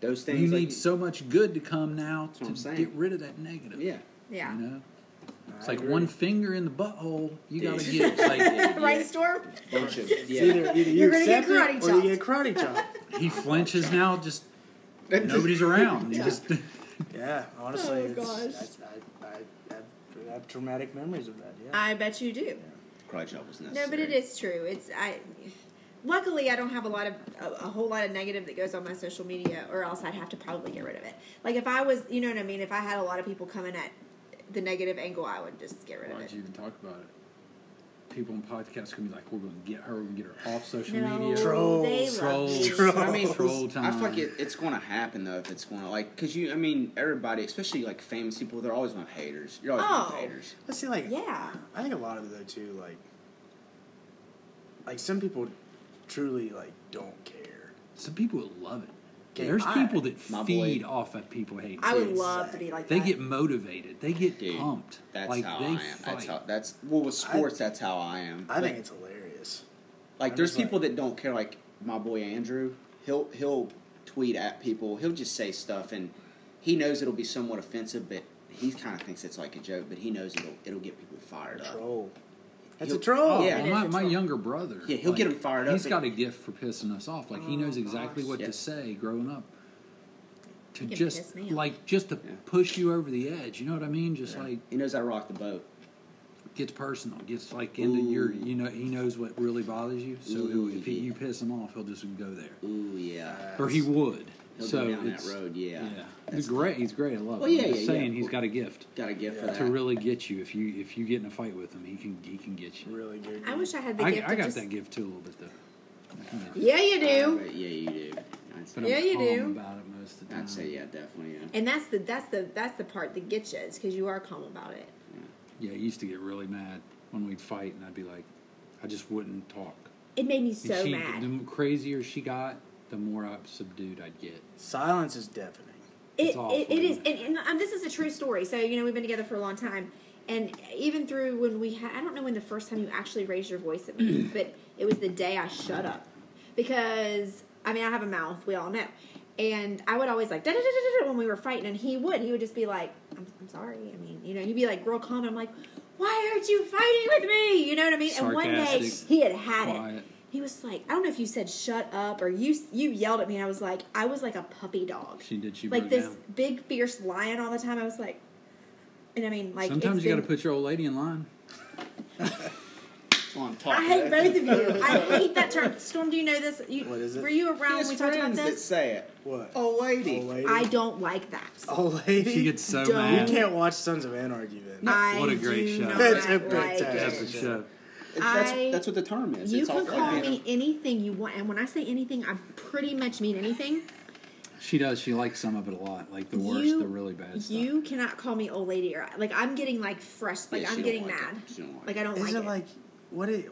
Speaker 3: Those things
Speaker 1: you
Speaker 3: like-
Speaker 1: need so much good to come now
Speaker 3: what I'm
Speaker 1: to
Speaker 3: saying.
Speaker 1: get rid of that negative.
Speaker 3: Yeah,
Speaker 2: Yeah.
Speaker 1: You know, it's
Speaker 4: I
Speaker 1: like
Speaker 4: agree.
Speaker 1: one finger in the butthole. You
Speaker 3: Yeah.
Speaker 1: gotta get like
Speaker 2: Right, Storm?
Speaker 3: bunch of
Speaker 4: It's
Speaker 3: yeah.
Speaker 4: Either, either you
Speaker 2: You're gonna get
Speaker 4: accept it
Speaker 2: karate
Speaker 4: or you get karate chopped.
Speaker 1: he flinches now. Just nobody's around. He just
Speaker 4: yeah, honestly,
Speaker 2: Oh,
Speaker 4: it's,
Speaker 2: gosh.
Speaker 4: that's- I, I, have, I have traumatic memories of that. Yeah.
Speaker 2: I bet you do.
Speaker 3: Cry job was necessary.
Speaker 2: No, but it is true. It's I. Luckily, I don't have a lot of a, a whole lot of negative that goes on my social media, or else I'd have to probably get rid of it. Like if I was, you know what I mean. If I had a lot of people coming at the negative angle, I would just get rid of
Speaker 1: Why'd
Speaker 2: it.
Speaker 1: you even talk about it? People on podcasts can be like, "We're going to get her. We're going to get her off social
Speaker 2: No,
Speaker 1: media."
Speaker 4: Trolls,
Speaker 2: they
Speaker 1: trolls.
Speaker 2: love me.
Speaker 4: Trolls.
Speaker 3: I mean,
Speaker 1: Troll
Speaker 3: I
Speaker 1: time.
Speaker 3: feel like it, it's going to happen though. If it's going to like, because you, I mean, everybody, especially like famous people, they're always going to have haters. You're always going to
Speaker 2: Oh.
Speaker 3: have haters.
Speaker 4: I see, like,
Speaker 2: Yeah.
Speaker 4: I think a lot of it though too, like, like some people truly like don't care.
Speaker 1: Some people that love it.
Speaker 4: Okay,
Speaker 1: There's
Speaker 4: I-
Speaker 1: people that
Speaker 3: my
Speaker 1: feed
Speaker 3: boy.
Speaker 1: off of people hating.
Speaker 2: I would
Speaker 4: Yes.
Speaker 2: love to be like
Speaker 1: they
Speaker 2: that.
Speaker 1: get motivated. They get
Speaker 3: Dude,
Speaker 1: pumped.
Speaker 3: That's
Speaker 1: like
Speaker 3: how
Speaker 1: they
Speaker 3: I am.
Speaker 1: Fight.
Speaker 3: That's how. That's well with sports. that's how I am.
Speaker 4: I
Speaker 3: But,
Speaker 4: think it's hilarious.
Speaker 3: like
Speaker 4: I'm
Speaker 3: there's
Speaker 4: just like-
Speaker 3: people that don't care. Like my boy Andrew, he'll he'll tweet at people. He'll just say stuff, and he knows it'll be somewhat offensive, but he kind of thinks it's like a joke. But he knows it'll it'll get people fired up.
Speaker 4: Troll. That's
Speaker 3: He'll-
Speaker 4: a troll.
Speaker 1: Oh,
Speaker 3: Yeah.
Speaker 1: well,
Speaker 2: It is
Speaker 1: my,
Speaker 2: a
Speaker 1: my
Speaker 2: troll.
Speaker 1: younger brother.
Speaker 3: Yeah, he'll get 'em fired up,
Speaker 1: He's
Speaker 3: but-
Speaker 1: got a gift for pissing us off.
Speaker 2: Oh
Speaker 1: Like he knows exactly what
Speaker 3: Yeah.
Speaker 1: to say growing up. To
Speaker 2: can
Speaker 1: just
Speaker 2: piss me off.
Speaker 1: like just to
Speaker 3: Yeah.
Speaker 1: push you over the edge. You know what I mean? Just like
Speaker 3: He knows I rock the boat.
Speaker 1: gets personal, gets like into your,
Speaker 3: Ooh.
Speaker 1: you know, he knows what really bothers you. So
Speaker 3: Ooh,
Speaker 1: he'll, if he,
Speaker 3: yeah.
Speaker 1: you piss him off, he'll just go there,
Speaker 3: Ooh yeah.
Speaker 1: or he would.
Speaker 3: He'll
Speaker 1: so
Speaker 3: go down that
Speaker 1: it's-
Speaker 3: road. Yeah.
Speaker 1: Yeah, he's great. He's great. I love.
Speaker 3: Well,
Speaker 1: him.
Speaker 3: yeah,
Speaker 1: I'm just
Speaker 3: yeah,
Speaker 1: saying
Speaker 3: yeah.
Speaker 1: he's got a gift
Speaker 3: Got a gift for
Speaker 4: Yeah.
Speaker 3: that.
Speaker 1: to really get you. If you if you get in a fight with him, he can he can get you.
Speaker 4: Really good.
Speaker 2: I wish I had the
Speaker 1: I,
Speaker 2: gift.
Speaker 1: I
Speaker 2: of
Speaker 1: got
Speaker 2: just,
Speaker 1: that gift too a little bit though.
Speaker 2: Yeah, you do.
Speaker 3: But yeah, you do. I'd
Speaker 1: But
Speaker 3: say,
Speaker 2: Yeah,
Speaker 1: I'm
Speaker 2: you
Speaker 1: calm
Speaker 2: do.
Speaker 1: About it most of the time.
Speaker 3: I'd say yeah, definitely. Yeah.
Speaker 2: And that's the that's the that's the part that gets you is because you are calm about it.
Speaker 1: Yeah, I used to get really mad when we'd fight, and I'd be like, I just wouldn't talk.
Speaker 2: It made me
Speaker 1: And
Speaker 2: so
Speaker 1: she,
Speaker 2: mad.
Speaker 1: The crazier she got, the more I- subdued I'd get.
Speaker 4: Silence is deafening.
Speaker 1: It's
Speaker 2: it,
Speaker 1: awful,
Speaker 2: it, it is
Speaker 1: isn't
Speaker 2: and, and um, this is a true story so you know we've been together for a long time and even through when we had i don't know when the first time you actually raised your voice at me but it was the day i shut up because i mean i have a mouth we all know and i would always like da da da da da when we were fighting and he would he would just be like i'm, I'm sorry i mean you know he'd be like real calm and i'm like why aren't you fighting with me you know what i mean and one day
Speaker 1: Sarcastic,
Speaker 2: he had had
Speaker 1: quiet.
Speaker 2: it He was like, I don't know if you said shut up or you you yelled at me. And I was like, I was like a puppy dog,
Speaker 1: She did. She
Speaker 2: like
Speaker 1: broke
Speaker 2: this
Speaker 1: down.
Speaker 2: big fierce lion all the time. I was like, and I mean like
Speaker 1: Sometimes
Speaker 2: it's
Speaker 1: you got
Speaker 2: been-
Speaker 1: to put your old lady in line.
Speaker 3: on top.
Speaker 2: I
Speaker 3: of
Speaker 2: hate
Speaker 3: that.
Speaker 2: both of you. I hate that term. Storm, do you know this? You,
Speaker 4: What is it?
Speaker 2: Were you around
Speaker 3: His
Speaker 2: when we talked about
Speaker 3: friends that
Speaker 2: this?
Speaker 3: say it.
Speaker 4: What?
Speaker 3: Oh, lady.
Speaker 4: Old lady.
Speaker 2: I don't like that.
Speaker 4: Old lady.
Speaker 1: She gets so
Speaker 2: Don't.
Speaker 4: You
Speaker 1: mad.
Speaker 4: can't watch Sons of Anarchy then.
Speaker 2: I
Speaker 1: What a great
Speaker 2: do
Speaker 1: show.
Speaker 2: not
Speaker 4: That's a
Speaker 2: like
Speaker 4: fantastic
Speaker 2: it.
Speaker 1: That's a show.
Speaker 3: That's,
Speaker 2: I-
Speaker 3: that's what the term is.
Speaker 2: You
Speaker 3: it's all
Speaker 2: can call
Speaker 3: female.
Speaker 2: me anything you want, and when I say anything, I pretty much mean anything.
Speaker 1: She does. She likes some of it a lot, like the worst,
Speaker 2: you,
Speaker 1: the really bad stuff.
Speaker 2: You cannot call me old lady or like I'm getting like fresh, like
Speaker 3: Yeah, she
Speaker 2: I'm
Speaker 3: don't
Speaker 2: getting
Speaker 3: like it.
Speaker 2: mad.
Speaker 3: She don't like
Speaker 2: Like
Speaker 3: it.
Speaker 2: I don't
Speaker 4: Is
Speaker 2: like
Speaker 4: it
Speaker 2: it.
Speaker 4: like what? Is,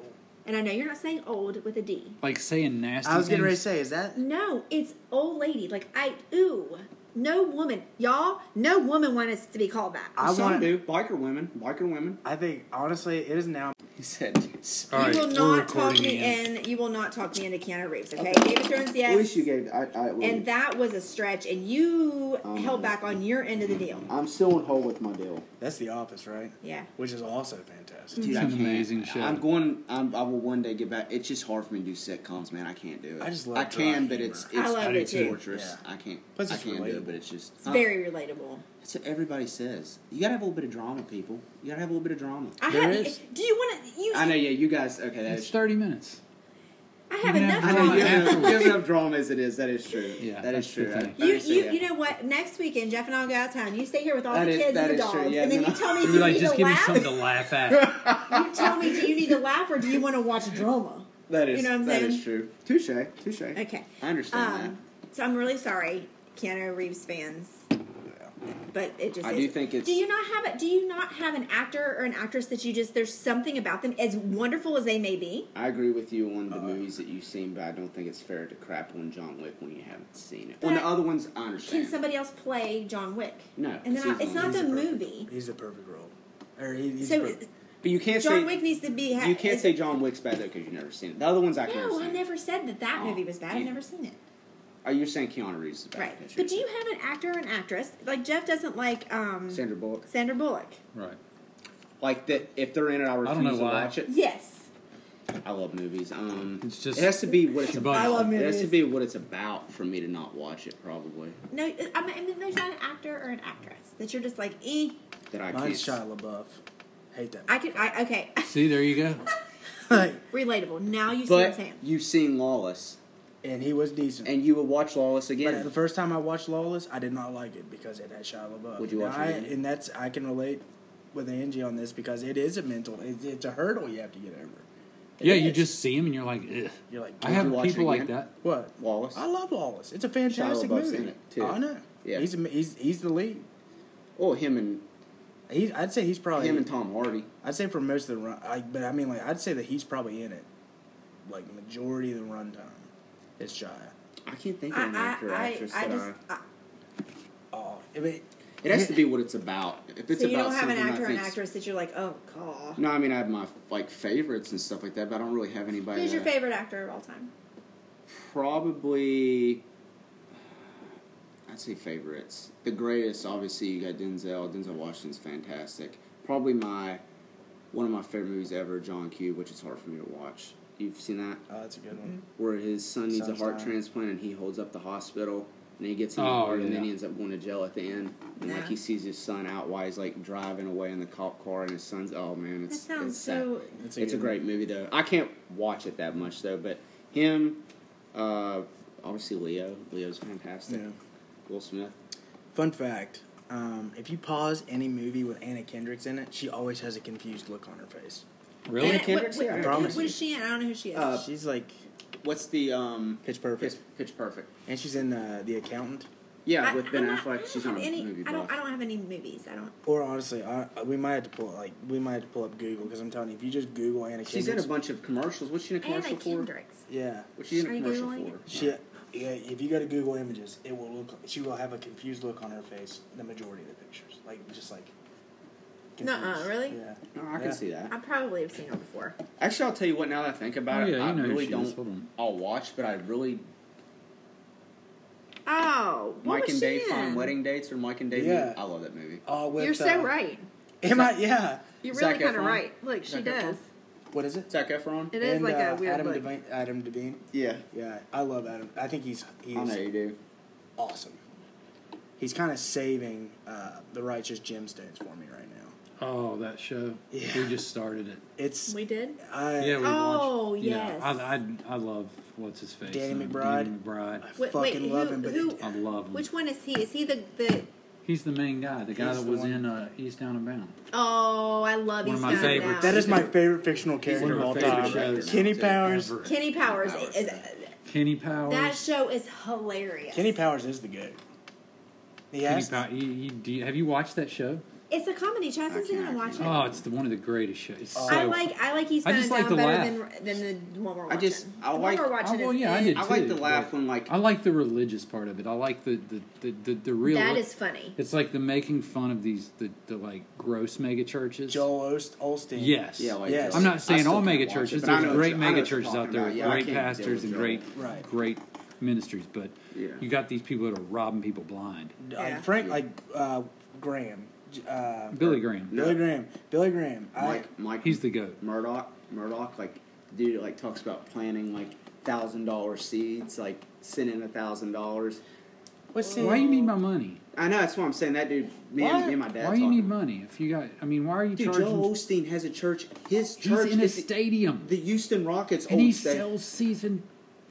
Speaker 2: and I know you're not saying old with a D.
Speaker 1: like saying nasty.
Speaker 4: I was getting ready to
Speaker 1: things.
Speaker 4: say, is that
Speaker 2: No, it's old lady. Like I ooh, no woman, y'all. No woman wants to be called that.
Speaker 4: I
Speaker 3: Some
Speaker 4: want.
Speaker 3: do. Biker women. Biker women.
Speaker 4: I think honestly, it is now.
Speaker 3: He said,
Speaker 1: All right,
Speaker 2: you will
Speaker 1: we're
Speaker 2: not talk
Speaker 1: recording
Speaker 2: me
Speaker 1: again.
Speaker 2: in. You will not talk me into Keanu Reeves. Okay,
Speaker 3: Okay.
Speaker 2: Game of Thrones, yes.
Speaker 3: At least you gave. I, I,
Speaker 2: and that was a stretch, and you
Speaker 3: Um,
Speaker 2: held back on your end of the deal.
Speaker 3: I'm still in hole with my deal.
Speaker 4: That's The Office, right?
Speaker 2: Yeah.
Speaker 4: Which is also fantastic.
Speaker 1: It's an amazing show.
Speaker 3: I'm going. I'm, I will one day get back. It's just hard for me to do sitcoms, man. I can't do it.
Speaker 4: I just love
Speaker 3: I can,
Speaker 4: dry
Speaker 3: but it's
Speaker 4: humor.
Speaker 3: it's
Speaker 2: I love it too.
Speaker 3: torturous.
Speaker 4: Yeah.
Speaker 3: I can't.
Speaker 4: Plus
Speaker 3: I
Speaker 4: it's
Speaker 3: can't do
Speaker 4: relatable.
Speaker 3: it. But it's just
Speaker 2: It's very relatable.
Speaker 3: That's what everybody says. You gotta have a little bit of drama, people. You gotta have a little bit of drama.
Speaker 2: I
Speaker 1: There
Speaker 2: have.
Speaker 1: is-
Speaker 2: Do you want to? You.
Speaker 3: I know. Yeah, you guys. Okay, that
Speaker 1: It's
Speaker 3: is.
Speaker 1: thirty minutes.
Speaker 2: I have
Speaker 1: You can have
Speaker 2: enough.
Speaker 3: I know you
Speaker 1: Yeah.
Speaker 3: have, you have enough drama as it is. That is true.
Speaker 1: Yeah,
Speaker 3: that is
Speaker 1: that's the
Speaker 3: true.
Speaker 1: thing.
Speaker 3: I- I
Speaker 2: You,
Speaker 3: understand
Speaker 2: you,
Speaker 3: that.
Speaker 2: you know what? Next weekend, Jeff and I'll go out of town. You stay here with all
Speaker 3: That
Speaker 2: the
Speaker 3: is-
Speaker 2: kids and
Speaker 3: that
Speaker 2: the
Speaker 3: is
Speaker 2: dogs,
Speaker 3: true. Yeah,
Speaker 2: and then
Speaker 3: no,
Speaker 2: you
Speaker 3: no.
Speaker 2: tell me if
Speaker 1: You'd
Speaker 2: you
Speaker 1: be like,
Speaker 2: need
Speaker 1: just
Speaker 2: to
Speaker 1: give me
Speaker 2: laugh.
Speaker 1: something to laugh at.
Speaker 2: You tell me, do you need to laugh or do you want to watch drama?
Speaker 3: That is.
Speaker 2: you know what I'm
Speaker 3: that
Speaker 2: saying?
Speaker 3: is true. Touche. Touche.
Speaker 2: Okay.
Speaker 3: I understand
Speaker 2: Um, so I'm really sorry, Keanu Reeves fans. But it just
Speaker 3: I
Speaker 2: is.
Speaker 3: do think it's-
Speaker 2: Do you not have a, Do you not have an actor or an actress that you just there's something about them as wonderful as they may be?
Speaker 3: that. I agree with you on the
Speaker 1: Uh,
Speaker 3: movies that you've seen, but I don't think it's fair to crap on John Wick when you haven't seen it. On
Speaker 2: But
Speaker 3: the other ones, I
Speaker 2: Can
Speaker 3: understand.
Speaker 2: somebody else play John Wick?
Speaker 3: No,
Speaker 2: and then I,
Speaker 3: he's
Speaker 2: it's
Speaker 3: not-
Speaker 2: not
Speaker 3: he's
Speaker 2: the
Speaker 3: a
Speaker 4: perfect-
Speaker 2: movie.
Speaker 4: He's the perfect role. Or he, he's
Speaker 2: So
Speaker 4: perfect.
Speaker 3: but you can't say
Speaker 2: John Wick needs to be. Ha-
Speaker 3: you can't
Speaker 2: is-
Speaker 3: say John Wick's bad though because you've never seen it. The other ones I can.
Speaker 2: No, I
Speaker 3: understand.
Speaker 2: never said that that
Speaker 3: Oh,
Speaker 2: movie was bad. I've
Speaker 3: yeah.
Speaker 2: never seen it.
Speaker 3: Oh, you're saying Keanu Reeves is bad.
Speaker 2: Right.
Speaker 3: That's
Speaker 2: But
Speaker 3: your-
Speaker 2: do you have an actor or an actress like Jeff doesn't like um,
Speaker 3: Sandra Bullock?
Speaker 2: Sandra Bullock?
Speaker 1: right.
Speaker 3: Like that? If they're in it, I refuse
Speaker 1: don't know
Speaker 3: to
Speaker 1: why.
Speaker 3: watch it.
Speaker 2: Yes.
Speaker 3: I love movies. Um,
Speaker 1: It's just-
Speaker 3: it has to be what it's
Speaker 1: She
Speaker 3: about.
Speaker 1: bugs I
Speaker 2: love
Speaker 3: It has to
Speaker 2: movies.
Speaker 3: be what it's about for me to not watch it. Probably
Speaker 2: No, I mean, I mean, there's not an actor or an actress that you're just like, eh,
Speaker 3: that I
Speaker 4: Mine's
Speaker 3: can't.
Speaker 4: Shia LaBeouf. Hate that.
Speaker 2: I can, I okay,
Speaker 1: See, there you go.
Speaker 4: like,
Speaker 2: relatable. Now you see what I'm
Speaker 3: But
Speaker 2: saying.
Speaker 3: you've seen Lawless,
Speaker 4: and he was decent.
Speaker 3: and you would watch Lawless
Speaker 4: but
Speaker 3: again.
Speaker 4: the first time I watched Lawless, I did not like it because it had Shia LaBeouf.
Speaker 3: Would you watch
Speaker 4: Now I,
Speaker 3: it again?
Speaker 4: And that's I can relate with Angie on this because it is a mental. It, it's a hurdle you have to get over. It
Speaker 1: Yeah, you
Speaker 4: is.
Speaker 1: just see him and you're like, Ugh.
Speaker 4: You're like,
Speaker 1: I
Speaker 3: would
Speaker 1: have
Speaker 3: you watch it
Speaker 1: people like
Speaker 3: again?
Speaker 1: that.
Speaker 4: what?
Speaker 3: Lawless.
Speaker 4: I love Lawless. It's a fantastic
Speaker 3: LaBeouf's
Speaker 4: movie.
Speaker 3: in it, too.
Speaker 4: I know.
Speaker 3: Yeah.
Speaker 4: He's he's he's the lead.
Speaker 3: Oh, him and
Speaker 4: He, I'd say he's
Speaker 1: Oh,
Speaker 4: probably
Speaker 3: him and Tom Hardy.
Speaker 4: I'd say for most of the run, I, but I mean, like, I'd say that he's probably in it, like majority of the runtime. It's Shia.
Speaker 3: I can't think of an
Speaker 2: I,
Speaker 3: actor or
Speaker 2: I,
Speaker 3: actress
Speaker 2: I, I
Speaker 3: that
Speaker 2: just, uh,
Speaker 3: I.
Speaker 2: I,
Speaker 4: Oh, I mean,
Speaker 3: It has to be what it's about. If it's
Speaker 2: so you
Speaker 3: about
Speaker 2: don't have an
Speaker 3: something I
Speaker 2: actor or an
Speaker 3: think's-
Speaker 2: actress that you're like, oh, call.
Speaker 3: No, I mean I have my like favorites and stuff like that, but I don't really have anybody.
Speaker 2: Who's your
Speaker 3: that I-
Speaker 2: favorite actor of all time?
Speaker 3: Probably, I'd say favorites. The greatest, obviously, you got Denzel. Denzel Washington's fantastic. Probably my one of my favorite movies ever, John Q, which is hard for me to watch. You've seen that,
Speaker 4: oh, that's a good one.
Speaker 3: where his son needs
Speaker 4: Son's
Speaker 3: a heart
Speaker 4: dying.
Speaker 3: transplant and he holds up the hospital. And he gets in the
Speaker 1: Oh,
Speaker 3: heart, and
Speaker 1: yeah.
Speaker 3: then he ends up going to jail at the end. And like
Speaker 2: Yeah.
Speaker 3: he sees his son out while he's like driving away in the cop car, and his son's oh man,
Speaker 2: That
Speaker 3: it's
Speaker 2: sounds
Speaker 3: it's sad.
Speaker 2: so.
Speaker 3: It's a
Speaker 4: good one.
Speaker 3: great movie though. I can't watch it that much though, but him, uh, obviously Leo. Leo's fantastic.
Speaker 4: Yeah.
Speaker 3: Will Smith.
Speaker 4: Fun fact: um, If you pause any movie with Anna Kendrick's in it, she always has a confused look on her face.
Speaker 1: Really?
Speaker 2: And it-
Speaker 3: Kendrick's
Speaker 2: what-
Speaker 3: here, I
Speaker 2: what-
Speaker 4: promise
Speaker 2: What
Speaker 4: you.
Speaker 2: is she in? I don't know who she is.
Speaker 3: Uh,
Speaker 4: She's like
Speaker 3: What's the um
Speaker 4: Pitch Perfect,
Speaker 3: Pitch, Pitch Perfect?
Speaker 4: and she's in uh, The Accountant.
Speaker 3: Yeah,
Speaker 2: I-
Speaker 3: with Ben
Speaker 2: I'm not- I
Speaker 3: Affleck.
Speaker 2: don't
Speaker 3: She's
Speaker 2: have
Speaker 3: on a
Speaker 2: any,
Speaker 3: movie
Speaker 2: I don't.
Speaker 3: buff.
Speaker 2: I don't have any movies. I don't.
Speaker 4: Or honestly, I, we might have to pull like we might have to pull up Google because I'm telling you, if you just Google Anna
Speaker 3: She's
Speaker 4: Kendrick's,
Speaker 3: in a bunch of commercials. What's she in a
Speaker 2: Anna
Speaker 3: commercial for?
Speaker 2: Kendricks.
Speaker 4: yeah,
Speaker 3: What's she in
Speaker 2: Are
Speaker 3: a
Speaker 2: you
Speaker 3: commercial
Speaker 2: Googling
Speaker 3: for?
Speaker 4: She, yeah, if you go to Google Images, it will look. She will have a confused look on her face. The majority of the pictures, like just like.
Speaker 2: Nuh-uh, really?
Speaker 4: Yeah.
Speaker 3: No, Oh, I can
Speaker 4: Yeah.
Speaker 3: see that.
Speaker 2: I probably have seen her before.
Speaker 3: Actually, I'll tell you what. Now that I think about
Speaker 1: Oh,
Speaker 3: it,
Speaker 1: yeah,
Speaker 3: I
Speaker 1: you know who
Speaker 3: really
Speaker 1: she
Speaker 3: don't.
Speaker 1: is. Hold on.
Speaker 3: I'll watch, but I really
Speaker 2: Oh, what
Speaker 3: Mike
Speaker 2: was
Speaker 3: and
Speaker 2: she
Speaker 3: Dave
Speaker 2: in?
Speaker 3: find wedding dates or Mike and Dave.
Speaker 4: Yeah.
Speaker 3: Meet. I love that movie.
Speaker 4: Oh, with,
Speaker 2: You're so
Speaker 4: uh,
Speaker 2: right.
Speaker 4: Am I? Yeah.
Speaker 2: You're
Speaker 3: Zac
Speaker 2: really kind of
Speaker 3: Efron?
Speaker 2: right. Look, she
Speaker 3: Zac Efron? uh,
Speaker 2: does.
Speaker 4: What is it? uh,
Speaker 3: Zac Efron.
Speaker 2: It is like a weird
Speaker 4: Adam
Speaker 2: look.
Speaker 4: Devine. Adam Devine.
Speaker 3: Yeah,
Speaker 4: Yeah, I love Adam. I think he's he's
Speaker 3: I know you do.
Speaker 4: awesome. He's kind of saving uh, the righteous gemstones for me right now.
Speaker 1: Oh, that show.
Speaker 4: Yeah.
Speaker 1: We just started it.
Speaker 4: It's
Speaker 2: We did.
Speaker 4: I
Speaker 1: Yeah, we
Speaker 2: Oh,
Speaker 1: watched.
Speaker 2: yes.
Speaker 1: Yeah, I, I, I love what's his face.
Speaker 4: Danny
Speaker 1: Um,
Speaker 4: McBride.
Speaker 1: Danny McBride.
Speaker 4: I
Speaker 2: Wait,
Speaker 4: fucking
Speaker 2: wait,
Speaker 4: love
Speaker 2: who-
Speaker 4: him, but
Speaker 2: who-
Speaker 4: it-
Speaker 1: I love him.
Speaker 2: Which one is he? Is he the the?
Speaker 1: He's the main guy, the guy
Speaker 4: He's
Speaker 1: that
Speaker 4: the
Speaker 1: was
Speaker 4: one-
Speaker 1: in uh, East Down and Bound.
Speaker 2: Oh, I love.
Speaker 1: One
Speaker 2: One
Speaker 1: of my favorites.
Speaker 4: that is my favorite fictional
Speaker 1: One
Speaker 4: character
Speaker 1: of
Speaker 4: of
Speaker 1: my
Speaker 4: all
Speaker 1: favorite
Speaker 4: time.
Speaker 1: shows.
Speaker 4: Kenny Powers.
Speaker 1: Ever.
Speaker 2: Kenny Powers
Speaker 3: Powers,
Speaker 2: is.
Speaker 3: yeah.
Speaker 1: Kenny Powers.
Speaker 2: That show is hilarious.
Speaker 4: Kenny Powers is the goat. He
Speaker 1: Kenny
Speaker 4: has.
Speaker 1: Pow- you- you- do you- have you watched that show?
Speaker 2: It's a comedy. Chasen's
Speaker 3: can't-
Speaker 2: gonna watch it.
Speaker 1: Oh, it's the, one of the greatest shows. It's so
Speaker 2: I like. I like. He's
Speaker 1: I
Speaker 2: kind of
Speaker 1: just like
Speaker 2: down
Speaker 1: the
Speaker 2: better than than the one we're
Speaker 3: I
Speaker 2: watching.
Speaker 3: just- I
Speaker 2: the
Speaker 3: like-
Speaker 2: one we're
Speaker 1: Oh,
Speaker 2: watching.
Speaker 1: well,
Speaker 2: is
Speaker 1: yeah, I
Speaker 2: good.
Speaker 1: did
Speaker 3: I
Speaker 1: too,
Speaker 3: like to laugh
Speaker 1: but
Speaker 3: when like
Speaker 1: I like the religious part of it. I like the the the the, the real.
Speaker 2: That is funny.
Speaker 1: It's like the making fun of these the, the like gross mega churches.
Speaker 4: Joel Ost- Olstein.
Speaker 1: Yes.
Speaker 3: yeah. Like
Speaker 4: Yes.
Speaker 1: I'm
Speaker 4: I
Speaker 1: not saying
Speaker 3: still
Speaker 1: all
Speaker 3: can't
Speaker 1: mega
Speaker 3: watch it,
Speaker 1: churches.
Speaker 3: but I
Speaker 1: There's
Speaker 3: know what
Speaker 1: great
Speaker 3: you- I know
Speaker 1: mega
Speaker 3: what you're
Speaker 1: churches out
Speaker 3: talking
Speaker 1: there,
Speaker 3: about.
Speaker 1: with
Speaker 3: Yeah, I
Speaker 1: great
Speaker 3: can't deal with
Speaker 1: pastors and
Speaker 3: Joel.
Speaker 1: great
Speaker 4: Right.
Speaker 1: great ministries, but
Speaker 3: Yeah.
Speaker 1: you got these people that are robbing people blind.
Speaker 4: Like
Speaker 2: Yeah.
Speaker 4: Frank, like uh, Graham. J- Uh,
Speaker 1: Billy Graham,
Speaker 4: Billy Graham. Billy Graham. I,
Speaker 3: Mike, Mike
Speaker 1: he's the goat.
Speaker 3: Murdoch. Murdoch, like dude, that, like talks about planting like thousand dollar seeds, like sending a thousand dollars.
Speaker 4: what's
Speaker 1: Why do you need my money?
Speaker 3: I know that's what I'm saying. That dude, me,
Speaker 4: Why-
Speaker 3: and, me and my dad.
Speaker 1: Why do you
Speaker 3: talking-
Speaker 1: need money if you got? I mean, why are you
Speaker 3: Dude,
Speaker 1: charging?
Speaker 3: Joel Osteen has a church. His
Speaker 1: he's
Speaker 3: church
Speaker 1: in a
Speaker 3: is the-
Speaker 1: stadium,
Speaker 3: the Houston Rockets
Speaker 1: and
Speaker 3: old
Speaker 1: he
Speaker 3: sta-
Speaker 1: sells season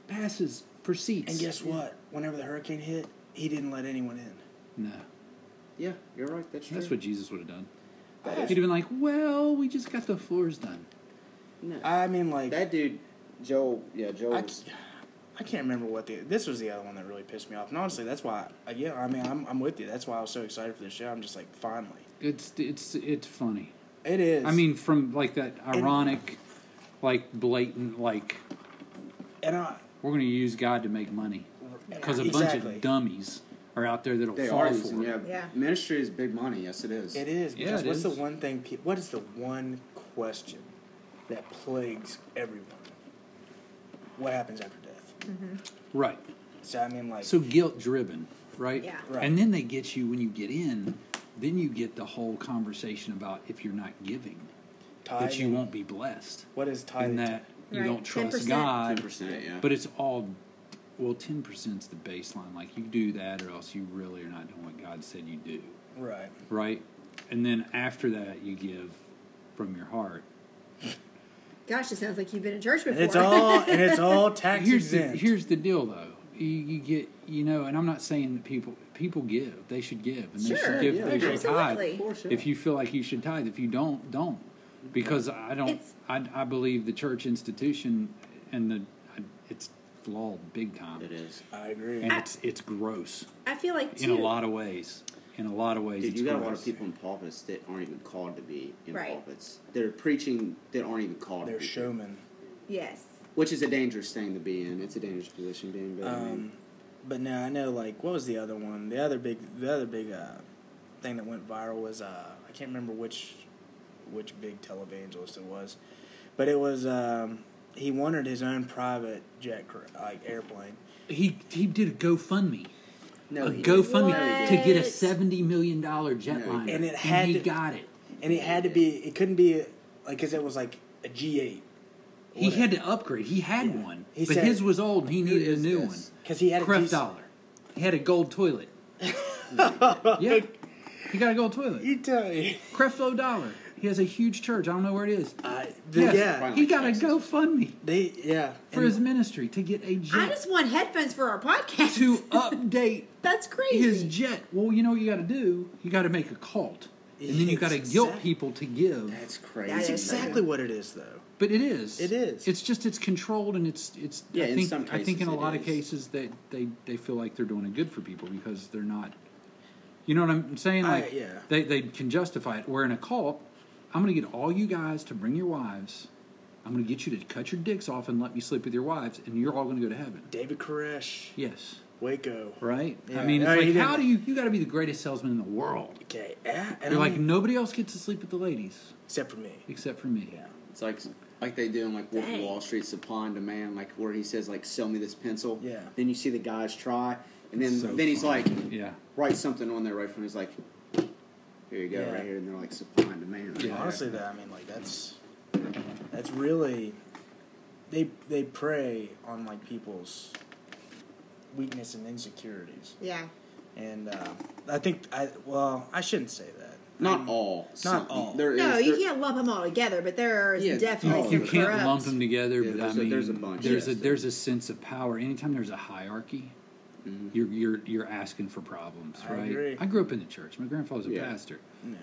Speaker 1: passes for seats.
Speaker 4: And guess what? Whenever the hurricane hit, he didn't let anyone in.
Speaker 1: No,
Speaker 3: Yeah, you're right. That's true.
Speaker 1: that's what Jesus would have done.
Speaker 3: That
Speaker 1: He'd
Speaker 3: is-
Speaker 1: have been like, "Well, we just got the floors done."
Speaker 3: no.
Speaker 4: I mean, like,
Speaker 3: that dude, Joel. Yeah, Joel.
Speaker 4: I, c- I can't remember what the this was the other one that really pissed me off. And honestly, that's why. I, yeah, I mean, I'm I'm with you. That's why I was so excited for this show. I'm just like, finally,
Speaker 1: It's it's it's funny.
Speaker 4: it is.
Speaker 1: I mean, from like that ironic, like blatant, like
Speaker 4: and I
Speaker 1: we're going to use God to make money because a bunch
Speaker 4: Exactly.
Speaker 1: of dummies are out there that'll
Speaker 3: they
Speaker 1: fall
Speaker 3: are.
Speaker 1: for it.
Speaker 3: Yeah.
Speaker 2: Yeah.
Speaker 3: Ministry is big money. Yes, it is.
Speaker 4: It is
Speaker 1: Yeah,
Speaker 4: because
Speaker 1: it
Speaker 4: what's the
Speaker 1: is.
Speaker 4: one thing? Pe- what is the one question that plagues everyone? What happens after death?
Speaker 1: Right.
Speaker 4: So I mean, like,
Speaker 1: So guilt driven, right?
Speaker 2: Yeah.
Speaker 4: Right.
Speaker 1: And then they get you when you get in. Then you get the whole conversation about if you're not giving,
Speaker 4: tithing,
Speaker 1: that you won't be blessed,
Speaker 4: What is tithing?
Speaker 1: and that you
Speaker 2: Right.
Speaker 1: don't trust
Speaker 2: 10%.
Speaker 1: God.
Speaker 3: Ten percent. Yeah.
Speaker 1: But it's all well, ten percent's the baseline. Like you do that, or else you really are not doing what God said you do,
Speaker 4: right?
Speaker 1: right? And then after that, you give from your heart.
Speaker 2: Gosh, it sounds like you've been in church
Speaker 4: And
Speaker 2: before.
Speaker 4: it's all and it's all tax
Speaker 1: here's the,
Speaker 4: exempt.
Speaker 1: here's the deal though you, you get you know and i'm not saying that people people give they should give and they
Speaker 2: Sure,
Speaker 1: should give
Speaker 3: yeah,
Speaker 1: they should
Speaker 2: absolutely.
Speaker 1: tithe
Speaker 3: Of course, yeah.
Speaker 1: if you feel like you should tithe if you don't don't because i don't
Speaker 2: It's-
Speaker 1: I, I believe the church institution and the it's flawed big time
Speaker 3: it is.
Speaker 4: I agree.
Speaker 1: and it's it's gross
Speaker 2: I feel like
Speaker 1: in
Speaker 2: too,
Speaker 1: a lot of ways in a lot of ways
Speaker 3: Dude,
Speaker 1: it's
Speaker 3: you got a
Speaker 1: gross.
Speaker 3: lot of people in pulpits that aren't even called to be in
Speaker 2: Right.
Speaker 3: pulpits. They're preaching that aren't even called. to
Speaker 4: They're
Speaker 3: be,
Speaker 4: showmen.
Speaker 2: Yes.
Speaker 3: Which is a dangerous thing to be in. It's a dangerous position being. But I mean,
Speaker 4: Um, but now I know like what was the other one? The other big the other big uh, thing that went viral was uh, I can't remember which which big televangelist it was, but it was um, he wanted his own private jet cr- like airplane.
Speaker 1: he he did a gofundme
Speaker 3: no,
Speaker 1: a
Speaker 3: he-
Speaker 1: GoFundMe to get a
Speaker 2: What?
Speaker 1: seventy million dollar jetliner,
Speaker 4: And it had
Speaker 1: he
Speaker 4: to-
Speaker 1: got it.
Speaker 4: And it had to be it couldn't be like because it was like a G eight.
Speaker 1: He had to upgrade. He had
Speaker 4: Yeah.
Speaker 1: one,
Speaker 4: He
Speaker 1: but
Speaker 4: said-
Speaker 1: his was old, and he
Speaker 3: Who
Speaker 1: needed
Speaker 3: is
Speaker 1: a new
Speaker 3: this?
Speaker 4: because he had
Speaker 1: one.
Speaker 4: a
Speaker 1: Cref
Speaker 4: decent-
Speaker 1: dollar. He had a gold toilet. yeah, he got a gold toilet.
Speaker 4: You tell me.
Speaker 1: Creflo dollar. He has a huge church. I don't know where it is.
Speaker 4: I- the-
Speaker 1: Yes,
Speaker 4: yeah,
Speaker 1: he got a GoFundMe
Speaker 4: they yeah
Speaker 1: for
Speaker 4: and-
Speaker 1: his ministry to get a jet
Speaker 2: I just want headphones for our podcast.
Speaker 1: to update
Speaker 2: That's crazy.
Speaker 1: his jet. Well, you know what you got to do. You got to make a cult, and then you got to
Speaker 4: Exact-
Speaker 1: guilt people to give.
Speaker 3: That's crazy.
Speaker 2: That
Speaker 4: That's
Speaker 2: is
Speaker 4: exactly what it is though.
Speaker 1: But it is.
Speaker 4: It is.
Speaker 1: It's just it's controlled and it's it's.
Speaker 3: Yeah,
Speaker 1: I
Speaker 3: in
Speaker 1: think
Speaker 3: some
Speaker 1: I think in
Speaker 3: cases
Speaker 1: a
Speaker 3: it
Speaker 1: lot of
Speaker 3: is.
Speaker 1: cases that they, they feel like they're doing it good for people because they're not. You know what I'm saying?
Speaker 4: I-
Speaker 1: Like
Speaker 4: yeah.
Speaker 1: they they can justify it. Where in a cult, I'm going to get all you guys to bring your wives. I'm going to get you to cut your dicks off and let me sleep with your wives, and you're all going to go to heaven.
Speaker 4: David Koresh,
Speaker 1: Yes.
Speaker 4: Waco.
Speaker 1: Right.
Speaker 4: Yeah.
Speaker 1: I mean, it's
Speaker 4: No, he
Speaker 1: like how do you
Speaker 4: didn't.
Speaker 1: you got to be the greatest salesman in the world?
Speaker 4: Okay, yeah, and
Speaker 1: You're
Speaker 4: I
Speaker 1: like
Speaker 4: mean-
Speaker 1: nobody else gets to sleep with the ladies
Speaker 4: except for me.
Speaker 1: except for me.
Speaker 4: Yeah.
Speaker 3: It's like like they do in like Wolf of
Speaker 2: Dang.
Speaker 3: Wall Street, supply and demand, like where he says like sell me this pencil.
Speaker 4: Yeah.
Speaker 3: Then you see the guys try, and then
Speaker 1: It's so
Speaker 3: then he's
Speaker 1: funny.
Speaker 3: like
Speaker 1: Yeah.
Speaker 3: write something on there right from. He's like, here you go
Speaker 4: Yeah.
Speaker 3: right here, and they're like supply and demand.
Speaker 1: Yeah.
Speaker 4: Honestly, though, I mean, like that's That's really they they prey on like people's weakness and insecurities,
Speaker 2: Yeah.
Speaker 4: and uh, I think I well I shouldn't say that.
Speaker 3: Not all. Some-
Speaker 4: all.
Speaker 3: There is.
Speaker 2: No, you
Speaker 3: there-
Speaker 2: can't lump them all together, but there are
Speaker 3: Yeah,
Speaker 2: definitely
Speaker 3: oh,
Speaker 2: some
Speaker 3: you
Speaker 1: you can't
Speaker 2: corrupt.
Speaker 1: lump them together,
Speaker 3: Yeah,
Speaker 1: but I
Speaker 3: there's a-
Speaker 1: mean,
Speaker 3: there's a bunch,
Speaker 1: There's
Speaker 3: yes.
Speaker 1: a there's a sense of power. Anytime there's a hierarchy,
Speaker 3: Mm-hmm.
Speaker 1: you're you're you're asking for problems,
Speaker 4: I
Speaker 1: right?
Speaker 4: agree.
Speaker 1: grew up in the church. My grandfather's a
Speaker 3: Yeah.
Speaker 1: pastor,
Speaker 4: No.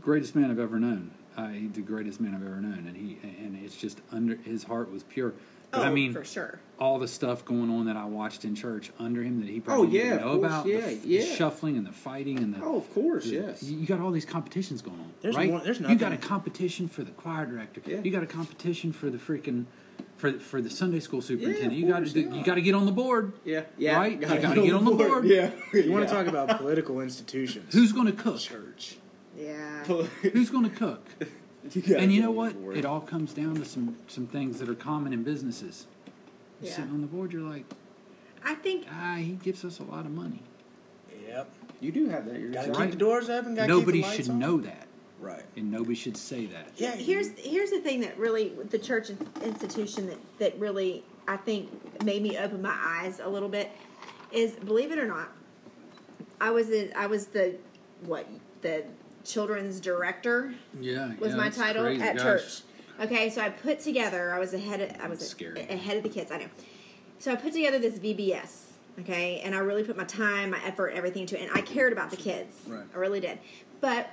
Speaker 1: greatest man I've ever known. Uh, he's the greatest man I've ever known, and he and it's just under his heart was pure. But
Speaker 2: Oh,
Speaker 1: I mean,
Speaker 2: for sure.
Speaker 1: all the stuff going on that I watched in church under him that he probably
Speaker 3: Oh, yeah,
Speaker 1: didn't
Speaker 3: of
Speaker 1: know
Speaker 3: course,
Speaker 1: about. the
Speaker 3: yeah,
Speaker 1: f- the,
Speaker 3: yeah.
Speaker 1: shuffling and the fighting and the
Speaker 3: Oh, of course,
Speaker 1: the-
Speaker 3: yes.
Speaker 1: You got all these competitions going on.
Speaker 4: There's
Speaker 1: right?
Speaker 4: more- there's
Speaker 1: You got a
Speaker 4: nothing-
Speaker 1: competition for the choir director.
Speaker 3: Yeah.
Speaker 1: You got a competition for the freaking for for the Sunday school superintendent.
Speaker 3: of
Speaker 1: you got to
Speaker 3: course,
Speaker 1: do,
Speaker 3: yeah.
Speaker 1: you got to get on the board.
Speaker 3: Yeah. Yeah.
Speaker 1: Right? You gotta get on the board.
Speaker 3: Yeah.
Speaker 4: You want to talk about political institutions?
Speaker 1: Who's going to cook?
Speaker 4: church?
Speaker 2: Yeah.
Speaker 1: Who's going to cook?
Speaker 3: You gotta
Speaker 1: and you
Speaker 3: get
Speaker 1: know
Speaker 3: on the
Speaker 1: what?
Speaker 3: board.
Speaker 1: It all comes down to some some things that are common in businesses. You're
Speaker 2: Yeah.
Speaker 1: sitting on the board, you're like,
Speaker 2: I think
Speaker 1: ah, he gives us a lot of money.
Speaker 4: Yep.
Speaker 3: You do have that. You're
Speaker 4: Got to
Speaker 3: exactly
Speaker 4: keep the doors open. Got
Speaker 1: Nobody
Speaker 4: keep the lights
Speaker 1: should
Speaker 4: on.
Speaker 1: know that,
Speaker 4: Right.
Speaker 1: and nobody should say that.
Speaker 4: Yeah.
Speaker 2: here's here's the thing that really the church institution that that really I think made me open my eyes a little bit is believe it or not, I was in I was the what the children's director
Speaker 1: Yeah,
Speaker 2: was
Speaker 1: yeah,
Speaker 2: my
Speaker 1: that's
Speaker 2: title
Speaker 1: crazy,
Speaker 2: at
Speaker 1: gosh.
Speaker 2: church. Okay, so I put together. I was ahead. Of, I was
Speaker 1: That's scary.
Speaker 2: a- ahead of the kids. I know. So I put together this VBS. Okay, and I really put my time, my effort, everything into it, and I cared about the kids.
Speaker 4: Right.
Speaker 2: I really did. But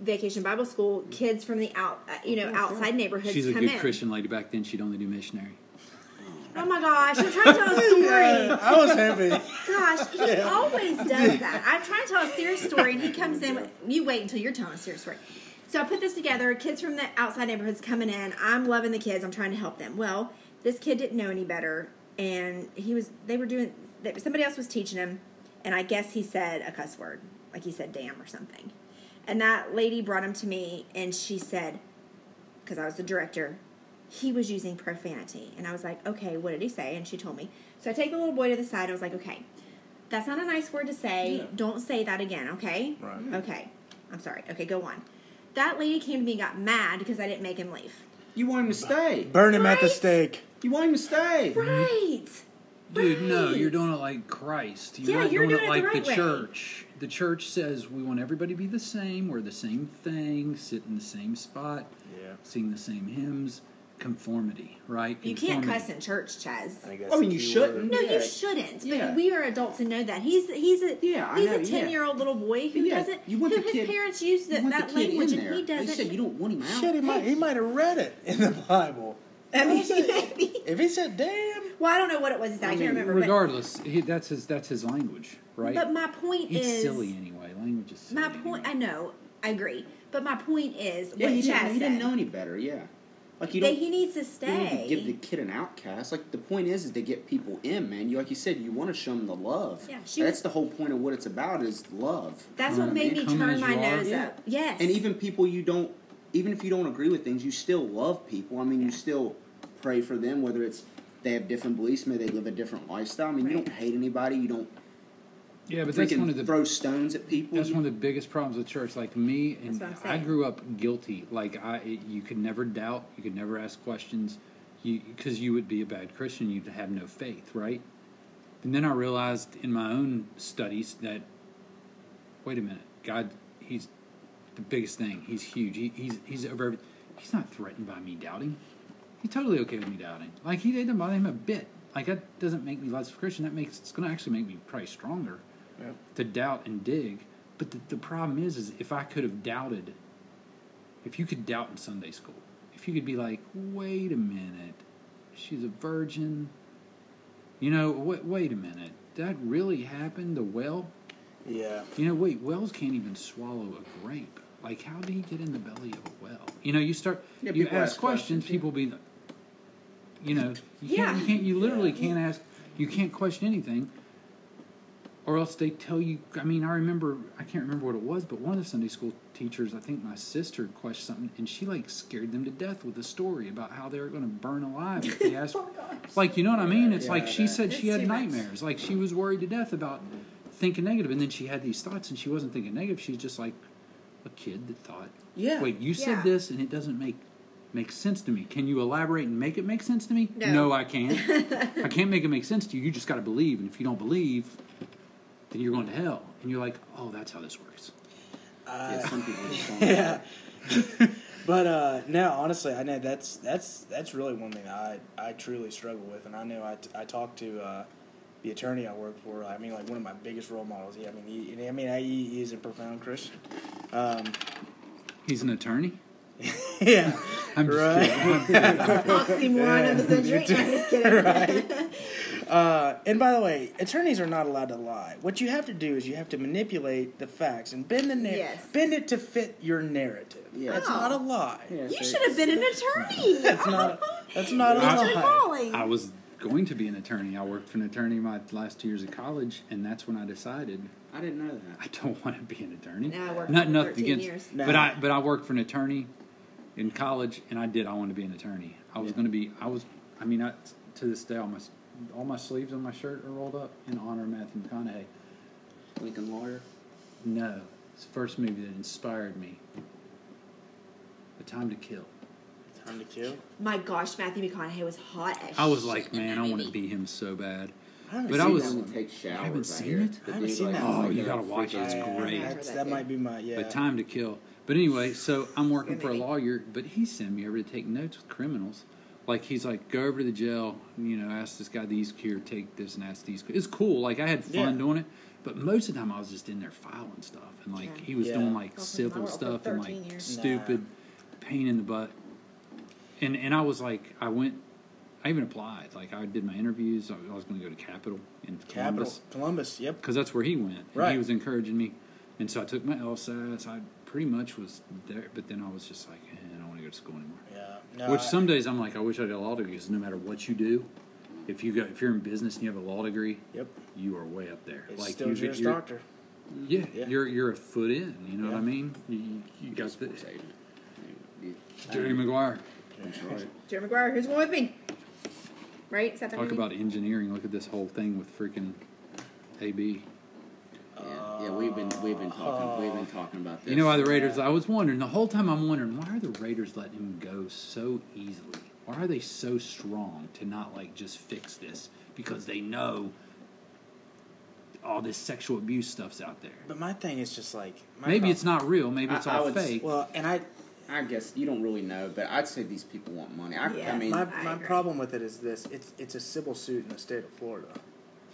Speaker 2: Vacation Bible School kids from the out, uh, you know, outside neighborhoods
Speaker 1: Oh, She's a
Speaker 2: come
Speaker 1: good
Speaker 2: in.
Speaker 1: Christian lady. Back then, she'd only do missionary.
Speaker 2: Oh my gosh! I'm trying to tell a story.
Speaker 4: I was happy.
Speaker 2: Gosh, he always does that. I'm trying to tell a serious story, and he comes in. with- You wait until you're telling a serious story. So I put this together. Kids from the outside neighborhoods coming in. I'm loving the kids. I'm trying to help them. Well, this kid didn't know any better, and he was. They were doing. that- Somebody else was teaching him, and I guess he said a cuss word, like he said "damn" or something. And that lady brought him to me, and she said, because I was the director, he was using profanity. And I was like, okay, what did he say? And she told me. So I take the little boy to the side. I was like, okay, that's not a nice word to say. Don't say that again, okay?
Speaker 4: Right.
Speaker 2: Okay. I'm sorry. Okay, go on. That lady came to me and got mad because I didn't make him leave.
Speaker 3: You want him to stay.
Speaker 4: Burn him at the
Speaker 2: Right?
Speaker 4: stake.
Speaker 3: You want him to stay.
Speaker 2: Right.
Speaker 1: Dude, no,
Speaker 2: Right.
Speaker 1: you're doing it like Christ. You're
Speaker 2: Yeah,
Speaker 1: not
Speaker 2: you're
Speaker 1: doing,
Speaker 2: doing
Speaker 1: it
Speaker 2: it
Speaker 1: like
Speaker 2: the
Speaker 1: the,
Speaker 2: right way.
Speaker 1: church. The church says we want everybody to be the same, wear the same thing, sit in the same spot,
Speaker 4: Yeah.
Speaker 1: sing the same hymns. Conformity, right?
Speaker 2: You can't
Speaker 1: Conformity.
Speaker 2: cuss in church, Chaz.
Speaker 4: think that's
Speaker 3: I mean,
Speaker 4: the
Speaker 3: you
Speaker 4: key
Speaker 3: shouldn't.
Speaker 4: word.
Speaker 2: No,
Speaker 3: Yeah.
Speaker 2: you shouldn't. But
Speaker 3: Yeah.
Speaker 2: we are adults and know that. He's he's a
Speaker 3: Yeah, I
Speaker 2: he's
Speaker 3: know,
Speaker 2: a
Speaker 3: yeah.
Speaker 2: ten year old little boy who
Speaker 3: Yeah,
Speaker 2: doesn't
Speaker 3: you
Speaker 2: who
Speaker 3: want the
Speaker 2: his
Speaker 3: kid-
Speaker 2: parents use
Speaker 3: You
Speaker 2: that,
Speaker 3: want the
Speaker 2: that
Speaker 3: kid in
Speaker 2: language and
Speaker 3: there.
Speaker 2: he
Speaker 3: They
Speaker 2: doesn't.
Speaker 3: said you don't want him out.
Speaker 4: Shit, he might he might have read it in the Bible.
Speaker 2: I mean,
Speaker 4: If he said-
Speaker 2: maybe.
Speaker 4: if he said, "Damn,"
Speaker 2: Well, I don't know what it was. exactly. I, can't remember. but-
Speaker 1: Regardless, he, that's his that's his language, right?
Speaker 2: But, my point
Speaker 1: it's
Speaker 2: is,
Speaker 1: silly anyway. Language is silly.
Speaker 2: my point. I
Speaker 1: anyway.
Speaker 2: know, I agree. But my point is,
Speaker 3: Yeah,
Speaker 2: what
Speaker 3: he,
Speaker 2: Chaz
Speaker 3: didn't,
Speaker 2: said,
Speaker 3: he didn't know any better. Yeah. Like you
Speaker 2: that
Speaker 3: don't.
Speaker 2: he needs to
Speaker 3: you don't need
Speaker 2: stay.
Speaker 3: to give the kid an outcast. Like the point is, is to get people in, man. You like you said, you want to show them the love.
Speaker 2: Yeah, she
Speaker 3: That's
Speaker 2: was-
Speaker 3: the whole point of what it's about is love.
Speaker 2: That's
Speaker 1: Come
Speaker 2: what
Speaker 1: on,
Speaker 2: made
Speaker 1: man.
Speaker 2: me
Speaker 1: Come
Speaker 2: turn
Speaker 1: as
Speaker 2: my
Speaker 1: you are.
Speaker 2: nose
Speaker 3: Yeah.
Speaker 2: up. Yes,
Speaker 3: And even people you don't, even if you don't agree with things, you still love people. I mean, you
Speaker 2: Yeah.
Speaker 3: still pray for them, whether it's they have different beliefs, maybe they live a different lifestyle. I mean, you
Speaker 2: Right.
Speaker 3: don't hate anybody. You don't
Speaker 1: Yeah, but that's
Speaker 3: freaking
Speaker 1: one of the
Speaker 3: throw stones at people.
Speaker 1: That's one of the biggest problems with church. Like me, and
Speaker 2: That's what I'm
Speaker 1: I
Speaker 2: saying.
Speaker 1: grew up guilty. Like I, it- you could never doubt. You could never ask questions. You because you would be a bad Christian. You'd have no faith, right? And then I realized in my own studies that, wait a minute, God, He's the biggest thing. He's huge. He, he's He's over. every- He's not threatened by me doubting. He's totally okay with me doubting. Like he didn't bother him a bit. Like that doesn't make me less of a Christian. That makes it's going to actually make me probably stronger to doubt and dig. But the, the problem is, is if I could have doubted, if you could doubt in Sunday school, if you could be like, wait a minute, she's a virgin. You know, wait, wait a minute, that really happened. The well,
Speaker 4: yeah,
Speaker 1: you know, wait, wells can't even swallow a grape. Like, how did he get in the belly of a well? You know, you start,
Speaker 3: Yeah,
Speaker 1: you
Speaker 3: people
Speaker 1: ask
Speaker 3: ask
Speaker 1: questions,
Speaker 3: questions,
Speaker 1: people be, like- you know, you
Speaker 2: Yeah.
Speaker 1: can't, you can't, you literally can't ask, you can't question anything, or else they tell you. I mean, I remember, I can't remember what it was, but one of the Sunday school teachers, I think my sister, questioned something, and she like scared them to death with a story about how they were going to burn alive if they asked. like, you know what I mean? It's
Speaker 4: Yeah,
Speaker 1: like she
Speaker 4: that-
Speaker 1: said she
Speaker 2: It's
Speaker 1: had
Speaker 2: too much.
Speaker 1: nightmares. It's Like she was worried to death about thinking negative, and then she had these thoughts, and she wasn't thinking negative. She's just like a kid that thought,
Speaker 3: Yeah.
Speaker 1: wait, you said
Speaker 2: Yeah.
Speaker 1: this, and it doesn't make makes sense to me. Can you elaborate and make it make sense to me?
Speaker 2: No.
Speaker 1: I can't. I can't make it make sense to you. You just got to believe, and if you don't believe, then you're going to hell. And you're like, oh, that's how this works.
Speaker 3: yeah, some people just don't.
Speaker 4: yeah. but uh, no, honestly, I know that's that's that's really one thing I I truly struggle with, and I know I, t- I talked to uh, the attorney I work for. I mean, like one of my biggest role models. Yeah, I mean, he, and I mean, I, he, he is a profound Christian. Um,
Speaker 1: He's an attorney.
Speaker 4: yeah,
Speaker 1: I'm just
Speaker 4: right.
Speaker 2: Oxymoron of the century. No, I'm just kidding.
Speaker 4: Uh, and by the way, attorneys are not allowed to lie. What you have to do is you have to manipulate the facts and bend the narrative,
Speaker 2: Yes.
Speaker 4: bend it to fit your narrative.
Speaker 3: Yeah.
Speaker 4: That's
Speaker 2: Wow.
Speaker 4: not a lie.
Speaker 3: Yeah,
Speaker 2: You
Speaker 3: so
Speaker 2: should have been an attorney.
Speaker 4: That's not. That's not a
Speaker 2: That's your
Speaker 4: lie.
Speaker 2: calling.
Speaker 1: I was going to be an attorney. I worked for an attorney my last two years of college, and that's when I decided
Speaker 3: I didn't know that.
Speaker 1: I don't want to be an attorney.
Speaker 2: No, I worked
Speaker 1: Not
Speaker 2: for
Speaker 1: nothing
Speaker 2: 13
Speaker 1: against,
Speaker 2: years.
Speaker 4: No.
Speaker 1: but I but I worked for an attorney in college, and I did. I wanted to be an attorney. I was going to be. I was. I mean, I, to this day, all my s- all my sleeves on my shirt are rolled up in honor of Matthew McConaughey.
Speaker 3: Lincoln lawyer.
Speaker 1: No, it's the first movie that inspired me. The Time to Kill.
Speaker 4: Time to kill.
Speaker 2: My gosh, Matthew McConaughey was hot as
Speaker 1: I was
Speaker 2: shit
Speaker 1: like,
Speaker 2: in that
Speaker 1: man, I want to
Speaker 2: movie.
Speaker 1: be him so bad.
Speaker 4: I haven't
Speaker 1: But
Speaker 4: seen
Speaker 1: I was-
Speaker 4: that
Speaker 3: That
Speaker 4: one.
Speaker 3: one takes showers.
Speaker 1: haven't
Speaker 3: I
Speaker 1: seen
Speaker 3: hear.
Speaker 1: it?
Speaker 3: The
Speaker 4: I haven't
Speaker 3: dude,
Speaker 4: seen
Speaker 3: like,
Speaker 4: that
Speaker 3: is,
Speaker 4: one.
Speaker 1: Oh,
Speaker 3: like,
Speaker 1: you
Speaker 3: a
Speaker 1: gotta watch it.
Speaker 3: freaking-
Speaker 1: It's
Speaker 4: I-
Speaker 1: great.
Speaker 4: I That's,
Speaker 2: Remember
Speaker 4: that
Speaker 2: that
Speaker 4: might
Speaker 2: dude.
Speaker 4: be my yeah.
Speaker 1: But Time to Kill. But anyway, so I'm working for a
Speaker 2: movie.
Speaker 1: lawyer, but he sent me over to take notes with criminals. Like he's like, go over to the jail, and, you know, ask this guy these here, take this and ask these. It's cool. Like I had fun
Speaker 4: Yeah.
Speaker 1: doing it, but most of the time I was just in there filing stuff, and like
Speaker 2: Yeah.
Speaker 1: he was
Speaker 4: Yeah.
Speaker 1: doing like
Speaker 2: Well, I
Speaker 1: civil
Speaker 2: worked for
Speaker 1: stuff and
Speaker 2: 13
Speaker 1: like
Speaker 2: years.
Speaker 1: stupid pain in the butt. And and I was like, I went, I even applied. Like I did my interviews. I was going to go to Capitol in
Speaker 4: Capital
Speaker 1: Columbus
Speaker 4: Columbus. Yep.
Speaker 1: because that's where he went. And
Speaker 4: Right.
Speaker 1: he was encouraging me, and so I took my LSATs. I pretty much was there, but then I was just like, eh, I don't want to go to school anymore.
Speaker 4: Yeah. No,
Speaker 1: Which
Speaker 4: I-
Speaker 1: some days I'm like, I wish I had a law degree because no matter what you do, if you go, if you're in business and you have a law degree,
Speaker 4: Yep.
Speaker 1: you are way up there.
Speaker 4: It's
Speaker 1: like
Speaker 4: still
Speaker 1: you,
Speaker 4: Juris
Speaker 1: you're,
Speaker 4: Doctor.
Speaker 1: Yeah,
Speaker 4: Yeah.
Speaker 1: you're you're a foot in. You know what I
Speaker 4: Yeah.
Speaker 1: mean? You, you- you got the
Speaker 3: Sports agent.
Speaker 1: Jerry Maguire.
Speaker 3: That's right.
Speaker 2: Jerry McGuire, who's going with me? Right? Is that the
Speaker 1: Talk
Speaker 2: movie?
Speaker 1: about engineering. Look at this whole thing with freaking AB.
Speaker 3: Yeah, yeah, we've been we've been talking we've been talking about this.
Speaker 1: Oh. You know why the Raiders? I was wondering the whole time. I'm wondering why are the Raiders letting him go so easily? Why are they so strong to not like just fix this? Because they know all this sexual abuse stuff's out there.
Speaker 4: But my thing is just like my
Speaker 1: Maybe
Speaker 4: prob-
Speaker 1: it's not real. Maybe it's
Speaker 3: I- I
Speaker 1: all
Speaker 3: would s-
Speaker 1: fake.
Speaker 4: Well, and I
Speaker 3: I guess you don't really know, but I'd say these people want money. I,
Speaker 2: Yeah.
Speaker 3: I mean,
Speaker 4: my,
Speaker 2: I
Speaker 4: my
Speaker 2: agree.
Speaker 4: problem with it is this: it's it's a civil suit in the state of Florida.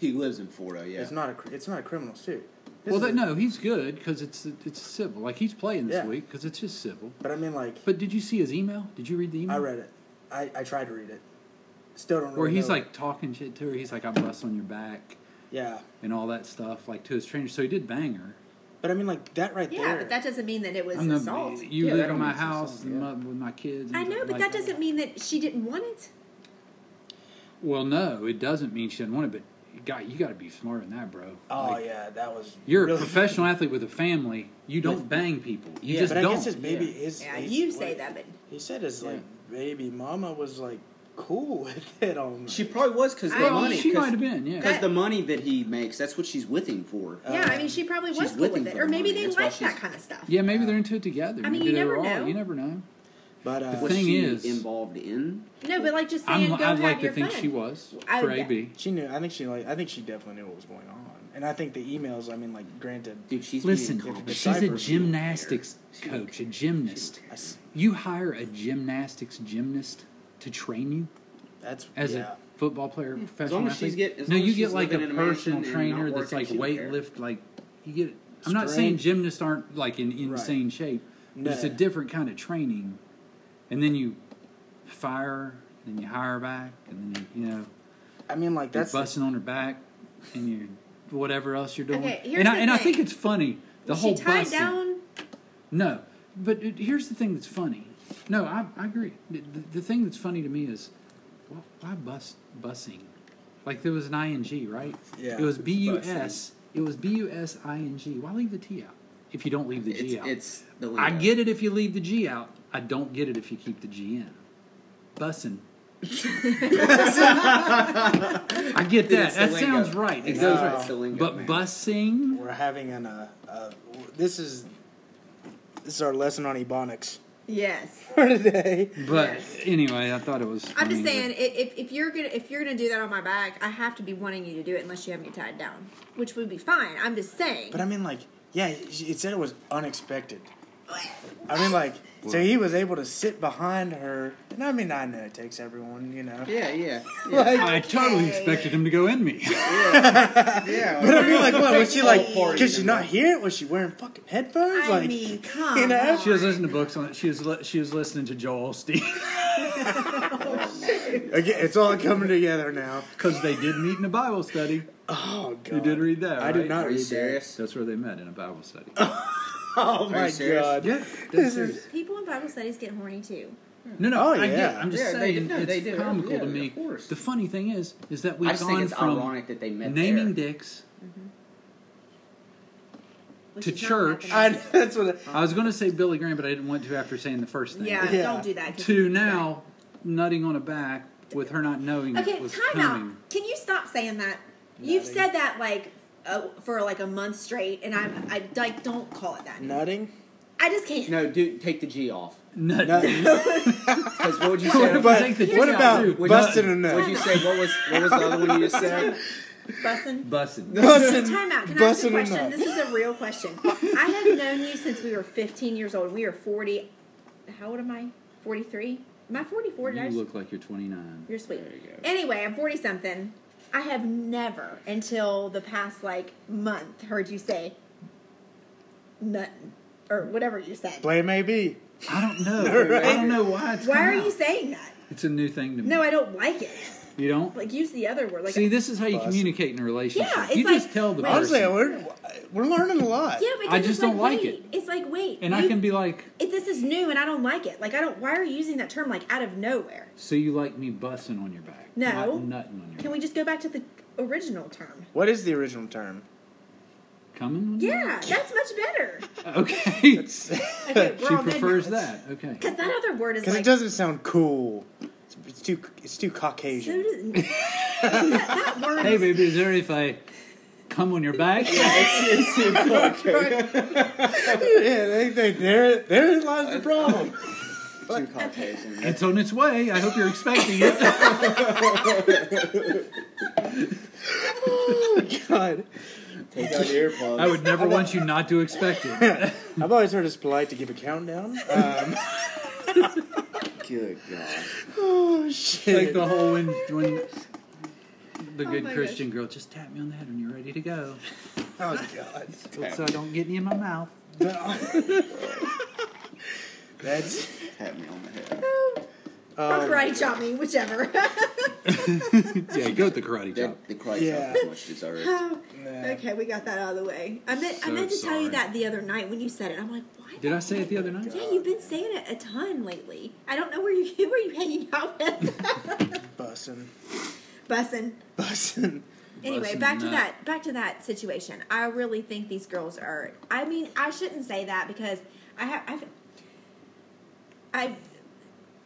Speaker 3: he lives in Florida. Yeah,
Speaker 4: It's not a cr- it's not a criminal suit. This
Speaker 1: Well,
Speaker 4: is
Speaker 1: that,
Speaker 4: a-
Speaker 1: no, he's good because it's it's civil. Like he's playing this
Speaker 4: Yeah.
Speaker 1: week because it's just civil.
Speaker 4: But I mean, like
Speaker 1: But did you see his email? Did you read the email?
Speaker 4: I read it. I, I tried to read it. Still don't. Really
Speaker 1: Where he's
Speaker 4: know.
Speaker 1: like talking shit to her. He's like, "I bust on your back"
Speaker 4: yeah.
Speaker 1: and all that stuff, like to his trainer. So he did bang her.
Speaker 4: But I mean, like that right
Speaker 2: Yeah,
Speaker 4: there.
Speaker 2: but that doesn't mean that it was
Speaker 1: I'm the-
Speaker 2: assault.
Speaker 1: You
Speaker 3: Yeah,
Speaker 1: live
Speaker 3: that
Speaker 1: in my
Speaker 3: means assault,
Speaker 1: house and my-
Speaker 3: yeah.
Speaker 1: with my kids. and
Speaker 2: I know, but
Speaker 1: like-
Speaker 2: that doesn't mean that she didn't want it.
Speaker 1: Well, no, it doesn't mean she doesn't want it. But God, you got to be smarter than that, bro.
Speaker 4: oh
Speaker 1: Like,
Speaker 4: yeah, that was.
Speaker 1: You're
Speaker 4: really,
Speaker 1: a professional athlete with a family. You don't bang people. You
Speaker 4: Yeah,
Speaker 1: just
Speaker 4: but
Speaker 1: don't.
Speaker 4: I guess his baby
Speaker 3: Yeah.
Speaker 4: is.
Speaker 2: Yeah,
Speaker 4: he's-
Speaker 2: you say
Speaker 4: wait,
Speaker 2: that, but
Speaker 4: He said his
Speaker 3: Yeah.
Speaker 4: like baby mama was like cool with it almost.
Speaker 3: She probably was because the
Speaker 2: I mean,
Speaker 1: Well,
Speaker 3: money.
Speaker 1: she might have
Speaker 3: Because
Speaker 1: been. Yeah.
Speaker 2: That-
Speaker 3: the money that he makes, that's what she's with him for.
Speaker 2: yeah, I mean, she probably was
Speaker 3: uh, she's
Speaker 2: cool
Speaker 3: looking
Speaker 2: with it,
Speaker 3: for
Speaker 2: or
Speaker 3: the
Speaker 2: maybe
Speaker 3: money.
Speaker 2: they
Speaker 3: That's why
Speaker 2: like that
Speaker 3: she's-
Speaker 2: kind of stuff.
Speaker 1: yeah, maybe they're into it together.
Speaker 2: I mean,
Speaker 1: maybe
Speaker 2: you
Speaker 1: they
Speaker 2: never
Speaker 1: were all-
Speaker 2: know.
Speaker 1: You never know.
Speaker 4: But uh,
Speaker 3: was
Speaker 1: thing
Speaker 3: she
Speaker 1: is-
Speaker 3: involved in?
Speaker 2: No, but like just saying,
Speaker 1: I'm,
Speaker 2: go
Speaker 1: I'd
Speaker 2: have
Speaker 1: like
Speaker 2: your
Speaker 1: to think
Speaker 2: fun.
Speaker 1: she was
Speaker 2: I-
Speaker 1: for
Speaker 2: yeah.
Speaker 1: AB.
Speaker 4: she knew. I think she like. I think she definitely knew what was going on. And I think the emails. I mean, like granted,
Speaker 3: Dude, she's being
Speaker 1: Listen,
Speaker 3: called
Speaker 1: she's
Speaker 4: Cypher, she
Speaker 1: a
Speaker 4: don't
Speaker 3: decipher.
Speaker 1: gymnastics
Speaker 3: She don't
Speaker 1: coach, a gymnast.
Speaker 4: I s
Speaker 1: You hire a gymnastics gymnast to train you.
Speaker 4: that's
Speaker 1: as
Speaker 4: yeah.
Speaker 1: a football player, professional
Speaker 3: long as
Speaker 1: athlete.
Speaker 3: she's get- as
Speaker 1: no,
Speaker 3: long
Speaker 1: you
Speaker 3: as
Speaker 1: get
Speaker 3: she's
Speaker 1: like a
Speaker 3: living in a mansion
Speaker 1: personal
Speaker 3: and not
Speaker 1: trainer that's
Speaker 3: working,
Speaker 1: like
Speaker 3: she don't care.
Speaker 1: weightlift. Like you get. I'm not
Speaker 4: Strength.
Speaker 1: saying gymnasts aren't like in insane shape, but
Speaker 4: No.
Speaker 1: it's a different kind of training. And then you fire, then you hire back, and then you, you know
Speaker 4: I mean, like that's
Speaker 1: you're busting on her back, and you whatever else you're doing.
Speaker 2: Okay, here's
Speaker 1: and I
Speaker 2: the
Speaker 1: and I
Speaker 2: thing.
Speaker 1: think it's funny the
Speaker 2: Was
Speaker 1: whole
Speaker 2: she tied
Speaker 1: busting.
Speaker 2: down.
Speaker 1: No, but it, here's the thing that's funny. No, I, I agree. The, the, the thing that's funny to me is why, why bus busing? Like there was an ing, right?
Speaker 4: Yeah,
Speaker 1: It was
Speaker 4: it's
Speaker 1: b u s. It was b u s i n g. Why leave the t out? If you don't leave the
Speaker 3: It's,
Speaker 1: g out,
Speaker 3: it's the lingo.
Speaker 1: I get it if you leave the g out. I don't get it if you keep the g in. Bussing. I get
Speaker 3: Dude,
Speaker 1: that.
Speaker 3: it's the
Speaker 1: That
Speaker 3: lingo.
Speaker 1: sounds right. It
Speaker 3: It's
Speaker 1: sounds
Speaker 3: the-
Speaker 1: right.
Speaker 3: it's the lingo,
Speaker 1: But
Speaker 3: man.
Speaker 1: bussing.
Speaker 4: we're having an uh, uh, this is this is our lesson on ebonics.
Speaker 2: Yes.
Speaker 4: for today.
Speaker 1: But
Speaker 2: Yes.
Speaker 1: anyway, I thought it was.
Speaker 2: I'm
Speaker 1: funny
Speaker 2: just
Speaker 1: that-
Speaker 2: saying, i- if, if you're gonna if you're gonna do that on my back, I have to be wanting you to do it unless you have me tied down, which would be fine. I'm just saying.
Speaker 4: But I mean, like, yeah, it said it was unexpected. I mean, like, so he was able to sit behind her, and I mean, I know it takes everyone, you know.
Speaker 3: Yeah, yeah, yeah.
Speaker 4: Like,
Speaker 1: I totally expected him to go in me.
Speaker 3: yeah.
Speaker 4: but I mean, like, what was she like?
Speaker 2: All parties
Speaker 4: Could she not hear it? Was she wearing fucking headphones?
Speaker 2: I
Speaker 4: like,
Speaker 2: mean, come
Speaker 4: you know?
Speaker 2: on.
Speaker 1: She was listening to books on it. She was li- she was listening to Joel Osteen
Speaker 4: again, it's all coming together now.
Speaker 1: because they did meet in a Bible study.
Speaker 4: Oh god,
Speaker 1: You did read that?
Speaker 4: I did
Speaker 1: right?
Speaker 4: not
Speaker 3: Are
Speaker 4: read
Speaker 3: you
Speaker 4: that.
Speaker 3: serious?
Speaker 1: That's where they met in a Bible study.
Speaker 4: Oh
Speaker 3: Are
Speaker 4: my
Speaker 3: you serious?
Speaker 4: god.
Speaker 1: yeah.
Speaker 4: This
Speaker 1: This
Speaker 4: is-
Speaker 1: is,
Speaker 2: People in Bible studies get horny too.
Speaker 1: no, no.
Speaker 4: Oh,
Speaker 1: I get,
Speaker 4: yeah.
Speaker 1: I'm just
Speaker 3: Yeah, they
Speaker 1: saying
Speaker 3: did- no,
Speaker 1: it's
Speaker 3: they did.
Speaker 1: comical
Speaker 3: Yeah,
Speaker 1: to
Speaker 3: of
Speaker 1: me.
Speaker 3: course.
Speaker 1: The funny thing is, is that we've
Speaker 3: I just think
Speaker 1: gone
Speaker 3: it's
Speaker 1: from
Speaker 3: ironic that they met
Speaker 1: naming
Speaker 3: there.
Speaker 1: dicks.
Speaker 2: which
Speaker 1: To
Speaker 2: is not
Speaker 1: church.
Speaker 4: I,
Speaker 2: happening.
Speaker 4: that's what. I,
Speaker 1: I was going to say Billy Graham, but I didn't want to after saying the first thing.
Speaker 2: Yeah,
Speaker 4: Yeah.
Speaker 2: don't do that. 'cause
Speaker 1: To
Speaker 2: it's-
Speaker 1: now nutting on a back with her not knowing
Speaker 2: Okay,
Speaker 1: it was
Speaker 2: time
Speaker 1: coming.
Speaker 2: out. Can you stop saying that? You've
Speaker 4: Nutting.
Speaker 2: said that like uh, for like a month straight, and I'm I like don't call it that.
Speaker 4: nutting.
Speaker 2: I just can't.
Speaker 3: No, dude, take the G off.
Speaker 1: Nut.
Speaker 4: Nutting.
Speaker 3: Because what would you
Speaker 1: What
Speaker 3: say?
Speaker 1: about-
Speaker 4: But
Speaker 1: Take the G
Speaker 4: what
Speaker 1: out,
Speaker 4: about
Speaker 1: too.
Speaker 4: busting a
Speaker 1: Would-
Speaker 4: nut?
Speaker 3: Would you say what was what was the other one you just said?
Speaker 2: Bussin.
Speaker 1: Bussin'.
Speaker 4: Busting.
Speaker 2: Time out. Can I ask a
Speaker 4: busting a
Speaker 2: question?
Speaker 4: nut.
Speaker 2: This is a real question. I have known you since we were 15 years old. We are 40. How old am I? 43. Am I 44? Did I
Speaker 1: You
Speaker 2: just-
Speaker 1: look like you're 29.
Speaker 2: You're sweet.
Speaker 3: you go.
Speaker 2: Anyway, I'm 40 something. I have never, until the past like month, heard you say nothing or whatever you said.
Speaker 4: Blame AB.
Speaker 1: I don't know. I don't know why it's
Speaker 2: Why
Speaker 1: come
Speaker 2: are you
Speaker 1: out.
Speaker 2: saying that?
Speaker 1: It's a new thing to me.
Speaker 2: No, I don't like it.
Speaker 1: you don't.
Speaker 2: Like use the other word. Like
Speaker 1: See, this is how you
Speaker 4: Bussin'.
Speaker 1: communicate in a relationship.
Speaker 2: Yeah, it's
Speaker 1: you
Speaker 2: like-
Speaker 1: just tell the
Speaker 2: Wait.
Speaker 1: person.
Speaker 4: Honestly, we're we're learning a lot.
Speaker 2: yeah, because
Speaker 1: I
Speaker 2: it's
Speaker 1: just don't
Speaker 2: like,
Speaker 1: like
Speaker 2: wait.
Speaker 1: it.
Speaker 2: It's like wait,
Speaker 1: and
Speaker 2: you,
Speaker 1: I can be like,
Speaker 2: If this is new and I don't like it, like I don't. Why are you using that term like out of nowhere?
Speaker 1: so you like me bussing on your back?
Speaker 2: No.
Speaker 1: Not nutting on your
Speaker 2: Can
Speaker 1: back.
Speaker 2: we just go back to the original term?
Speaker 4: What is the original term?
Speaker 1: Coming? on your
Speaker 2: Yeah, that's much better.
Speaker 1: back? Okay.
Speaker 4: It's
Speaker 2: Okay, we're
Speaker 1: she
Speaker 2: all good
Speaker 1: prefers
Speaker 2: now.
Speaker 1: that. Okay.
Speaker 2: Because that other word is
Speaker 4: because
Speaker 2: like
Speaker 4: it doesn't sound cool. It's, it's too it's too
Speaker 2: So
Speaker 4: Caucasian.
Speaker 2: does, that, that word
Speaker 1: Hey,
Speaker 2: is-
Speaker 1: baby, is there if I come on your back?
Speaker 4: yeah, they, they, there therein lies the problem.
Speaker 3: Two Caucasian.
Speaker 1: It's on its way. I hope you're expecting it.
Speaker 4: oh God!
Speaker 3: Take out your earplugs.
Speaker 1: I would never want you not to expect it.
Speaker 4: I've always heard it's polite to give a countdown. Um,
Speaker 3: Good God.
Speaker 4: oh
Speaker 1: Like
Speaker 4: shit!
Speaker 1: the whole when, when the
Speaker 2: Oh
Speaker 1: good
Speaker 2: my
Speaker 1: Christian girl just tap me on the head when you're ready to go,
Speaker 4: oh God!
Speaker 1: so I don't get any in my mouth.
Speaker 4: That's
Speaker 3: Pat me on the head.
Speaker 1: Um,
Speaker 2: or karate chop me, whichever.
Speaker 1: Yeah, go with the karate chop.
Speaker 3: That, the Christ
Speaker 4: Yeah.
Speaker 3: yeah. is much deserved.
Speaker 2: okay, we got that out of the way. I meant I
Speaker 1: So
Speaker 2: meant to tell you
Speaker 1: sorry.
Speaker 2: that the other night when you said it. I'm like, why?
Speaker 1: Did I say it the other night?
Speaker 2: Yeah, you've been saying it a ton lately. I don't know where you who are you hanging out with.
Speaker 4: bussin,
Speaker 2: Bussin.
Speaker 4: bussin.
Speaker 2: Anyway,
Speaker 1: Bussin'
Speaker 2: back to
Speaker 1: nut.
Speaker 2: that back to that situation. I really think these girls are. I mean, I shouldn't say that because I have I've, I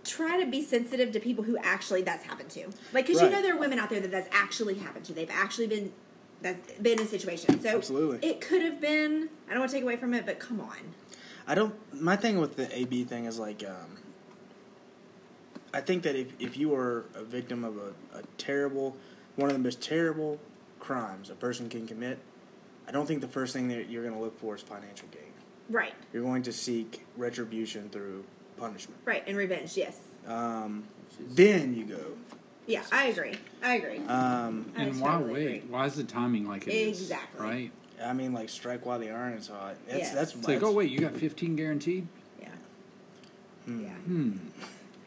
Speaker 2: try to be sensitive to people who actually that's happened to. Like, because you
Speaker 4: Right.
Speaker 2: know there are women out there that that's actually happened to. They've actually been that's been in a situation. So
Speaker 4: Absolutely.
Speaker 2: it could have been. I don't want to take away from it, but come on.
Speaker 4: I don't. My thing with the AB thing is like, um, I think that if, if you are a victim of a, a terrible, one of the most terrible crimes a person can commit, I don't think the first thing that you're going to look for is financial gain.
Speaker 2: Right,
Speaker 4: You're going to seek retribution through punishment.
Speaker 2: right, and revenge. Yes,
Speaker 4: Um, then you go.
Speaker 2: yeah, I agree. I agree.
Speaker 4: Um,
Speaker 2: I
Speaker 1: And why
Speaker 2: totally
Speaker 1: wait?
Speaker 2: agree.
Speaker 1: Why is the timing like it is?
Speaker 2: Exactly.
Speaker 1: Right?
Speaker 4: I mean, like strike while the iron is hot. That's
Speaker 2: Yes.
Speaker 4: that's
Speaker 1: It's like, oh wait, you got 15 guaranteed.
Speaker 2: Yeah, yeah,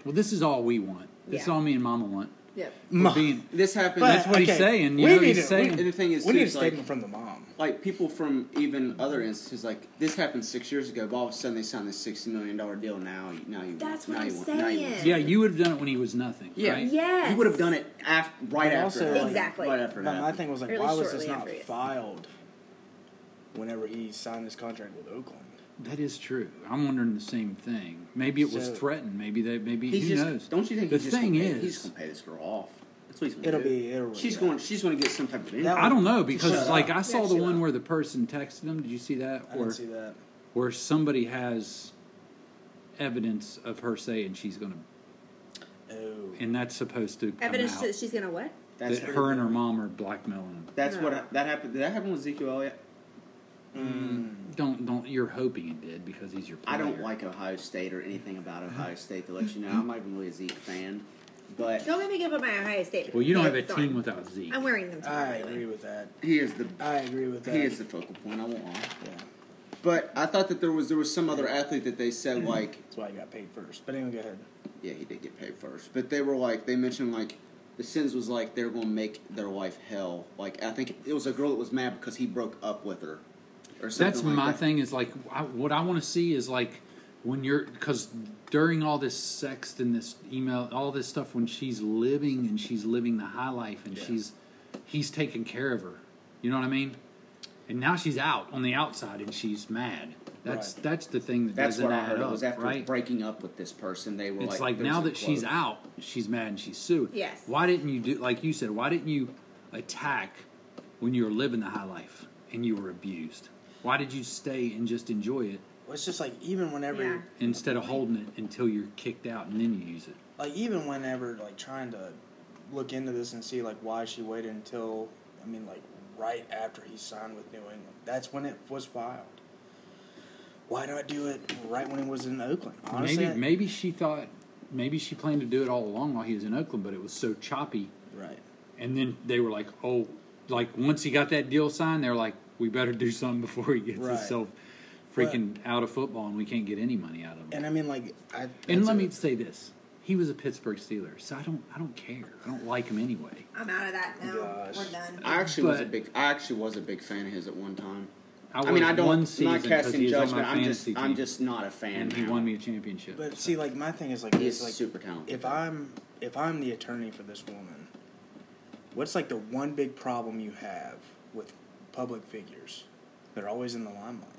Speaker 1: Well, this is all we want. This is
Speaker 2: Yeah.
Speaker 1: all me and Mama want.
Speaker 2: yep.
Speaker 1: We're
Speaker 4: Ma-
Speaker 1: being-
Speaker 3: This happened.
Speaker 4: But-
Speaker 1: that's what he's
Speaker 4: okay,
Speaker 1: saying. You
Speaker 4: we
Speaker 1: know what
Speaker 4: need
Speaker 1: he's
Speaker 4: to- we-
Speaker 1: saying.
Speaker 3: and the thing is,
Speaker 4: we
Speaker 3: too,
Speaker 4: need a
Speaker 3: is like,
Speaker 4: statement from the mom.
Speaker 3: like people from even other instances, like this happened six years ago, but all of a sudden they signed this sixty million dollar deal. Now, you- now you.
Speaker 2: That's
Speaker 3: now
Speaker 2: what
Speaker 3: you
Speaker 2: I'm
Speaker 3: want, now you
Speaker 2: saying.
Speaker 3: want.
Speaker 1: yeah, you would have done it when he was nothing.
Speaker 3: Yeah.
Speaker 1: Right?
Speaker 2: Yes.
Speaker 3: You would have done it af- right
Speaker 4: But
Speaker 3: after.
Speaker 4: also,
Speaker 3: that.
Speaker 4: like-
Speaker 2: Exactly.
Speaker 3: Right after
Speaker 4: But
Speaker 3: that.
Speaker 4: my thing was like,
Speaker 2: Or at
Speaker 4: why
Speaker 2: least
Speaker 4: was this
Speaker 2: shortly
Speaker 4: not
Speaker 2: after, yes.
Speaker 4: filed whenever he signed this contract with Oakland?
Speaker 1: That is true. I'm wondering the same thing. Maybe it was
Speaker 4: So-
Speaker 1: threatened. Maybe they. Maybe
Speaker 3: He's
Speaker 1: who
Speaker 3: just.
Speaker 1: knows?
Speaker 3: Don't you think
Speaker 1: the
Speaker 3: he's just
Speaker 1: thing
Speaker 3: gonna pay,
Speaker 1: is?
Speaker 3: he's gonna pay this girl off? That's what he's gonna
Speaker 4: It'll
Speaker 3: do.
Speaker 4: be- it'll-
Speaker 3: She's
Speaker 4: yeah.
Speaker 3: going. She's going to get some type of.
Speaker 4: That
Speaker 1: I don't know because
Speaker 4: Shut
Speaker 1: like
Speaker 4: up.
Speaker 1: I saw
Speaker 2: Yeah,
Speaker 1: the
Speaker 2: shut
Speaker 1: one
Speaker 2: up.
Speaker 1: where the person texted him. Did you see that?
Speaker 4: I
Speaker 1: Or
Speaker 4: didn't see that.
Speaker 1: where somebody has evidence of her saying she's going to,
Speaker 4: Oh.
Speaker 1: and that's supposed to come
Speaker 2: Evidence
Speaker 1: out
Speaker 2: that she's gonna what?
Speaker 3: That's
Speaker 1: that
Speaker 3: what-
Speaker 1: her and her mom are blackmailing. him.
Speaker 3: That's what I- that happened. Did that happen with Ezekiel Elliott?
Speaker 1: Don't don't. You're hoping it did because he's your. Player.
Speaker 3: I don't like Ohio State or anything about
Speaker 4: Uh-huh.
Speaker 3: Ohio State to let you know. I'm not even really a Zeke fan, but
Speaker 2: Don't make me give up my Ohio State.
Speaker 1: Well, you don't have a
Speaker 2: pants
Speaker 1: team
Speaker 2: on.
Speaker 1: without Zeke.
Speaker 2: I'm wearing them.
Speaker 4: I
Speaker 2: tomorrow,
Speaker 4: agree with that.
Speaker 3: he is the
Speaker 4: I agree with that.
Speaker 3: he is the focal point. I won't lie.
Speaker 4: yeah.
Speaker 3: But I thought that there was there was some other athlete that they said
Speaker 4: Mm-hmm.
Speaker 3: like
Speaker 4: That's why I got paid first. But anyway, go ahead.
Speaker 3: yeah he did get paid first, but they were like they mentioned like the sins was like they're going to make their life hell. Like I think it was a girl that was mad because he broke up with her. Or something
Speaker 1: That's
Speaker 3: like
Speaker 1: my
Speaker 3: that.
Speaker 1: thing. Is like I, what I want to see is like when you're because during all this sext and this email, all this stuff when she's living and she's living the high life and she's he's taking care of her. You know what I mean? And now she's out on the outside and she's mad. That's
Speaker 4: Right.
Speaker 1: that's the thing that
Speaker 3: That's
Speaker 1: doesn't
Speaker 3: what I
Speaker 1: add
Speaker 3: heard.
Speaker 1: up,
Speaker 3: it was after
Speaker 1: right?
Speaker 3: breaking up with this person. They were
Speaker 1: It's
Speaker 3: like
Speaker 1: like,
Speaker 3: there
Speaker 1: now
Speaker 3: was a
Speaker 1: that she's
Speaker 3: quote.
Speaker 1: out, she's mad and she's suing.
Speaker 2: Yes.
Speaker 1: Why didn't you do like you said? Why didn't you attack when you were living the high life and you were abused? Why did you stay and just enjoy it
Speaker 4: Well, it's just like even whenever,
Speaker 2: Yeah.
Speaker 1: instead of holding it until you're kicked out and then you use it?
Speaker 4: like even whenever, like trying to look into this and see like why she waited until I mean like right after he signed with New England. That's when it was filed. Why do I do it right when it was in Oakland? Honestly,
Speaker 1: maybe maybe she thought maybe she planned to do it all along while he was in Oakland, but it was so choppy.
Speaker 4: right.
Speaker 1: And then they were like, oh, like once he got that deal signed, they're like, we better do something before he gets
Speaker 4: Right.
Speaker 1: himself freaking out of football and we can't get any money out of him.
Speaker 4: And I mean, like, I
Speaker 1: And
Speaker 4: that's
Speaker 1: let
Speaker 4: a-
Speaker 1: me say this: he was a Pittsburgh Steeler, so I don't, I don't care. I don't like him anyway.
Speaker 2: I'm out of that now.
Speaker 4: Gosh.
Speaker 2: We're done.
Speaker 3: I actually was a
Speaker 1: But-
Speaker 3: big. I actually was a big fan of his at one time.
Speaker 1: I,
Speaker 3: I,
Speaker 1: was
Speaker 3: mean, I don't.
Speaker 1: One
Speaker 3: I'm
Speaker 1: season
Speaker 3: not
Speaker 1: 'cause
Speaker 3: casting
Speaker 1: he was on
Speaker 3: judgment.
Speaker 1: my
Speaker 3: I'm just.
Speaker 1: fantasy
Speaker 3: I'm
Speaker 1: team,
Speaker 3: just not a fan.
Speaker 1: and he
Speaker 3: now.
Speaker 1: won me a championship.
Speaker 4: But
Speaker 1: so.
Speaker 4: see, like my thing is like
Speaker 3: He
Speaker 4: this,
Speaker 3: is
Speaker 4: like
Speaker 3: super talented.
Speaker 4: If I'm if I'm the attorney for this woman, what's like the one big problem you have with public figures? They're always in the limelight.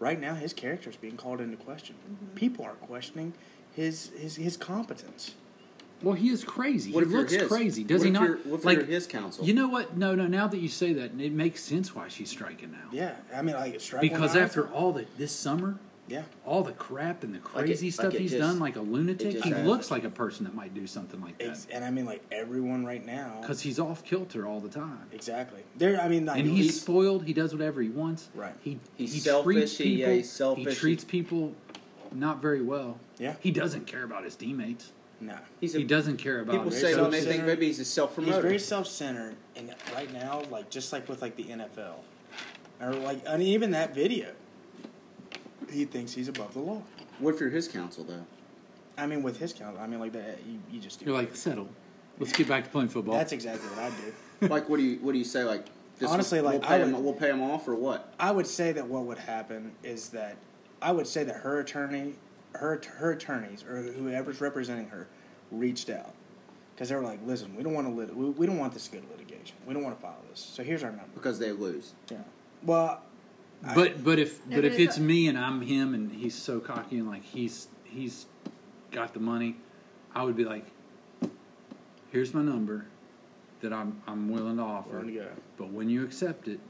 Speaker 4: Right now, his character is being called into question. People are questioning his his his competence.
Speaker 1: well, he is crazy.
Speaker 3: What
Speaker 1: he
Speaker 3: if you're
Speaker 1: looks
Speaker 3: his?
Speaker 1: crazy, does
Speaker 3: What
Speaker 1: he
Speaker 3: if
Speaker 1: not?
Speaker 3: you're- what if
Speaker 1: like
Speaker 3: you're his counsel?
Speaker 1: You know what? No, no. Now that you say that, it makes sense why she's striking now.
Speaker 4: Yeah, I mean, like strike one
Speaker 1: Because
Speaker 4: out.
Speaker 1: after all the this summer,
Speaker 4: yeah,
Speaker 1: all the crap and the
Speaker 3: it-
Speaker 1: crazy
Speaker 3: like
Speaker 1: stuff
Speaker 3: it
Speaker 1: he's
Speaker 3: just-
Speaker 1: done, like a lunatic,
Speaker 3: just
Speaker 1: he
Speaker 3: has-
Speaker 1: looks like a person that might do something like that.
Speaker 4: Ex- and I mean like everyone right now.
Speaker 1: Because he's off kilter all the time.
Speaker 4: exactly there, I mean, like,
Speaker 1: and he's, spoiled. He does whatever he wants.
Speaker 4: Right.
Speaker 1: He
Speaker 3: He's
Speaker 1: he
Speaker 3: selfish,
Speaker 1: Treats
Speaker 3: he-
Speaker 1: people,
Speaker 3: yeah, he's selfish,
Speaker 1: He
Speaker 3: he-
Speaker 1: treats people not very well.
Speaker 4: Yeah.
Speaker 1: He doesn't care about his teammates.
Speaker 4: no.
Speaker 3: He's a,
Speaker 1: He doesn't care about.
Speaker 3: People
Speaker 1: his
Speaker 3: say when they
Speaker 1: coaches.
Speaker 3: think maybe he's a self
Speaker 4: He's
Speaker 3: promoter.
Speaker 4: very self-centered, and right now, like just like with like the NFL, or like and even that video, he thinks he's above the law.
Speaker 3: What if you're his counsel though?
Speaker 4: I mean, with his counsel, I mean like that, eh, you, you just do.
Speaker 1: You're like settle. Let's get back to playing football.
Speaker 4: That's exactly what I do.
Speaker 3: like, what do you what do you say? Like, this
Speaker 4: Honestly,
Speaker 3: we'll
Speaker 4: like,
Speaker 3: pay
Speaker 4: I
Speaker 3: him,
Speaker 4: would-
Speaker 3: we'll pay him off or what?
Speaker 4: I would say that what would happen is that I would say that her attorney, her her attorneys or whoever's representing her, reached out because they were like, listen, we don't want to lit- we, we don't want this good litigation. We don't want to file this. So here's our number.
Speaker 3: Because they lose.
Speaker 4: Yeah. Well,
Speaker 1: but but if but
Speaker 2: No, but
Speaker 1: if
Speaker 2: it's
Speaker 1: it's
Speaker 2: a-
Speaker 1: me and I'm him and he's so cocky and like he's he's got the money, I would be like, here's my number that I'm I'm willing to offer.
Speaker 4: Willing to go.
Speaker 1: But when you accept it,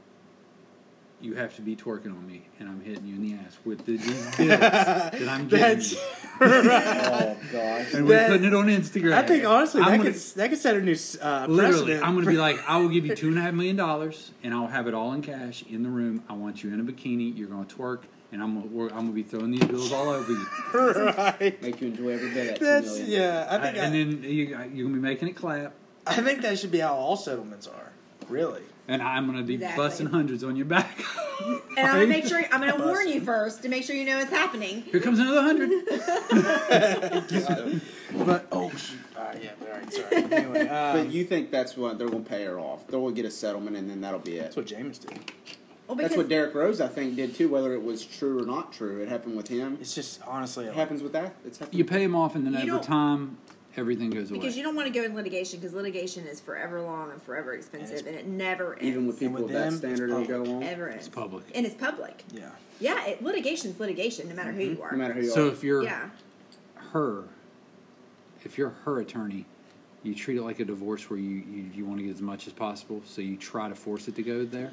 Speaker 1: you have to be twerking on me, and I'm hitting you in the ass with the, these bills that I'm giving
Speaker 4: that's.
Speaker 1: you.
Speaker 3: Oh gosh.
Speaker 1: And we're
Speaker 4: that-
Speaker 1: putting it on Instagram.
Speaker 4: I think honestly,
Speaker 1: I'm
Speaker 4: that
Speaker 1: gonna-
Speaker 4: could that could set a new uh,
Speaker 1: Literally,
Speaker 4: precedent.
Speaker 1: I'm going to be like, I will give you two and a half million dollars, and I'll have it all in cash in the room. I want you in a bikini. You're going to twerk, and I'm gonna- we're- I'm going to be throwing these bills all over you.
Speaker 4: right.
Speaker 3: Make you enjoy every bit of that two
Speaker 4: That's
Speaker 3: million.
Speaker 4: yeah. I think I,
Speaker 1: and then you, you're going to be making it clap,
Speaker 4: I think that should be how all settlements are. Really.
Speaker 1: and I'm going to be
Speaker 2: Exactly.
Speaker 1: busting hundreds on your back.
Speaker 2: And I'm gonna make sure I'm gonna warn you first to make sure you know it's happening.
Speaker 1: Here comes another hundred.
Speaker 4: But oh shoot. Uh, yeah. All right. Sorry. Anyway, uh,
Speaker 3: But you think that's what they're going to pay her off? They're going to get a settlement and then that'll be it.
Speaker 4: that's what James did.
Speaker 2: Well, because
Speaker 3: That's what Derrick Rose I think did too. Whether it was true or not true, it happened with him.
Speaker 4: It's just honestly.
Speaker 3: It
Speaker 4: Like,
Speaker 3: happens with that. It's happened.
Speaker 1: You pay him off, and then
Speaker 2: You
Speaker 1: over
Speaker 2: don't-
Speaker 1: time, everything goes away.
Speaker 2: because you don't want to go in litigation because litigation is forever long and forever expensive and it never ends.
Speaker 3: even with people
Speaker 4: with
Speaker 3: of that
Speaker 4: them,
Speaker 3: standard
Speaker 4: it's
Speaker 3: that go on.
Speaker 2: ever ends. It's
Speaker 1: public.
Speaker 2: and it's public.
Speaker 4: yeah.
Speaker 2: Yeah, it, litigation's litigation no matter who you are.
Speaker 3: No matter who you
Speaker 1: so
Speaker 3: are.
Speaker 1: if you're
Speaker 2: yeah,
Speaker 1: her, if you're her attorney, you treat it like a divorce where you, you, you want to get as much as possible, so you try to force it to go there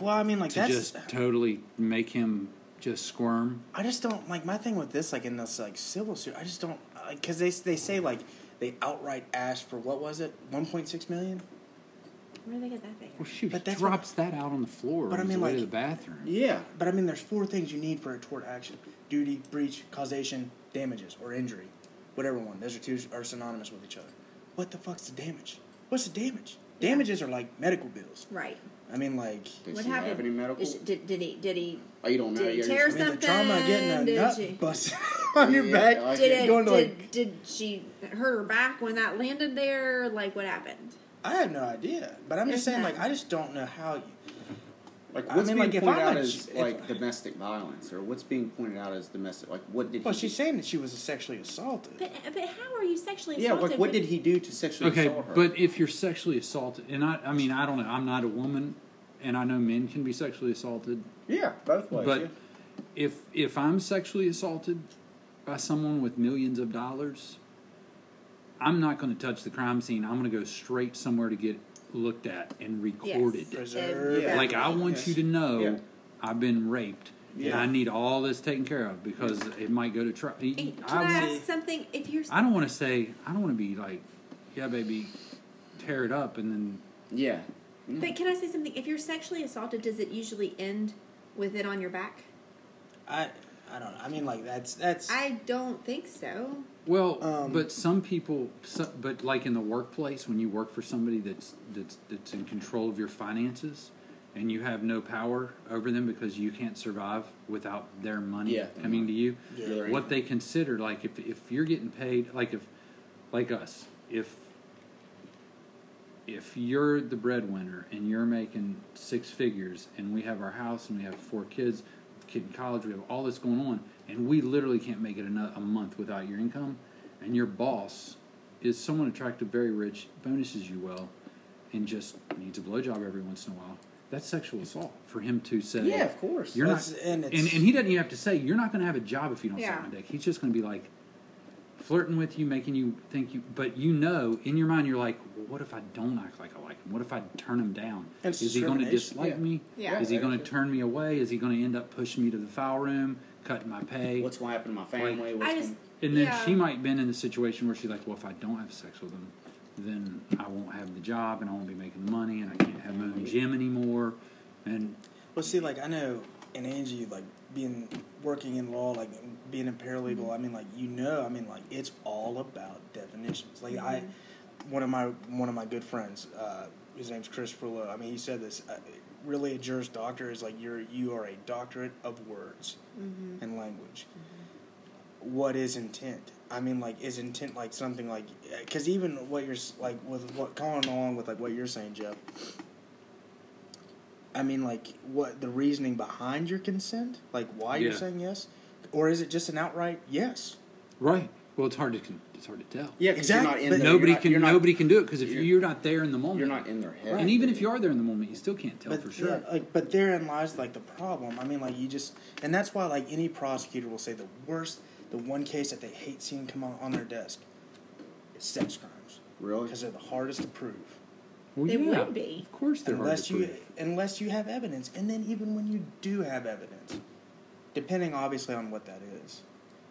Speaker 4: Well, I mean, like
Speaker 1: to
Speaker 4: that's
Speaker 1: just totally make him just squirm.
Speaker 4: I just don't like my thing with this. Like in this like civil suit, I just don't like because they they say like they outright asked for what was it one point six million.
Speaker 2: Where did they get that thing?
Speaker 1: Well, shoot,
Speaker 4: But
Speaker 1: he
Speaker 4: that's
Speaker 1: drops that out on the floor
Speaker 4: But I
Speaker 1: on his
Speaker 4: mean,
Speaker 1: way to the
Speaker 4: like-
Speaker 1: bathroom.
Speaker 3: Yeah.
Speaker 4: But I mean, there's four things you need for a tort action: duty, breach, causation, damages, or injury, whatever one. Those are two are synonymous with each other. What the fuck's the damage? What's the damage? Damages are like medical bills.
Speaker 2: Right.
Speaker 4: I mean, like
Speaker 3: Did
Speaker 2: what
Speaker 3: she
Speaker 2: happened?
Speaker 3: have any medical?
Speaker 2: Is- did, did he? Did he?
Speaker 3: oh, you don't know.
Speaker 2: did he
Speaker 3: you're
Speaker 2: tear
Speaker 3: just-
Speaker 4: I mean, the
Speaker 2: Something,
Speaker 4: trauma of getting a
Speaker 2: did
Speaker 4: nut
Speaker 2: you-
Speaker 4: bust on your
Speaker 3: Yeah,
Speaker 4: back,
Speaker 3: I
Speaker 2: Did
Speaker 3: think-
Speaker 2: it?
Speaker 4: going to
Speaker 2: did,
Speaker 4: like
Speaker 2: did she hurt her back when that landed there? Like what happened?
Speaker 4: I have no idea, but I'm just
Speaker 2: There's
Speaker 4: saying, like,
Speaker 2: none.
Speaker 4: I just don't know how. You,
Speaker 3: Like
Speaker 4: I
Speaker 3: what's
Speaker 4: mean,
Speaker 3: being
Speaker 4: like, if
Speaker 3: pointed
Speaker 4: I'm
Speaker 3: out
Speaker 4: a-
Speaker 3: as
Speaker 4: if-
Speaker 3: like domestic violence, or what's being pointed out as domestic? Like what did?
Speaker 4: well,
Speaker 3: he
Speaker 4: she's
Speaker 3: do?
Speaker 4: saying that she was sexually assaulted.
Speaker 2: But but how are you sexually
Speaker 3: Yeah.
Speaker 2: assaulted?
Speaker 3: Like what
Speaker 2: when-
Speaker 3: did he do to sexually
Speaker 1: Okay,
Speaker 3: assault her?
Speaker 1: but if you're sexually assaulted, and I, I mean, I don't know, I'm not a woman, and I know men can be sexually assaulted,
Speaker 3: yeah, both ways.
Speaker 1: but
Speaker 3: yeah.
Speaker 1: if if I'm sexually assaulted by someone with millions of dollars, I'm not going to touch the crime scene. I'm going to go straight somewhere to get looked at and recorded.
Speaker 2: Yes,
Speaker 4: Preserved.
Speaker 2: exactly.
Speaker 1: Like I want
Speaker 3: Yes.
Speaker 1: you to know
Speaker 3: Yeah.
Speaker 1: I've been raped. And
Speaker 3: Yeah.
Speaker 1: I need all this taken care of because it might go to trial.
Speaker 2: And Can
Speaker 1: I
Speaker 2: I,
Speaker 1: would-
Speaker 2: ask something? If you're
Speaker 1: I don't want to say I don't want to be like, yeah, baby, tear it up, and then
Speaker 3: Yeah.
Speaker 2: But can I say something? If you're sexually assaulted, does it usually end with it on your back?
Speaker 4: I, I don't know. I mean, like that's that's.
Speaker 2: I don't think so.
Speaker 1: well,
Speaker 4: Um,
Speaker 1: but some people, so, but like in the workplace, when you work for somebody that's that's that's in control of your finances, and you have no power over them because you can't survive without their money
Speaker 3: Yeah.
Speaker 1: coming to you.
Speaker 3: Yeah.
Speaker 1: What they consider like if if you're getting paid like if like us if if you're the breadwinner and you're making six figures and we have our house and we have four kids kid in college we have all this going on and we literally can't make it ano- a month without your income and your boss is someone attractive very rich bonuses you well and just needs a blowjob every once in a while that's sexual assault for him to say
Speaker 3: Yeah, of course.
Speaker 1: you're
Speaker 4: That's-
Speaker 1: not
Speaker 4: and
Speaker 1: and,
Speaker 4: it's-
Speaker 1: and, he doesn't even have to say you're not going to have a job if you don't
Speaker 2: Yeah.
Speaker 1: suck my dick he's just going to be like flirting with you, making you think you. But you know, in your mind, you're like, well, what if I don't act like I like him? What if I turn him down?
Speaker 4: It's
Speaker 1: Is he going to
Speaker 4: discrimination,
Speaker 1: dislike
Speaker 3: yeah.
Speaker 1: me?
Speaker 2: Yeah.
Speaker 1: Is he
Speaker 3: Yeah,
Speaker 1: going to
Speaker 3: actually.
Speaker 1: turn me away? Is he going to end up pushing me to the foul room, cutting my pay?
Speaker 3: What's going to happen to my family? What's
Speaker 2: I just
Speaker 3: gonna-
Speaker 1: and then
Speaker 2: yeah.
Speaker 1: she might have been in the situation where she's like, well, if I don't have sex with him, then I won't have the job and I won't be making the money and I can't have my own gym anymore. And
Speaker 4: Well, see, like I know, and Angie, like being working in law, like being a paralegal. I mean, like you know, I mean, like it's all about definitions. Like I, one of my one of my good friends, uh, his name's Christopher Lowe. I mean, he said this. Uh, really, a juris doctor is like you're you are a doctorate of words and language. What is intent? I mean, like, is intent like something like? Because even what you're s- like with what going along with like what you're saying, Jeff. I mean, like, what the reasoning behind your consent? Like, why you're
Speaker 1: Yeah.
Speaker 4: saying yes? Or is it just an outright yes?
Speaker 1: right, well, it's hard to con- it's hard to tell.
Speaker 3: Yeah, 'cause
Speaker 4: Exactly.
Speaker 3: You're not in
Speaker 4: But
Speaker 3: there. You're
Speaker 1: nobody
Speaker 3: not-
Speaker 1: can
Speaker 3: you're not-
Speaker 1: nobody can do it because if you're,
Speaker 3: you're-
Speaker 1: you're not there in the moment,
Speaker 3: You're not in their head.
Speaker 1: And even if you are there in the moment, you still can't tell
Speaker 4: But
Speaker 1: Oh, for sure.
Speaker 4: yeah, like, but therein lies like the problem. I mean, like, you just, and that's why like any prosecutor will say the worst, the one case that they hate seeing come on, on their desk, is sex crimes
Speaker 3: really,
Speaker 4: because they're the hardest to prove.
Speaker 1: Well,
Speaker 2: They
Speaker 1: yeah,
Speaker 2: would be.
Speaker 1: Of course, they're hard
Speaker 4: unless
Speaker 1: to
Speaker 4: you
Speaker 1: prove.
Speaker 4: unless you have evidence and then even when you do have evidence depending obviously on what that is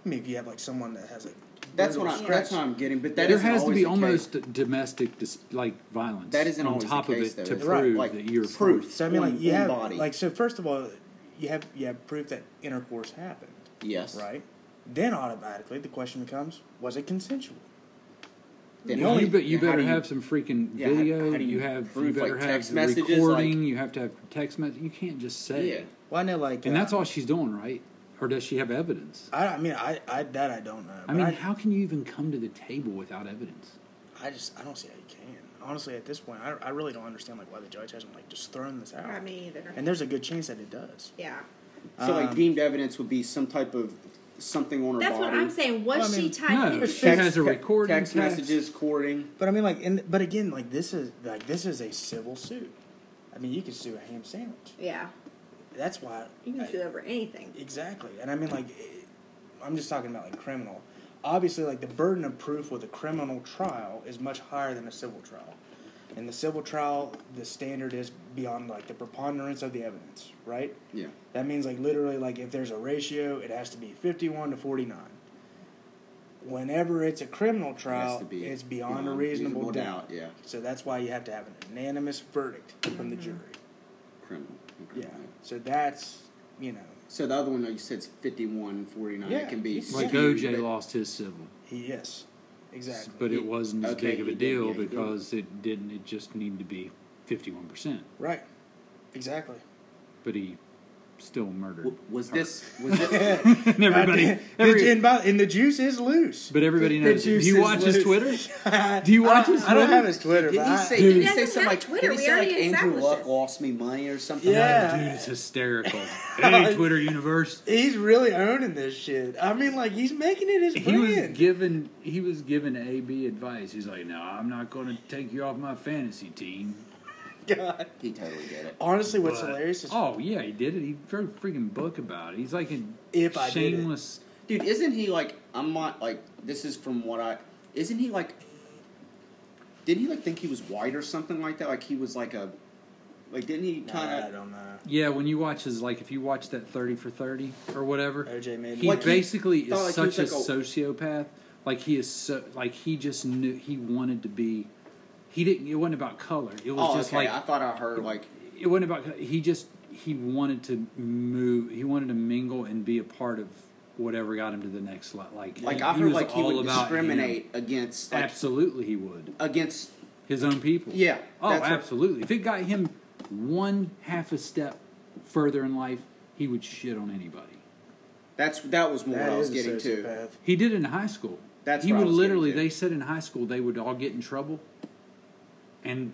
Speaker 4: i mean if you have like someone that has like
Speaker 3: that's what
Speaker 4: brutal
Speaker 3: I'm. That's what
Speaker 4: scratch-
Speaker 3: I'm getting. But that
Speaker 1: there
Speaker 3: isn't
Speaker 1: has to
Speaker 3: always
Speaker 1: be
Speaker 3: the case.
Speaker 1: almost domestic dis- like violence
Speaker 3: That isn't
Speaker 1: on
Speaker 3: always
Speaker 1: top
Speaker 3: the case,
Speaker 1: of it
Speaker 3: though.
Speaker 1: to
Speaker 3: It's
Speaker 1: prove
Speaker 3: like
Speaker 1: that you're
Speaker 3: proof.
Speaker 1: forced.
Speaker 4: so i mean
Speaker 3: one-
Speaker 4: like you
Speaker 3: one
Speaker 4: have
Speaker 3: body.
Speaker 4: like so first of all you have you have proof that intercourse happened
Speaker 3: Yes.
Speaker 4: right then automatically the question becomes was it consensual
Speaker 3: Then
Speaker 1: You,
Speaker 3: how do
Speaker 1: bet- you
Speaker 3: how do
Speaker 1: better
Speaker 3: you-
Speaker 1: have some freaking
Speaker 3: Yeah, how-
Speaker 1: video.
Speaker 3: how do
Speaker 1: you,
Speaker 3: you
Speaker 1: have
Speaker 3: prove,
Speaker 1: you better
Speaker 3: like,
Speaker 1: have
Speaker 3: text
Speaker 1: the
Speaker 3: messages, like-
Speaker 1: recording. you have to have text message. You can't just say.
Speaker 3: Yeah.
Speaker 1: it.
Speaker 4: well i know like
Speaker 1: And
Speaker 4: uh,
Speaker 1: that's all she's doing, right? Or does she have evidence?
Speaker 4: I, I mean I, I that i don't know
Speaker 1: I
Speaker 4: but
Speaker 1: mean,
Speaker 4: I,
Speaker 1: how can you even come to the table without evidence?
Speaker 4: I just i don't see how you can honestly at this point i, I really don't understand like why the judge hasn't like just thrown this out
Speaker 2: I mean, either.
Speaker 4: and there's a good chance that it does
Speaker 2: yeah.
Speaker 3: So like
Speaker 4: Um,
Speaker 3: deemed evidence would be some type of something on her
Speaker 2: That's
Speaker 3: body.
Speaker 2: what I'm saying. Was
Speaker 4: Well, I mean,
Speaker 2: she typing?
Speaker 1: no.
Speaker 2: it?
Speaker 1: She has a
Speaker 3: te-
Speaker 1: recording,
Speaker 3: text
Speaker 1: text.
Speaker 3: messages, courting.
Speaker 4: But I mean, like, and but again, like this is like this is a civil suit. I mean, you can sue a ham sandwich.
Speaker 2: Yeah.
Speaker 4: That's why.
Speaker 2: You can
Speaker 4: I-
Speaker 2: sue over anything.
Speaker 4: exactly, and I mean, like, eh, I'm just talking about like criminal. Obviously, like the burden of proof with a criminal trial is much higher than a civil trial. In the civil trial, the standard is beyond like the preponderance of the evidence, right?
Speaker 3: Yeah.
Speaker 4: That means like literally like if there's a ratio, it has to be 51 to 49. Whenever it's a criminal trial,
Speaker 3: Has to be
Speaker 4: it's beyond, a reasonable, doubt.
Speaker 3: Yeah.
Speaker 4: So that's why you have to have an unanimous verdict from the jury.
Speaker 3: Criminal. Okay.
Speaker 4: Yeah. So that's, you know,
Speaker 3: So the other one, like you said, is 51, 49.
Speaker 4: Yeah.
Speaker 3: It can be.
Speaker 4: Like
Speaker 1: Like
Speaker 3: skewed,
Speaker 1: OJ
Speaker 3: but-
Speaker 1: lost his civil,
Speaker 4: he yes. Exactly.
Speaker 1: but it wasn't as
Speaker 3: Okay,
Speaker 1: big of a
Speaker 3: he did,
Speaker 1: deal
Speaker 3: yeah, he did.
Speaker 1: because it didn't. It just needed to be fifty-one percent.
Speaker 4: right. Exactly.
Speaker 1: But he still murdered.
Speaker 3: W- Was this. Was it,
Speaker 1: And everybody,
Speaker 4: Goddamn.
Speaker 1: every-
Speaker 4: and, by- and the juice is loose.
Speaker 1: but everybody
Speaker 4: The
Speaker 1: knows. it.
Speaker 4: juice
Speaker 1: Do you
Speaker 4: is
Speaker 1: watch his
Speaker 4: loose.
Speaker 1: Twitter? Do you watch
Speaker 4: I,
Speaker 1: his
Speaker 4: I don't
Speaker 1: Twitter?
Speaker 4: have his Twitter.
Speaker 3: didn't
Speaker 4: but
Speaker 3: he
Speaker 4: I-
Speaker 3: say,
Speaker 1: Dude.
Speaker 3: didn't he
Speaker 1: He
Speaker 3: say
Speaker 2: doesn't
Speaker 3: something
Speaker 2: have
Speaker 3: like,
Speaker 2: Twitter.
Speaker 3: didn't he
Speaker 2: We
Speaker 3: say like
Speaker 2: already
Speaker 3: Andrew
Speaker 2: established
Speaker 3: Luck
Speaker 2: this.
Speaker 3: lost me money or something?
Speaker 4: Yeah.
Speaker 1: Dude, it's hysterical. hey, Twitter universe.
Speaker 4: He's really owning this shit. I mean, like he's making it his
Speaker 1: He was
Speaker 4: brand.
Speaker 1: given he was given AB advice. He's like, "No, I'm not going to take you off my fantasy team."
Speaker 4: God.
Speaker 3: He totally did it.
Speaker 4: Honestly, what's
Speaker 1: But-
Speaker 4: hilarious is
Speaker 1: oh yeah, he did it. He wrote a freaking book about it. He's like a
Speaker 4: If I did it.
Speaker 1: shameless.
Speaker 3: Dude, isn't he like I'm not like this is from what I isn't he like didn't he like think he was white or something like that? Like he was like a like didn't he
Speaker 4: Nah, I
Speaker 3: kind of
Speaker 4: don't know.
Speaker 1: Yeah, when you watch his like, if you watch that thirty for thirty or whatever,
Speaker 4: OJ made
Speaker 1: he
Speaker 4: like,
Speaker 3: he
Speaker 1: basically is
Speaker 3: thought, like, he
Speaker 1: such
Speaker 3: was,
Speaker 1: a,
Speaker 3: like, a-
Speaker 1: sociopath. Like he is so like he just knew he wanted to be. He didn't. It wasn't about color. It was
Speaker 3: Oh,
Speaker 1: just
Speaker 3: okay.
Speaker 1: like
Speaker 3: I thought I heard like
Speaker 1: it wasn't about he just he wanted to move he wanted to mingle and be a part of whatever got him to the next level like
Speaker 3: like
Speaker 1: he,
Speaker 3: I heard
Speaker 1: was
Speaker 3: like he
Speaker 1: all
Speaker 3: would
Speaker 1: about him.
Speaker 3: discriminate against like
Speaker 1: absolutely he would
Speaker 3: against
Speaker 1: his own people
Speaker 3: Yeah,
Speaker 1: oh
Speaker 3: that's what-
Speaker 1: absolutely if it got him one half a step further in life he would shit on anybody
Speaker 3: that's that was more
Speaker 4: that
Speaker 3: what I was
Speaker 4: is
Speaker 3: getting
Speaker 4: a
Speaker 3: to.
Speaker 4: sociopath.
Speaker 1: he did it in high school
Speaker 3: That's
Speaker 1: he
Speaker 3: what I
Speaker 1: would
Speaker 3: was getting
Speaker 1: literally
Speaker 3: to.
Speaker 1: they said in high school they would all get in trouble and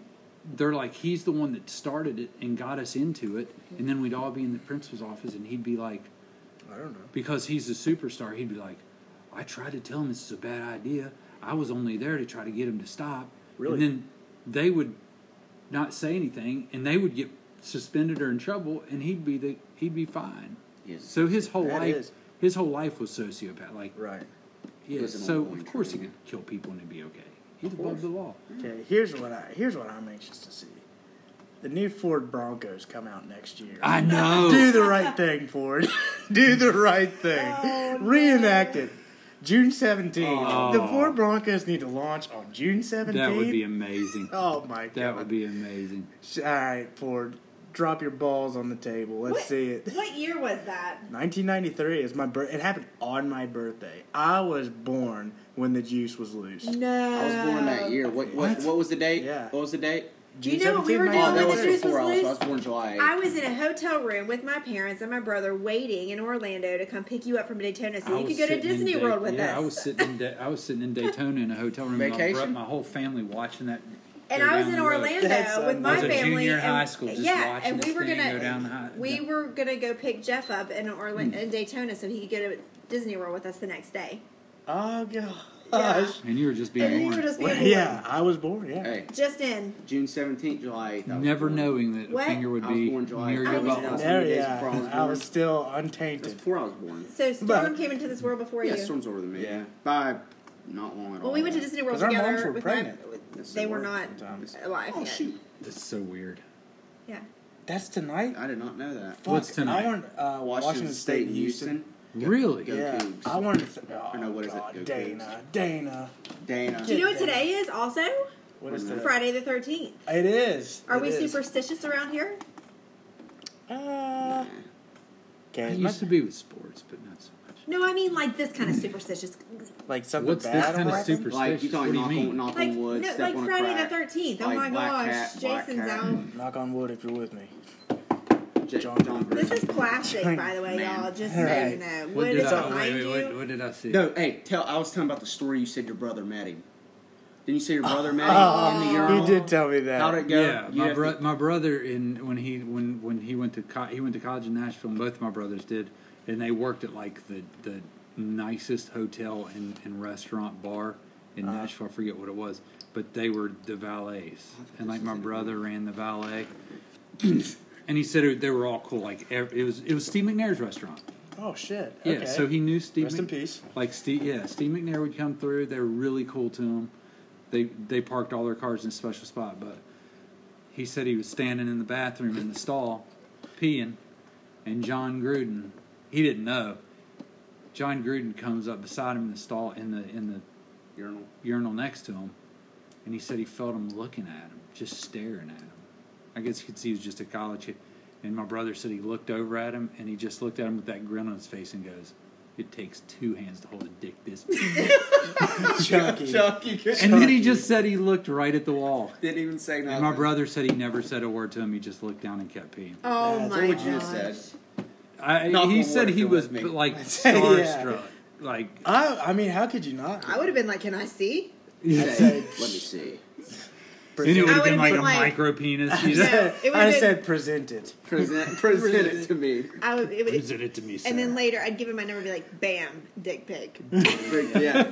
Speaker 1: they're like he's the one that started it and got us into it and then we'd all be in the principal's office and he'd be like
Speaker 4: I don't know.
Speaker 1: because he's a superstar, he'd be like, I tried to tell him this is a bad idea. I was only there to try to get him to stop.
Speaker 4: Really?
Speaker 1: And then they would not say anything and they would get suspended or in trouble and he'd be the he'd be fine.
Speaker 3: Yes.
Speaker 1: So his whole
Speaker 4: That
Speaker 1: life
Speaker 4: is-
Speaker 1: his whole life was sociopath. Like
Speaker 4: Right.
Speaker 1: yeah,
Speaker 3: was an
Speaker 1: so
Speaker 3: ongoing
Speaker 1: of course he
Speaker 3: career.
Speaker 1: could kill people and it'd be okay. He's above
Speaker 3: course.
Speaker 1: the law.
Speaker 4: Okay. Here's what I here's what I'm anxious to see. The new Ford Broncos come out next year.
Speaker 1: I know.
Speaker 4: Do the right thing, Ford. Do the right thing. Reenact it. June 17th. The Ford Broncos need to launch on June 17th.
Speaker 1: Oh. that would be amazing.
Speaker 4: Oh my god.
Speaker 1: That would be amazing.
Speaker 4: Sh- All right, Ford. Drop your balls on the table. Let's
Speaker 2: What-
Speaker 4: see it.
Speaker 2: What year was that?
Speaker 4: 1993 is my birth. It happened on my birthday. I was born when the juice was loose.
Speaker 2: No.
Speaker 3: I was born that year. What what, what was the date?
Speaker 4: Yeah.
Speaker 3: What was the date?
Speaker 4: June
Speaker 2: know what we
Speaker 4: 17th,
Speaker 2: were doing
Speaker 3: Oh,
Speaker 2: when
Speaker 3: that
Speaker 2: the
Speaker 3: was
Speaker 2: juice was
Speaker 3: before I was, I was
Speaker 2: loose?
Speaker 3: born July.
Speaker 2: I was in a hotel room with my parents and my brother waiting in Orlando to come pick you up from Daytona so
Speaker 1: I
Speaker 2: you
Speaker 1: was
Speaker 2: could go to
Speaker 1: sitting in
Speaker 2: Disney
Speaker 1: Day-
Speaker 2: World with
Speaker 1: yeah,
Speaker 2: us.
Speaker 1: I was sitting in Da- I was sitting in Daytona in a hotel room. With my, bro-
Speaker 3: Vacation?
Speaker 1: my whole family watching that.
Speaker 2: and
Speaker 1: go
Speaker 2: I was
Speaker 1: down
Speaker 2: in
Speaker 1: the road.
Speaker 2: Orlando
Speaker 4: That's
Speaker 2: with my
Speaker 1: amazing. I was a
Speaker 2: family.
Speaker 1: junior
Speaker 2: and,
Speaker 1: high school just
Speaker 2: yeah,
Speaker 1: watching
Speaker 2: and we
Speaker 1: this
Speaker 2: were
Speaker 1: thing
Speaker 2: gonna
Speaker 1: go down the Hmm. high-
Speaker 2: we
Speaker 1: down-
Speaker 2: were gonna go pick Jeff up in Orlando in Daytona so he could go to Disney World with us the next day.
Speaker 4: Oh gosh.
Speaker 2: Yeah.
Speaker 1: And you were just being
Speaker 2: And you
Speaker 1: born.
Speaker 2: were just being
Speaker 4: Well,
Speaker 2: born.
Speaker 4: yeah, I was born. Yeah.
Speaker 3: hey,
Speaker 2: Just in.
Speaker 3: June 17th, July 8th. I was
Speaker 1: Never
Speaker 3: born.
Speaker 1: knowing that a
Speaker 2: What?
Speaker 1: finger would
Speaker 3: I was
Speaker 1: be
Speaker 3: born July.
Speaker 1: near
Speaker 2: I
Speaker 1: your
Speaker 2: was
Speaker 1: belt.
Speaker 2: born-
Speaker 3: How
Speaker 4: There,
Speaker 3: many days
Speaker 4: yeah.
Speaker 3: before I was
Speaker 4: I was
Speaker 3: born?
Speaker 4: still
Speaker 3: That's
Speaker 4: untainted.
Speaker 3: before I was born.
Speaker 2: So Storm
Speaker 4: But-
Speaker 2: came into this world before
Speaker 3: Yeah,
Speaker 2: you.
Speaker 3: Storm's older than me.
Speaker 4: Yeah.
Speaker 3: By not long at all.
Speaker 2: Well, we went to Disney World
Speaker 4: 'Cause our
Speaker 2: together.
Speaker 4: moms were
Speaker 2: with my-
Speaker 4: pregnant.
Speaker 3: Yes,
Speaker 2: they
Speaker 3: they
Speaker 2: were
Speaker 3: were
Speaker 2: not
Speaker 4: sometimes.
Speaker 2: alive.
Speaker 3: Oh
Speaker 2: yet.
Speaker 3: shoot!
Speaker 1: That's so weird.
Speaker 2: Yeah.
Speaker 4: That's tonight.
Speaker 3: I did not know that.
Speaker 4: Fuck,
Speaker 1: What's tonight?
Speaker 4: I want uh,
Speaker 3: Washington,
Speaker 4: Washington State, and Houston.
Speaker 1: Really?
Speaker 3: Go
Speaker 4: Yeah,
Speaker 3: Cougs.
Speaker 4: I wanted to. Th- oh,
Speaker 3: know, what is it?
Speaker 4: God,
Speaker 3: Go
Speaker 4: Dana, Dana.
Speaker 3: Dana.
Speaker 2: Do you know what today is also?
Speaker 4: What is
Speaker 3: Wait a
Speaker 4: that?
Speaker 2: Friday the 13th.
Speaker 4: It is.
Speaker 2: Are
Speaker 4: It
Speaker 2: we
Speaker 4: is.
Speaker 2: superstitious around here?
Speaker 4: Uh,
Speaker 1: I
Speaker 4: okay,
Speaker 1: used to be with sports, but not so much.
Speaker 2: No, I mean like this kind
Speaker 3: Mm.
Speaker 2: of superstitious.
Speaker 4: like something
Speaker 1: What's
Speaker 4: bad.
Speaker 1: this kind of
Speaker 4: will happen?
Speaker 1: superstition?
Speaker 3: Like you
Speaker 1: what
Speaker 3: talking
Speaker 1: do you
Speaker 3: knock on
Speaker 1: mean?
Speaker 3: knock
Speaker 2: Like
Speaker 3: on wood,
Speaker 2: no,
Speaker 3: step
Speaker 2: like
Speaker 3: on a
Speaker 2: Friday
Speaker 3: crack.
Speaker 2: the 13th. Oh
Speaker 3: Like
Speaker 2: my
Speaker 3: black
Speaker 2: gosh.
Speaker 3: cat, black
Speaker 2: Jason's
Speaker 3: cat.
Speaker 2: out.
Speaker 4: Knock on wood if you're with me.
Speaker 3: J-
Speaker 4: John-
Speaker 3: John,
Speaker 2: This
Speaker 3: Grisham.
Speaker 2: is plastic, by the way,
Speaker 3: Man.
Speaker 2: y'all. Just so you
Speaker 4: Right.
Speaker 2: know.
Speaker 1: What
Speaker 2: Wood
Speaker 1: did
Speaker 2: is
Speaker 1: I,
Speaker 2: behind
Speaker 1: wait, wait,
Speaker 2: you.
Speaker 1: wait, what did I see?
Speaker 3: No, hey, tell. I was telling about the story. You said your brother met him. Didn't you say your brother met him in the urinal?
Speaker 4: You Oh, did tell me that.
Speaker 3: How'd it go?
Speaker 1: Yeah,
Speaker 3: You
Speaker 1: my
Speaker 3: have to-
Speaker 1: bro- my brother in when he when when he went to co- he went to college in Nashville. And both my brothers did, and they worked at like the the nicest hotel and, and restaurant bar in
Speaker 3: Uh-huh.
Speaker 1: Nashville. I forget what it was, but they were the valets, and like my brother ran the valet, and he said it, they were all cool. Like ev- it was it was Steve McNair's restaurant.
Speaker 4: Oh shit.
Speaker 1: Yeah,
Speaker 4: okay.
Speaker 1: so he knew Steve.
Speaker 4: Rest in peace.
Speaker 1: Like Steve, yeah, Steve McNair would come through. They were really cool to him. They they parked all their cars in a special spot, but he said he was standing in the bathroom in the stall, peeing, and John Gruden, he didn't know. John Gruden comes up beside him in the stall in the in the
Speaker 3: Urinal.
Speaker 1: urinal next to him, and he said he felt him looking at him, just staring at him. I guess you could see he was just a college kid. And my brother said he looked over at him, and he just looked at him with that grin on his face and goes, "It takes two hands to hold a dick this big."
Speaker 4: Chucky.
Speaker 3: Chucky.
Speaker 1: and then he just said he looked right at the wall.
Speaker 3: E. didn't even say nothing.
Speaker 1: And my brother said he never said a word to him. He just looked down and kept peeing.
Speaker 2: Oh
Speaker 4: That's
Speaker 2: my
Speaker 3: what
Speaker 2: gosh.
Speaker 3: you just said.
Speaker 1: I,
Speaker 3: Knock
Speaker 1: he
Speaker 3: on
Speaker 1: said
Speaker 3: wood if
Speaker 1: he
Speaker 3: you're
Speaker 1: was
Speaker 3: with me.
Speaker 1: like
Speaker 4: Yeah.
Speaker 1: starstruck. Like
Speaker 4: I, I mean, how could you not?
Speaker 2: I would have been like, "Can I see?"
Speaker 3: I'd say, let me see.
Speaker 1: then it would have
Speaker 2: would've
Speaker 1: been like
Speaker 2: been
Speaker 1: a
Speaker 2: like-
Speaker 1: micro penis. You
Speaker 2: Yeah,
Speaker 1: know?
Speaker 2: it would've
Speaker 4: I
Speaker 2: been-
Speaker 4: said present it.
Speaker 3: Present, present it to me.
Speaker 2: I would. It would
Speaker 1: Present it to me, sir.
Speaker 2: and then later, I'd give him my number, and be like, "Bam, dick pic."
Speaker 3: Yeah.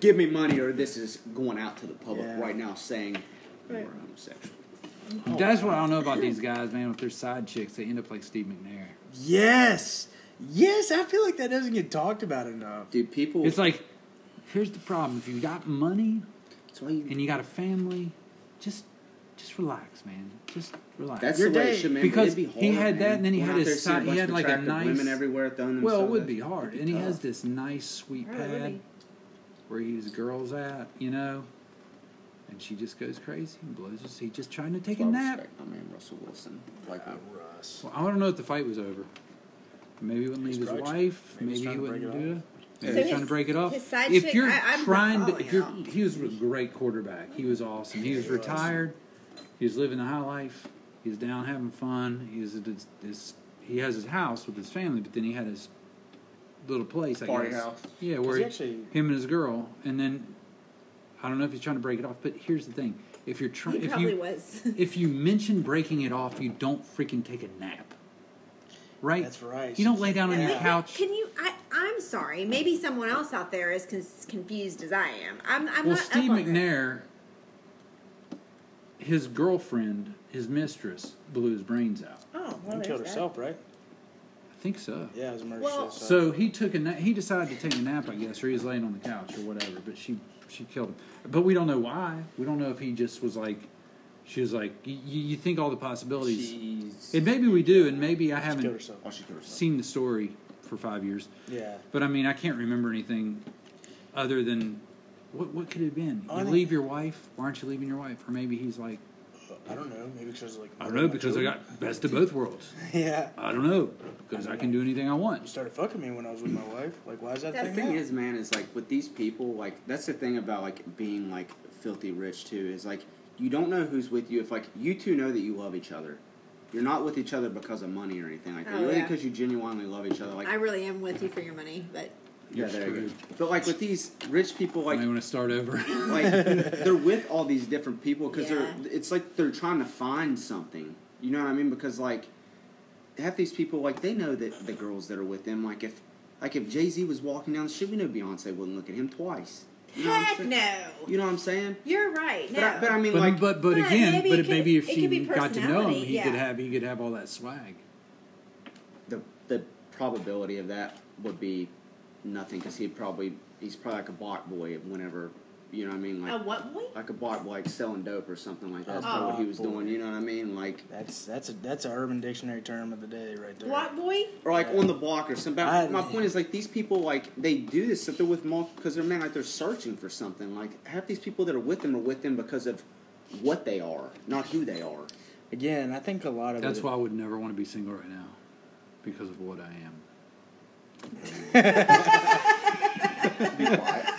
Speaker 3: Give me money, or this is going out to the public
Speaker 4: Yeah.
Speaker 3: right now saying
Speaker 2: Right.
Speaker 3: we're homosexual.
Speaker 1: That's what I don't know about these guys, man. With their side chicks, they end up like Steve McNair.
Speaker 4: Yes. Yes, I feel like that doesn't get talked about enough.
Speaker 3: Dude, people.
Speaker 1: It's like, here's the problem: if you got money
Speaker 3: that's why you-
Speaker 1: and you got a family, just just relax, man. Just relax.
Speaker 3: that's
Speaker 4: your
Speaker 3: the way it
Speaker 4: day-
Speaker 3: should man,
Speaker 1: because
Speaker 3: it'd be
Speaker 1: he
Speaker 3: hard,
Speaker 1: had that,
Speaker 3: man.
Speaker 1: and then he
Speaker 3: Going
Speaker 1: had
Speaker 3: out
Speaker 1: his
Speaker 3: there seeing
Speaker 1: side- he
Speaker 3: bunch of
Speaker 1: had like a
Speaker 3: attractive
Speaker 1: nice-
Speaker 3: women everywhere throwing them.
Speaker 1: well, it
Speaker 3: sodas.
Speaker 1: would be hard, and he
Speaker 3: tough.
Speaker 1: has this nice sweet
Speaker 2: Right, it would
Speaker 1: pad
Speaker 2: be.
Speaker 1: where he his girls at, you know, and she just goes crazy and blows. Us. He just trying to take
Speaker 3: That's
Speaker 1: a
Speaker 3: why I
Speaker 1: nap.
Speaker 3: respect my man Russell Wilson. Like,
Speaker 1: Uh,
Speaker 3: oh,
Speaker 4: Russ.
Speaker 1: Well, I want to know if the fight was over. Maybe he wouldn't
Speaker 4: He's
Speaker 1: leave his
Speaker 4: probably tr-
Speaker 1: wife.
Speaker 4: maybe
Speaker 1: Maybe,
Speaker 4: he's
Speaker 1: he
Speaker 4: trying to
Speaker 1: wouldn't
Speaker 4: break it
Speaker 1: do
Speaker 4: off.
Speaker 1: it. Maybe
Speaker 2: So
Speaker 1: he's trying to
Speaker 2: his-
Speaker 1: break it off.
Speaker 2: his side
Speaker 1: if
Speaker 2: chick-
Speaker 1: you're
Speaker 2: I- I'm not
Speaker 1: trying to, if
Speaker 2: following
Speaker 1: you're,
Speaker 2: y'all.
Speaker 1: he was a great quarterback. He was awesome. He was
Speaker 4: he was.
Speaker 1: retired. He was living the high life. He was down having fun. He was at his, his, he has his house with his family, but then he had his little place. I
Speaker 3: Party
Speaker 1: guess.
Speaker 3: house.
Speaker 1: Yeah,
Speaker 4: Does
Speaker 1: where
Speaker 4: he
Speaker 1: he-
Speaker 4: actually-
Speaker 1: him and his girl, and then I don't know if he's trying to break it off. But here's the thing: if you're
Speaker 2: He
Speaker 1: trying, if
Speaker 2: probably
Speaker 1: you
Speaker 2: was.
Speaker 1: if you mention breaking it off, you don't freaking take a nap. Right?
Speaker 4: That's right.
Speaker 1: You don't lay down on your
Speaker 4: Yeah.
Speaker 1: couch.
Speaker 2: Can you? I, I'm sorry. Maybe someone else out there is cons- confused as I am. I'm. I'm
Speaker 1: Well,
Speaker 2: not
Speaker 1: Steve
Speaker 2: up on this.
Speaker 1: McNair, his girlfriend, his mistress, blew his brains out.
Speaker 2: Oh, well,
Speaker 4: She
Speaker 2: there's
Speaker 4: killed
Speaker 2: that.
Speaker 4: herself, right?
Speaker 1: I think so.
Speaker 4: Yeah, it was a murder
Speaker 2: Well-
Speaker 4: suicide.
Speaker 1: So he took a na- he decided to take a nap, I guess, or he was laying on the couch or whatever. But she she killed him. But we don't know why. We don't know if he just was like, she was like, you, you think all the possibilities,
Speaker 3: she's.
Speaker 1: and maybe we do, and maybe I
Speaker 4: she killed
Speaker 1: haven't
Speaker 4: herself.
Speaker 3: oh, she killed herself.
Speaker 1: seen the story for five years.
Speaker 4: Yeah.
Speaker 1: But I mean, I can't remember anything other than what what could it have been?
Speaker 4: I
Speaker 1: you
Speaker 4: think-
Speaker 1: leave your wife? Why aren't you leaving your wife? Or maybe he's like,
Speaker 4: I don't know. Maybe because like
Speaker 1: I don't know, because I got best of both worlds.
Speaker 4: yeah.
Speaker 1: I don't know, because I can do anything I
Speaker 4: You
Speaker 1: want.
Speaker 4: started fucking me when I was with my wife. Like, why is that
Speaker 2: That's
Speaker 4: thing?
Speaker 3: The thing
Speaker 4: out?
Speaker 3: is, man, is like with these people, like that's the thing about like being like filthy rich too. Is like you don't know who's with you. If like you two know that you love each other, you're not with each other because of money or anything like that.
Speaker 2: Oh,
Speaker 3: you're really
Speaker 2: yeah.
Speaker 3: because you genuinely love each other. Like
Speaker 2: I really am with you for your money, but
Speaker 3: yeah, there you go.
Speaker 1: screwed.
Speaker 3: But like with these rich people,
Speaker 1: I
Speaker 3: like
Speaker 1: want to start over.
Speaker 3: like they're with all these different people because
Speaker 2: Yeah.
Speaker 3: they're it's like they're trying to find something. You know what I mean? Because like half these people like they know that the girls that are with them like if like if Jay Z was walking down the street, we know Beyonce wouldn't look at him twice. You know what I'm
Speaker 2: heck
Speaker 3: saying?
Speaker 2: no.
Speaker 3: You know what I'm saying?
Speaker 2: You're right. No.
Speaker 3: But, I, but I mean,
Speaker 1: but,
Speaker 3: like,
Speaker 1: but but
Speaker 2: But
Speaker 1: again,
Speaker 2: maybe
Speaker 1: but
Speaker 2: it could-
Speaker 1: maybe if
Speaker 2: it
Speaker 1: she
Speaker 2: could be
Speaker 1: got to know him,
Speaker 2: personality,
Speaker 1: he could
Speaker 2: yeah.
Speaker 1: have he could have all that swag.
Speaker 3: the the probability of that would be nothing because he'd probably he's probably like a bot boy whenever you know what I mean like
Speaker 2: a what boy?
Speaker 3: like a bot boy like selling dope or something like that. That's
Speaker 4: Oh.
Speaker 3: probably what he was
Speaker 4: Boy.
Speaker 3: doing. You know what I mean? Like
Speaker 4: That's that's a that's a Urban Dictionary term of the day right there.
Speaker 2: What boy?
Speaker 3: or like on the block or something.
Speaker 4: I-
Speaker 3: my point is like these people like they do this stuff. They're with multiple because they're man like they're searching for something. Like half these people that are with them are with them because of what they are, not who they are.
Speaker 4: Again, I think a lot of
Speaker 1: That's
Speaker 4: it-
Speaker 1: why I would never want to be single right now, because of what I am.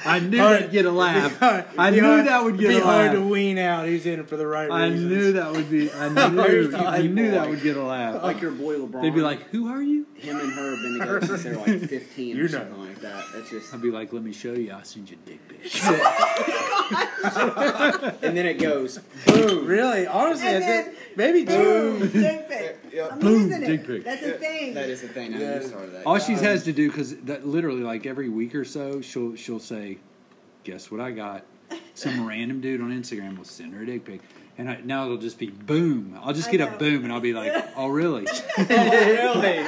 Speaker 1: I knew
Speaker 4: All
Speaker 1: i
Speaker 4: right.
Speaker 1: would get a laugh. I
Speaker 4: Be
Speaker 1: knew
Speaker 4: hard-
Speaker 1: that would get
Speaker 4: be
Speaker 1: a
Speaker 4: hard
Speaker 1: laugh.
Speaker 4: to wean out. He's in it for the right
Speaker 1: I
Speaker 4: reasons.
Speaker 1: knew that would be. I knew. I knew that would get a laugh.
Speaker 3: Like your boy LeBron.
Speaker 1: They'd be like, "Who are you?"
Speaker 3: him and her have been together since they were like fifteen
Speaker 4: You're
Speaker 3: or something
Speaker 4: not.
Speaker 3: like that. That's just
Speaker 1: I'd be like, "Let me show you. I'll send you a dick pic."
Speaker 3: and then it goes
Speaker 4: Really, honestly,
Speaker 2: And
Speaker 4: I
Speaker 2: then-
Speaker 4: think maybe two.
Speaker 2: Boom, dick pic. I'm
Speaker 1: Boom,
Speaker 2: losing
Speaker 1: dick
Speaker 2: it.
Speaker 1: pic.
Speaker 2: That's a thing.
Speaker 3: That is the thing. I
Speaker 4: Yeah.
Speaker 3: you started that.
Speaker 1: All she has to do, because that literally, like every week or so, she'll she'll say, "Guess what I got." Some random dude on Instagram will send her a dick pic, and I, now it'll just be boom. I'll just
Speaker 2: I
Speaker 1: get
Speaker 2: know.
Speaker 1: a boom, and I'll be like, "Oh, really?"
Speaker 3: really?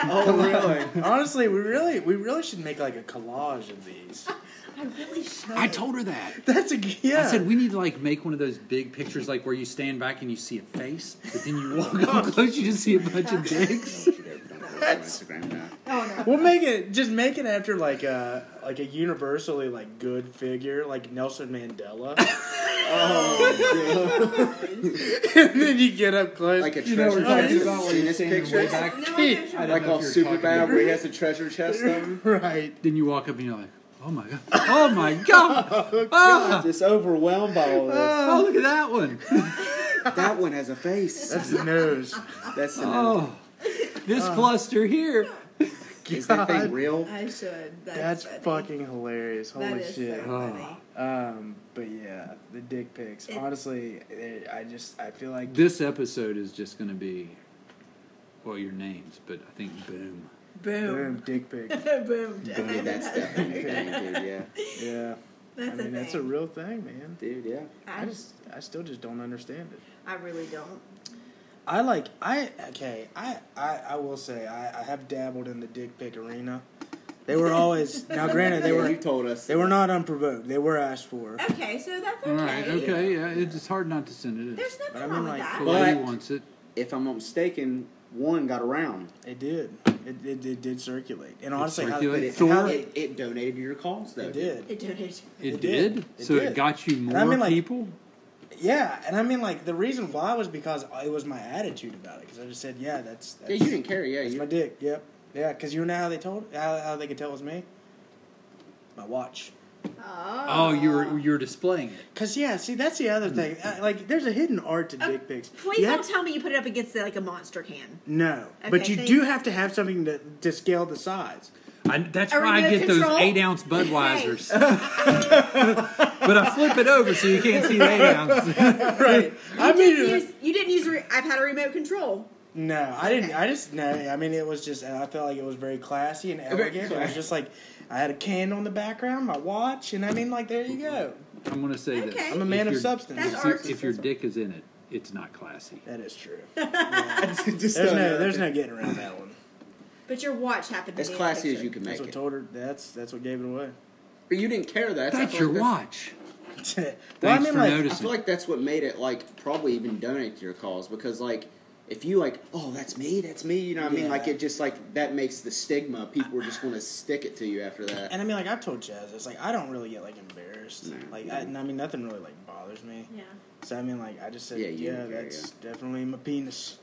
Speaker 3: Oh, really?
Speaker 4: Honestly, we really we really should make like a collage of these.
Speaker 2: I really should.
Speaker 1: I told her that.
Speaker 4: That's a g-
Speaker 1: I
Speaker 4: yeah.
Speaker 1: said we need to like make one of those big pictures, like where you stand back and you see a face, but then you walk up close, you just see a bunch of dicks.
Speaker 3: Don't ever done that on Instagram now.
Speaker 2: Oh no.
Speaker 4: We'll make it just make it after like a like a universally like good figure like Nelson Mandela, Oh, and then you get up close.
Speaker 3: Like a
Speaker 1: You know what
Speaker 3: treasure
Speaker 1: we're talking
Speaker 3: chest.
Speaker 1: about? Where
Speaker 3: Seen
Speaker 1: you're
Speaker 3: his
Speaker 1: standing way
Speaker 3: pictures?
Speaker 1: back.
Speaker 2: No, I don't know.
Speaker 3: Like
Speaker 1: know
Speaker 3: off
Speaker 1: if you're
Speaker 3: Superbad,
Speaker 1: talking-
Speaker 3: where he has a treasure chest. Though.
Speaker 4: right.
Speaker 1: Then you walk up and you're like, oh my god, oh my god, ah,
Speaker 3: Just overwhelmed by all this.
Speaker 1: oh look at that one.
Speaker 3: that one has a face.
Speaker 4: That's the nose.
Speaker 3: That's the
Speaker 1: Oh, this cluster here.
Speaker 3: Is that thing
Speaker 4: God.
Speaker 3: real?
Speaker 2: I should. That's,
Speaker 4: That's
Speaker 2: funny.
Speaker 4: fucking hilarious. Holy
Speaker 2: That is
Speaker 4: shit.
Speaker 2: so
Speaker 1: Oh.
Speaker 2: funny.
Speaker 4: Um, but yeah, the dick pics.
Speaker 2: It-
Speaker 4: Honestly, they- I just I feel like
Speaker 1: This episode is just going to be, well, your names, but I think boom.
Speaker 2: Boom.
Speaker 4: boom dick pic.
Speaker 2: Boom. Boom.
Speaker 3: Dude, that's definitely a thing, dude. Yeah,
Speaker 4: Yeah,
Speaker 2: That's
Speaker 4: I
Speaker 2: a
Speaker 4: mean
Speaker 2: thing.
Speaker 4: that's a real thing, man.
Speaker 3: dude. Yeah.
Speaker 4: I
Speaker 2: I,
Speaker 4: just I still just don't understand it.
Speaker 2: I really don't.
Speaker 4: I like I okay I I, I will say I, I have dabbled in the dick pic arena. They were always now granted they
Speaker 3: yeah,
Speaker 4: were
Speaker 3: you told us.
Speaker 4: they were not unprovoked. They were asked for.
Speaker 2: Okay, so that's okay.
Speaker 1: All right, okay, yeah, it's hard not to send it.
Speaker 2: There's nothing
Speaker 4: But I mean,
Speaker 2: wrong
Speaker 4: like,
Speaker 1: The
Speaker 2: with that.
Speaker 3: Well,
Speaker 1: lady
Speaker 3: But-
Speaker 1: wants it.
Speaker 3: If I'm not mistaken, one got around.
Speaker 4: It did. It it, it did circulate. And honestly, how,
Speaker 1: circulated?
Speaker 4: it,
Speaker 1: Thor?
Speaker 4: how it,
Speaker 3: It, it donated to your cause, though.
Speaker 4: it did.
Speaker 2: It donated.
Speaker 1: It,
Speaker 4: It
Speaker 1: did?
Speaker 4: did. It
Speaker 1: so it
Speaker 4: did.
Speaker 1: got you more
Speaker 4: I mean, like-
Speaker 1: people?
Speaker 4: Yeah, and I mean like the reason why was because it was my attitude about it because I just said yeah that's, that's
Speaker 3: Yeah, you didn't care. Yeah,
Speaker 4: that's
Speaker 3: you,
Speaker 4: my dick. Yep. Yeah, because you know how they told how, how they could tell it was me. My watch.
Speaker 2: Oh.
Speaker 1: Oh, you were you were displaying it.
Speaker 4: Cause yeah, see that's the other thing. Uh, Like, there's a hidden art to
Speaker 2: Uh,
Speaker 4: dick pics.
Speaker 2: Please
Speaker 4: You have
Speaker 2: don't tell me you put it up against like a monster can.
Speaker 4: No,
Speaker 2: Okay,
Speaker 4: but you
Speaker 2: thank
Speaker 4: do
Speaker 2: you.
Speaker 4: have to have something to, to scale the size.
Speaker 1: I, that's
Speaker 2: A
Speaker 1: why I
Speaker 2: remote
Speaker 1: get
Speaker 2: control?
Speaker 1: those eight ounce Budweisers. but I flip it over so you can't see the eight ounce.
Speaker 4: Right. I
Speaker 2: You,
Speaker 4: mean,
Speaker 2: use- you didn't use. A re- I've had a remote control.
Speaker 4: no, I didn't. I just no. I mean, it was just. I felt like it was very classy and elegant. It was
Speaker 3: classy.
Speaker 4: just like I had a candle in the background, my watch, and I mean, like there you go.
Speaker 1: I'm going to say this.
Speaker 2: Okay.
Speaker 4: I'm a
Speaker 1: If
Speaker 4: man of
Speaker 1: your-
Speaker 4: substance.
Speaker 2: That's
Speaker 1: if your-
Speaker 2: art.
Speaker 1: If your dick is in it, it's not classy.
Speaker 4: That is true.
Speaker 3: Just
Speaker 4: There's
Speaker 3: tell
Speaker 4: no.
Speaker 3: you.
Speaker 4: There's no getting around that one.
Speaker 2: But your watch happened to
Speaker 3: As
Speaker 2: be in the
Speaker 3: classy as
Speaker 2: picture.
Speaker 3: you can make
Speaker 4: That's what
Speaker 3: it.
Speaker 4: told her. That's that's what gave it away.
Speaker 3: But you didn't care. That.
Speaker 1: That's your watch.
Speaker 4: Thanks
Speaker 1: Thanks for
Speaker 3: I
Speaker 1: noticing.
Speaker 3: feel like that's what made it like probably even donate to your cause because like if you like oh that's me that's me you know what I mean
Speaker 4: Yeah.
Speaker 3: like it just like that makes the stigma people are just going to stick it to you after that.
Speaker 4: And I mean, like I've told Jazz, it's like I don't really get like embarrassed.
Speaker 3: No.
Speaker 4: Like I, I mean, nothing really like bothers me.
Speaker 2: Yeah.
Speaker 4: So I mean, like I just said,
Speaker 3: Yeah, you
Speaker 4: yeah,
Speaker 3: don't care,
Speaker 4: that's definitely my penis.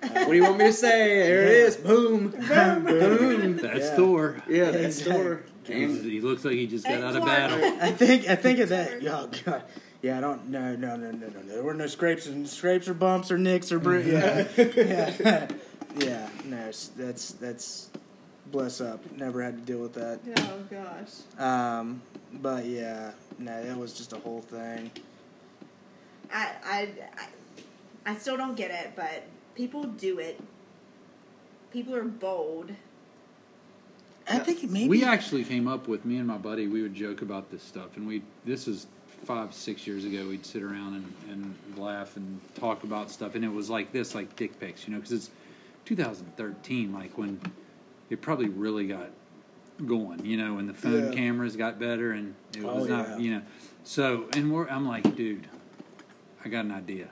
Speaker 3: what do you want me to say? There it is. Boom.
Speaker 4: Boom.
Speaker 1: That's
Speaker 4: Yeah.
Speaker 1: Thor.
Speaker 3: Yeah, that
Speaker 4: Exactly.
Speaker 3: store. And
Speaker 1: He looks like he just got
Speaker 2: Hey,
Speaker 1: out of
Speaker 2: Clark.
Speaker 1: battle.
Speaker 4: I think I think of that. Oh god. Yeah, I don't. No, no, no, no, no, no. There were no scrapes and scrapes or bumps or nicks or bru- yeah, yeah, yeah. No, s- that's that's bless up. Never had to deal with that.
Speaker 2: Oh gosh.
Speaker 4: Um, but yeah, no, that was just a whole thing.
Speaker 2: I, I I I still don't get it, but people do it. People are bold.
Speaker 4: I think maybe
Speaker 1: We actually came up with me and my buddy. We would joke about this stuff, and we this is five six years ago. We'd sit around and, and laugh and talk about stuff, and it was like this, like dick pics, you know, because it's 2013, like when it probably really got going, you know, when the phone
Speaker 4: Yeah.
Speaker 1: cameras got better, and it
Speaker 4: Oh,
Speaker 1: was not,
Speaker 4: yeah.
Speaker 1: you know, so and we're I'm like, dude, I got an idea.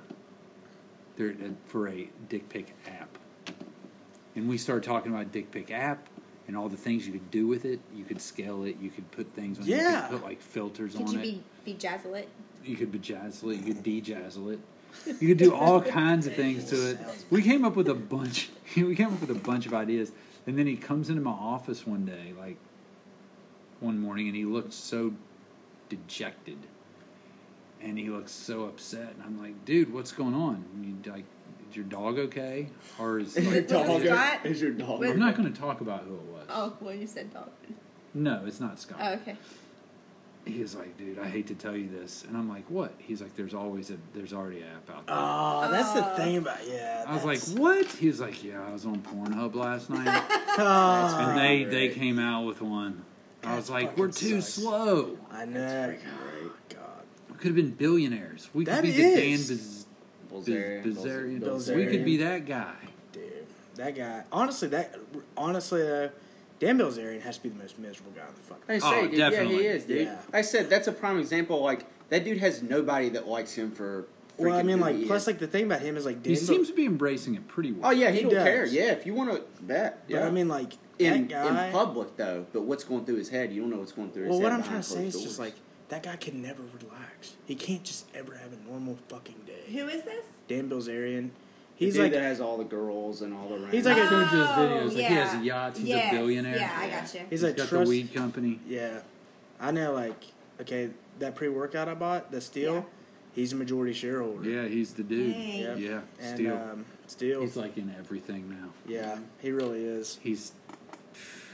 Speaker 1: There for a dick pic app and we started talking about dick pic app and all the things you could do with it. You could scale it. You could put things on. it. You
Speaker 4: Yeah.
Speaker 1: could put like filters
Speaker 2: Could
Speaker 1: on
Speaker 2: you
Speaker 1: it.
Speaker 2: be be jazzle it?
Speaker 1: You could bejazzle it. You could dejazzle it. You could do all kinds of things to it. We came up with a bunch. We came up with a bunch of ideas, and then he comes into my office one day, like one morning, and he looked so dejected, and he looked so upset. And I'm like, dude, what's going on? And you like, is your dog okay? Or is like,
Speaker 2: Dog. Scott?
Speaker 3: Is your dog?
Speaker 2: Wait.
Speaker 1: I'm not going to talk about who it was.
Speaker 2: Oh, well, you said dog.
Speaker 1: No, it's not Scott.
Speaker 2: Oh, okay.
Speaker 1: He was like, dude, I hate to tell you this, and I'm like, what? He's like, there's always a, there's already an app out there.
Speaker 4: Oh, that's the thing about yeah.
Speaker 1: I was like,
Speaker 4: that's-
Speaker 1: what? He was like, yeah, I was on Pornhub last night,
Speaker 4: Oh,
Speaker 1: and they they
Speaker 3: Right.
Speaker 1: came out with one. I
Speaker 4: That
Speaker 1: was like, we're
Speaker 4: fucking
Speaker 1: too
Speaker 4: sucks.
Speaker 1: slow.
Speaker 4: I know.
Speaker 3: freaking
Speaker 4: Oh, God.
Speaker 1: We could have been billionaires. We could
Speaker 4: That
Speaker 1: be
Speaker 4: is.
Speaker 1: the Dan Biz-
Speaker 3: Bilzerian.
Speaker 1: Biz- Bizarian.
Speaker 4: Bilzerian.
Speaker 1: We could be that guy.
Speaker 4: Dude, that guy. Honestly, that honestly though, Dan Bilzerian has to be the most miserable guy on the fucking.
Speaker 3: I
Speaker 1: Oh,
Speaker 3: say, dude, yeah,
Speaker 1: definitely.
Speaker 3: he is, dude.
Speaker 4: Yeah.
Speaker 3: I said that's a prime example. Like that dude has nobody that likes him for.
Speaker 4: Well, I
Speaker 3: freaking
Speaker 4: mean,
Speaker 3: who
Speaker 4: like,
Speaker 3: he
Speaker 4: plus,
Speaker 3: is.
Speaker 4: like the thing about him is like Dan.
Speaker 1: He
Speaker 4: Bil-
Speaker 1: seems to be embracing it pretty well.
Speaker 3: oh yeah, he,
Speaker 4: he
Speaker 3: don't
Speaker 4: does.
Speaker 3: care. Yeah, if you want to bet,
Speaker 4: but
Speaker 3: yeah.
Speaker 4: I mean, like
Speaker 3: in
Speaker 4: that guy.
Speaker 3: in public though, but what's going through his head? You don't know what's going through.
Speaker 4: well,
Speaker 3: his
Speaker 4: what
Speaker 3: head
Speaker 4: I'm
Speaker 3: behind
Speaker 4: trying to say
Speaker 3: closed
Speaker 4: is just
Speaker 3: doors.
Speaker 4: like that guy can never relax. He can't just ever have a normal fucking day.
Speaker 2: Who is this?
Speaker 4: Dan Bilzerian,
Speaker 3: The
Speaker 4: he's
Speaker 3: dude
Speaker 4: like
Speaker 3: that has all the girls and all the. Random.
Speaker 4: He's like
Speaker 1: I
Speaker 4: a-
Speaker 1: showed you his
Speaker 2: Oh,
Speaker 1: videos. Like he has a yacht. He's
Speaker 2: Yes.
Speaker 1: a billionaire.
Speaker 2: Yeah, I
Speaker 3: Yeah.
Speaker 2: got you.
Speaker 4: he's
Speaker 1: he's
Speaker 4: like
Speaker 1: got
Speaker 4: trust.
Speaker 1: the weed company.
Speaker 4: Yeah, I know. Like, okay, that pre-workout I bought, the steel,
Speaker 2: Yeah.
Speaker 4: he's a majority shareholder.
Speaker 1: Yeah, he's the dude.
Speaker 2: Dang.
Speaker 4: Yep.
Speaker 1: Yeah,
Speaker 4: and
Speaker 1: Steele.
Speaker 4: um, steel.
Speaker 1: He's like in everything now.
Speaker 4: yeah, he really is.
Speaker 1: He's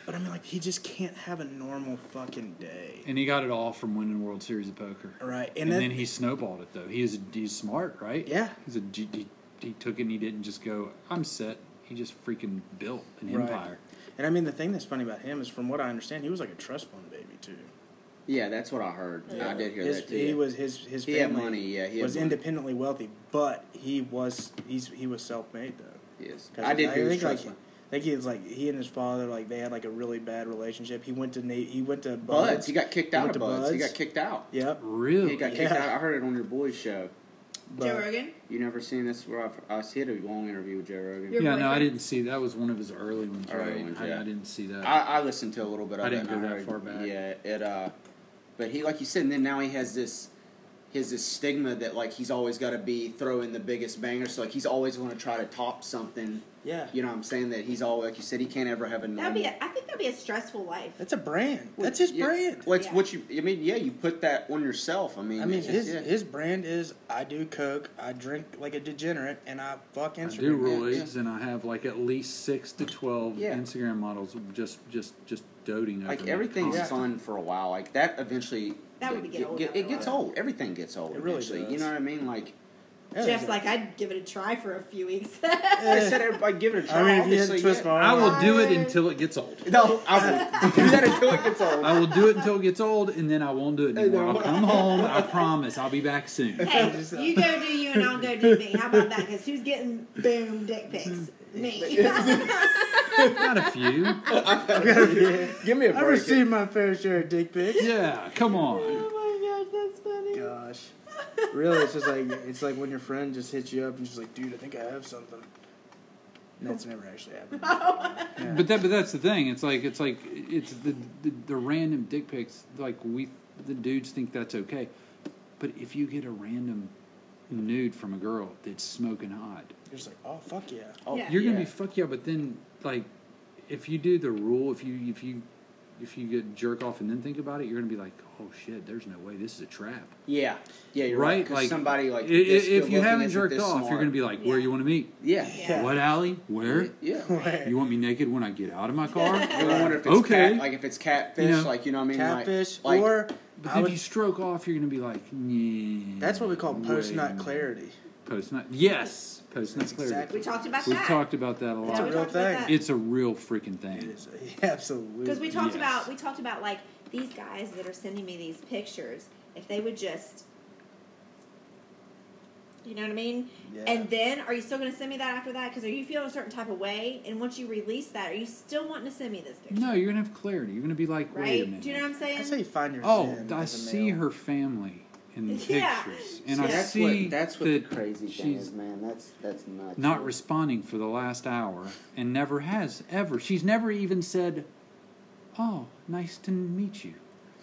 Speaker 4: But I mean, like, he just can't have a normal fucking day.
Speaker 1: and he got it all from winning World Series of Poker.
Speaker 4: All right, and,
Speaker 1: And,
Speaker 4: then,
Speaker 1: then he snowballed it though. He is he's smart, right?
Speaker 4: Yeah.
Speaker 1: He's a he, he- he took it and he didn't just go I'm set. He just freaking built an
Speaker 4: Right.
Speaker 1: empire.
Speaker 4: and I mean, the thing that's funny about him is, from what I understand, he was like a trust fund baby too.
Speaker 3: yeah, that's what I heard. I did hear
Speaker 4: his,
Speaker 3: that too.
Speaker 4: He
Speaker 3: yeah.
Speaker 4: was his his
Speaker 3: He
Speaker 4: family
Speaker 3: had money, yeah, he had
Speaker 4: was
Speaker 3: money.
Speaker 4: independently wealthy, but he was he's he was self made though.
Speaker 3: Yes,
Speaker 4: 'Cause
Speaker 3: I did hear his
Speaker 4: think
Speaker 3: trust
Speaker 4: like,
Speaker 3: fund.
Speaker 4: I think he was like he and his father like they had like a really bad relationship. He went to Na- he went to Buds.
Speaker 3: Buds, he got kicked
Speaker 4: He
Speaker 3: out
Speaker 4: went
Speaker 3: of
Speaker 4: to
Speaker 3: Buds. He
Speaker 4: Buds.
Speaker 3: got kicked out.
Speaker 4: Yep.
Speaker 1: Really?
Speaker 3: He got kicked
Speaker 4: Yeah.
Speaker 3: out. I heard it on your boys' show.
Speaker 2: Joe
Speaker 4: but-
Speaker 2: Rogan.
Speaker 3: You never seen this? Where I've, I see it a long interview with Joe Rogan.
Speaker 2: Your
Speaker 1: yeah, no, I
Speaker 2: boyfriend?
Speaker 1: didn't see that was one of his early ones,
Speaker 3: Early
Speaker 1: right?
Speaker 3: ones,
Speaker 1: I- I,
Speaker 3: yeah.
Speaker 1: didn't see that.
Speaker 3: I, I listened to a little bit of
Speaker 1: I
Speaker 3: it.
Speaker 1: didn't
Speaker 3: and
Speaker 1: go that
Speaker 3: heard-
Speaker 1: far back.
Speaker 3: Yeah, it. Uh, but he, like you said, and then now he has this, he has this stigma that like he's always got to be throwing the biggest banger. So like he's always going to try to top something.
Speaker 4: Yeah.
Speaker 3: You know what I'm saying? That he's all like you said, he can't ever have a normal.
Speaker 2: That'd be. A, I think that'd be a stressful life.
Speaker 4: That's a brand. That's his
Speaker 3: Yeah.
Speaker 4: brand.
Speaker 3: Well, it's
Speaker 2: Yeah.
Speaker 3: what you. I mean, yeah, you put that on yourself. I mean,
Speaker 4: I mean,
Speaker 3: it's just-
Speaker 4: his
Speaker 3: yeah.
Speaker 4: his brand is I do coke, I drink like a degenerate, and I fuck
Speaker 1: I
Speaker 4: Instagram.
Speaker 1: do
Speaker 3: yeah.
Speaker 1: roids, and I have like at least six to twelve
Speaker 3: Yeah.
Speaker 1: Instagram models just just just doting over
Speaker 3: like
Speaker 1: me
Speaker 3: everything's
Speaker 1: constantly.
Speaker 3: fun for a while. Like that eventually.
Speaker 2: That would
Speaker 3: it-
Speaker 2: get old
Speaker 3: It,
Speaker 2: after a
Speaker 3: it gets
Speaker 2: while.
Speaker 3: old. Everything gets old.
Speaker 4: It really
Speaker 3: eventually. You
Speaker 4: does.
Speaker 3: know what I mean? Like
Speaker 4: Yeah.
Speaker 2: Jeff's like, I'd give it a try for a few weeks.
Speaker 3: I said, everybody give it a try.
Speaker 4: I mean, if you had
Speaker 3: obviously,
Speaker 4: to twist
Speaker 3: yeah.
Speaker 4: my
Speaker 1: I
Speaker 4: arm,
Speaker 1: will do it until it gets old.
Speaker 3: No, I will do that until it gets old.
Speaker 1: I will do it until it gets old, and then I won't do it anymore. I'll come home. I promise. I'll be back soon.
Speaker 2: hey,
Speaker 4: uh,
Speaker 2: you go do you, and I'll go do me. How about that? Because who's getting boom dick pics? Me.
Speaker 1: Got a few.
Speaker 3: Give me a
Speaker 4: I've
Speaker 3: break.
Speaker 4: received my fair share of dick pics.
Speaker 1: Yeah, come on.
Speaker 2: oh my gosh, that's funny.
Speaker 4: Gosh, really? It's just like it's like when your friend just hits you up and she's like, "Dude, I think I have something." And that's never actually happened. Yeah.
Speaker 1: But that, but that's the thing. It's like it's like it's the the, the random dick pics. Like we, the dudes think that's okay, but if you get a random nude from a girl that's smoking hot,
Speaker 4: You're just like, "Oh fuck yeah!"
Speaker 3: Oh,
Speaker 2: Yeah.
Speaker 1: you're gonna
Speaker 3: yeah.
Speaker 1: be fuck yeah. But then, like, if you do the rule, if you if you if you get jerk off and then think about it, you're gonna be like, oh shit, there's no way. This is a trap.
Speaker 3: Yeah, yeah, you're right.
Speaker 1: right?
Speaker 3: 'cause somebody like
Speaker 1: i- i-
Speaker 3: this
Speaker 1: if you
Speaker 3: good-looking
Speaker 1: haven't
Speaker 3: isn't
Speaker 1: jerked
Speaker 3: this
Speaker 1: off,
Speaker 3: smart.
Speaker 1: you're going to be like, "Where
Speaker 2: Yeah.
Speaker 1: you want to meet?
Speaker 3: yeah,
Speaker 4: Yeah.
Speaker 1: What alley? Where?
Speaker 3: yeah.
Speaker 1: You want me naked when I get out of my car?"
Speaker 3: I wonder if it's
Speaker 1: Okay.
Speaker 3: cat, like if it's catfish,
Speaker 1: You know,
Speaker 3: like you know what I mean, Like-
Speaker 4: Catfish
Speaker 3: like,
Speaker 4: or
Speaker 1: but
Speaker 4: I
Speaker 1: then
Speaker 4: would-
Speaker 1: you stroke off, you're going to be like, "Yeah."
Speaker 4: that's what we call post
Speaker 1: wait a
Speaker 4: nut
Speaker 1: minute."
Speaker 4: clarity.
Speaker 1: Post nut. Yes, post nut
Speaker 4: That's
Speaker 1: clarity.
Speaker 4: exactly-
Speaker 2: We talked about
Speaker 1: We've
Speaker 2: that.
Speaker 1: talked about that a
Speaker 2: yeah, we
Speaker 4: It's a
Speaker 1: lot.
Speaker 4: real
Speaker 2: talked about
Speaker 4: thing.
Speaker 2: that.
Speaker 1: It's a real freaking
Speaker 4: It
Speaker 1: thing.
Speaker 4: is absolutely
Speaker 2: Because we talked
Speaker 1: Yes.
Speaker 2: about we talked about like these guys that are sending me these pictures, if they would just you know what I mean?
Speaker 4: Yeah.
Speaker 2: And then are you still going to send me that after that? Because are you feeling a certain type of way? And once you release that, are you still wanting to send me this picture?
Speaker 1: No, you're going to have clarity. You're going to be like, "Wait a
Speaker 2: right?
Speaker 1: minute."
Speaker 2: Do you know what I'm saying?
Speaker 4: That's how you find your
Speaker 1: Oh,
Speaker 4: zen
Speaker 1: I
Speaker 4: as a
Speaker 1: see
Speaker 4: male.
Speaker 1: her family in the
Speaker 2: Yeah.
Speaker 1: pictures, and
Speaker 2: Yeah.
Speaker 1: I
Speaker 3: That's
Speaker 1: see
Speaker 3: what that's what the
Speaker 1: that
Speaker 3: crazy thing
Speaker 1: she's
Speaker 3: is, man. That's that's nuts.
Speaker 1: not responding for the last hour and never has ever. She's never even said, "Oh, nice to meet you."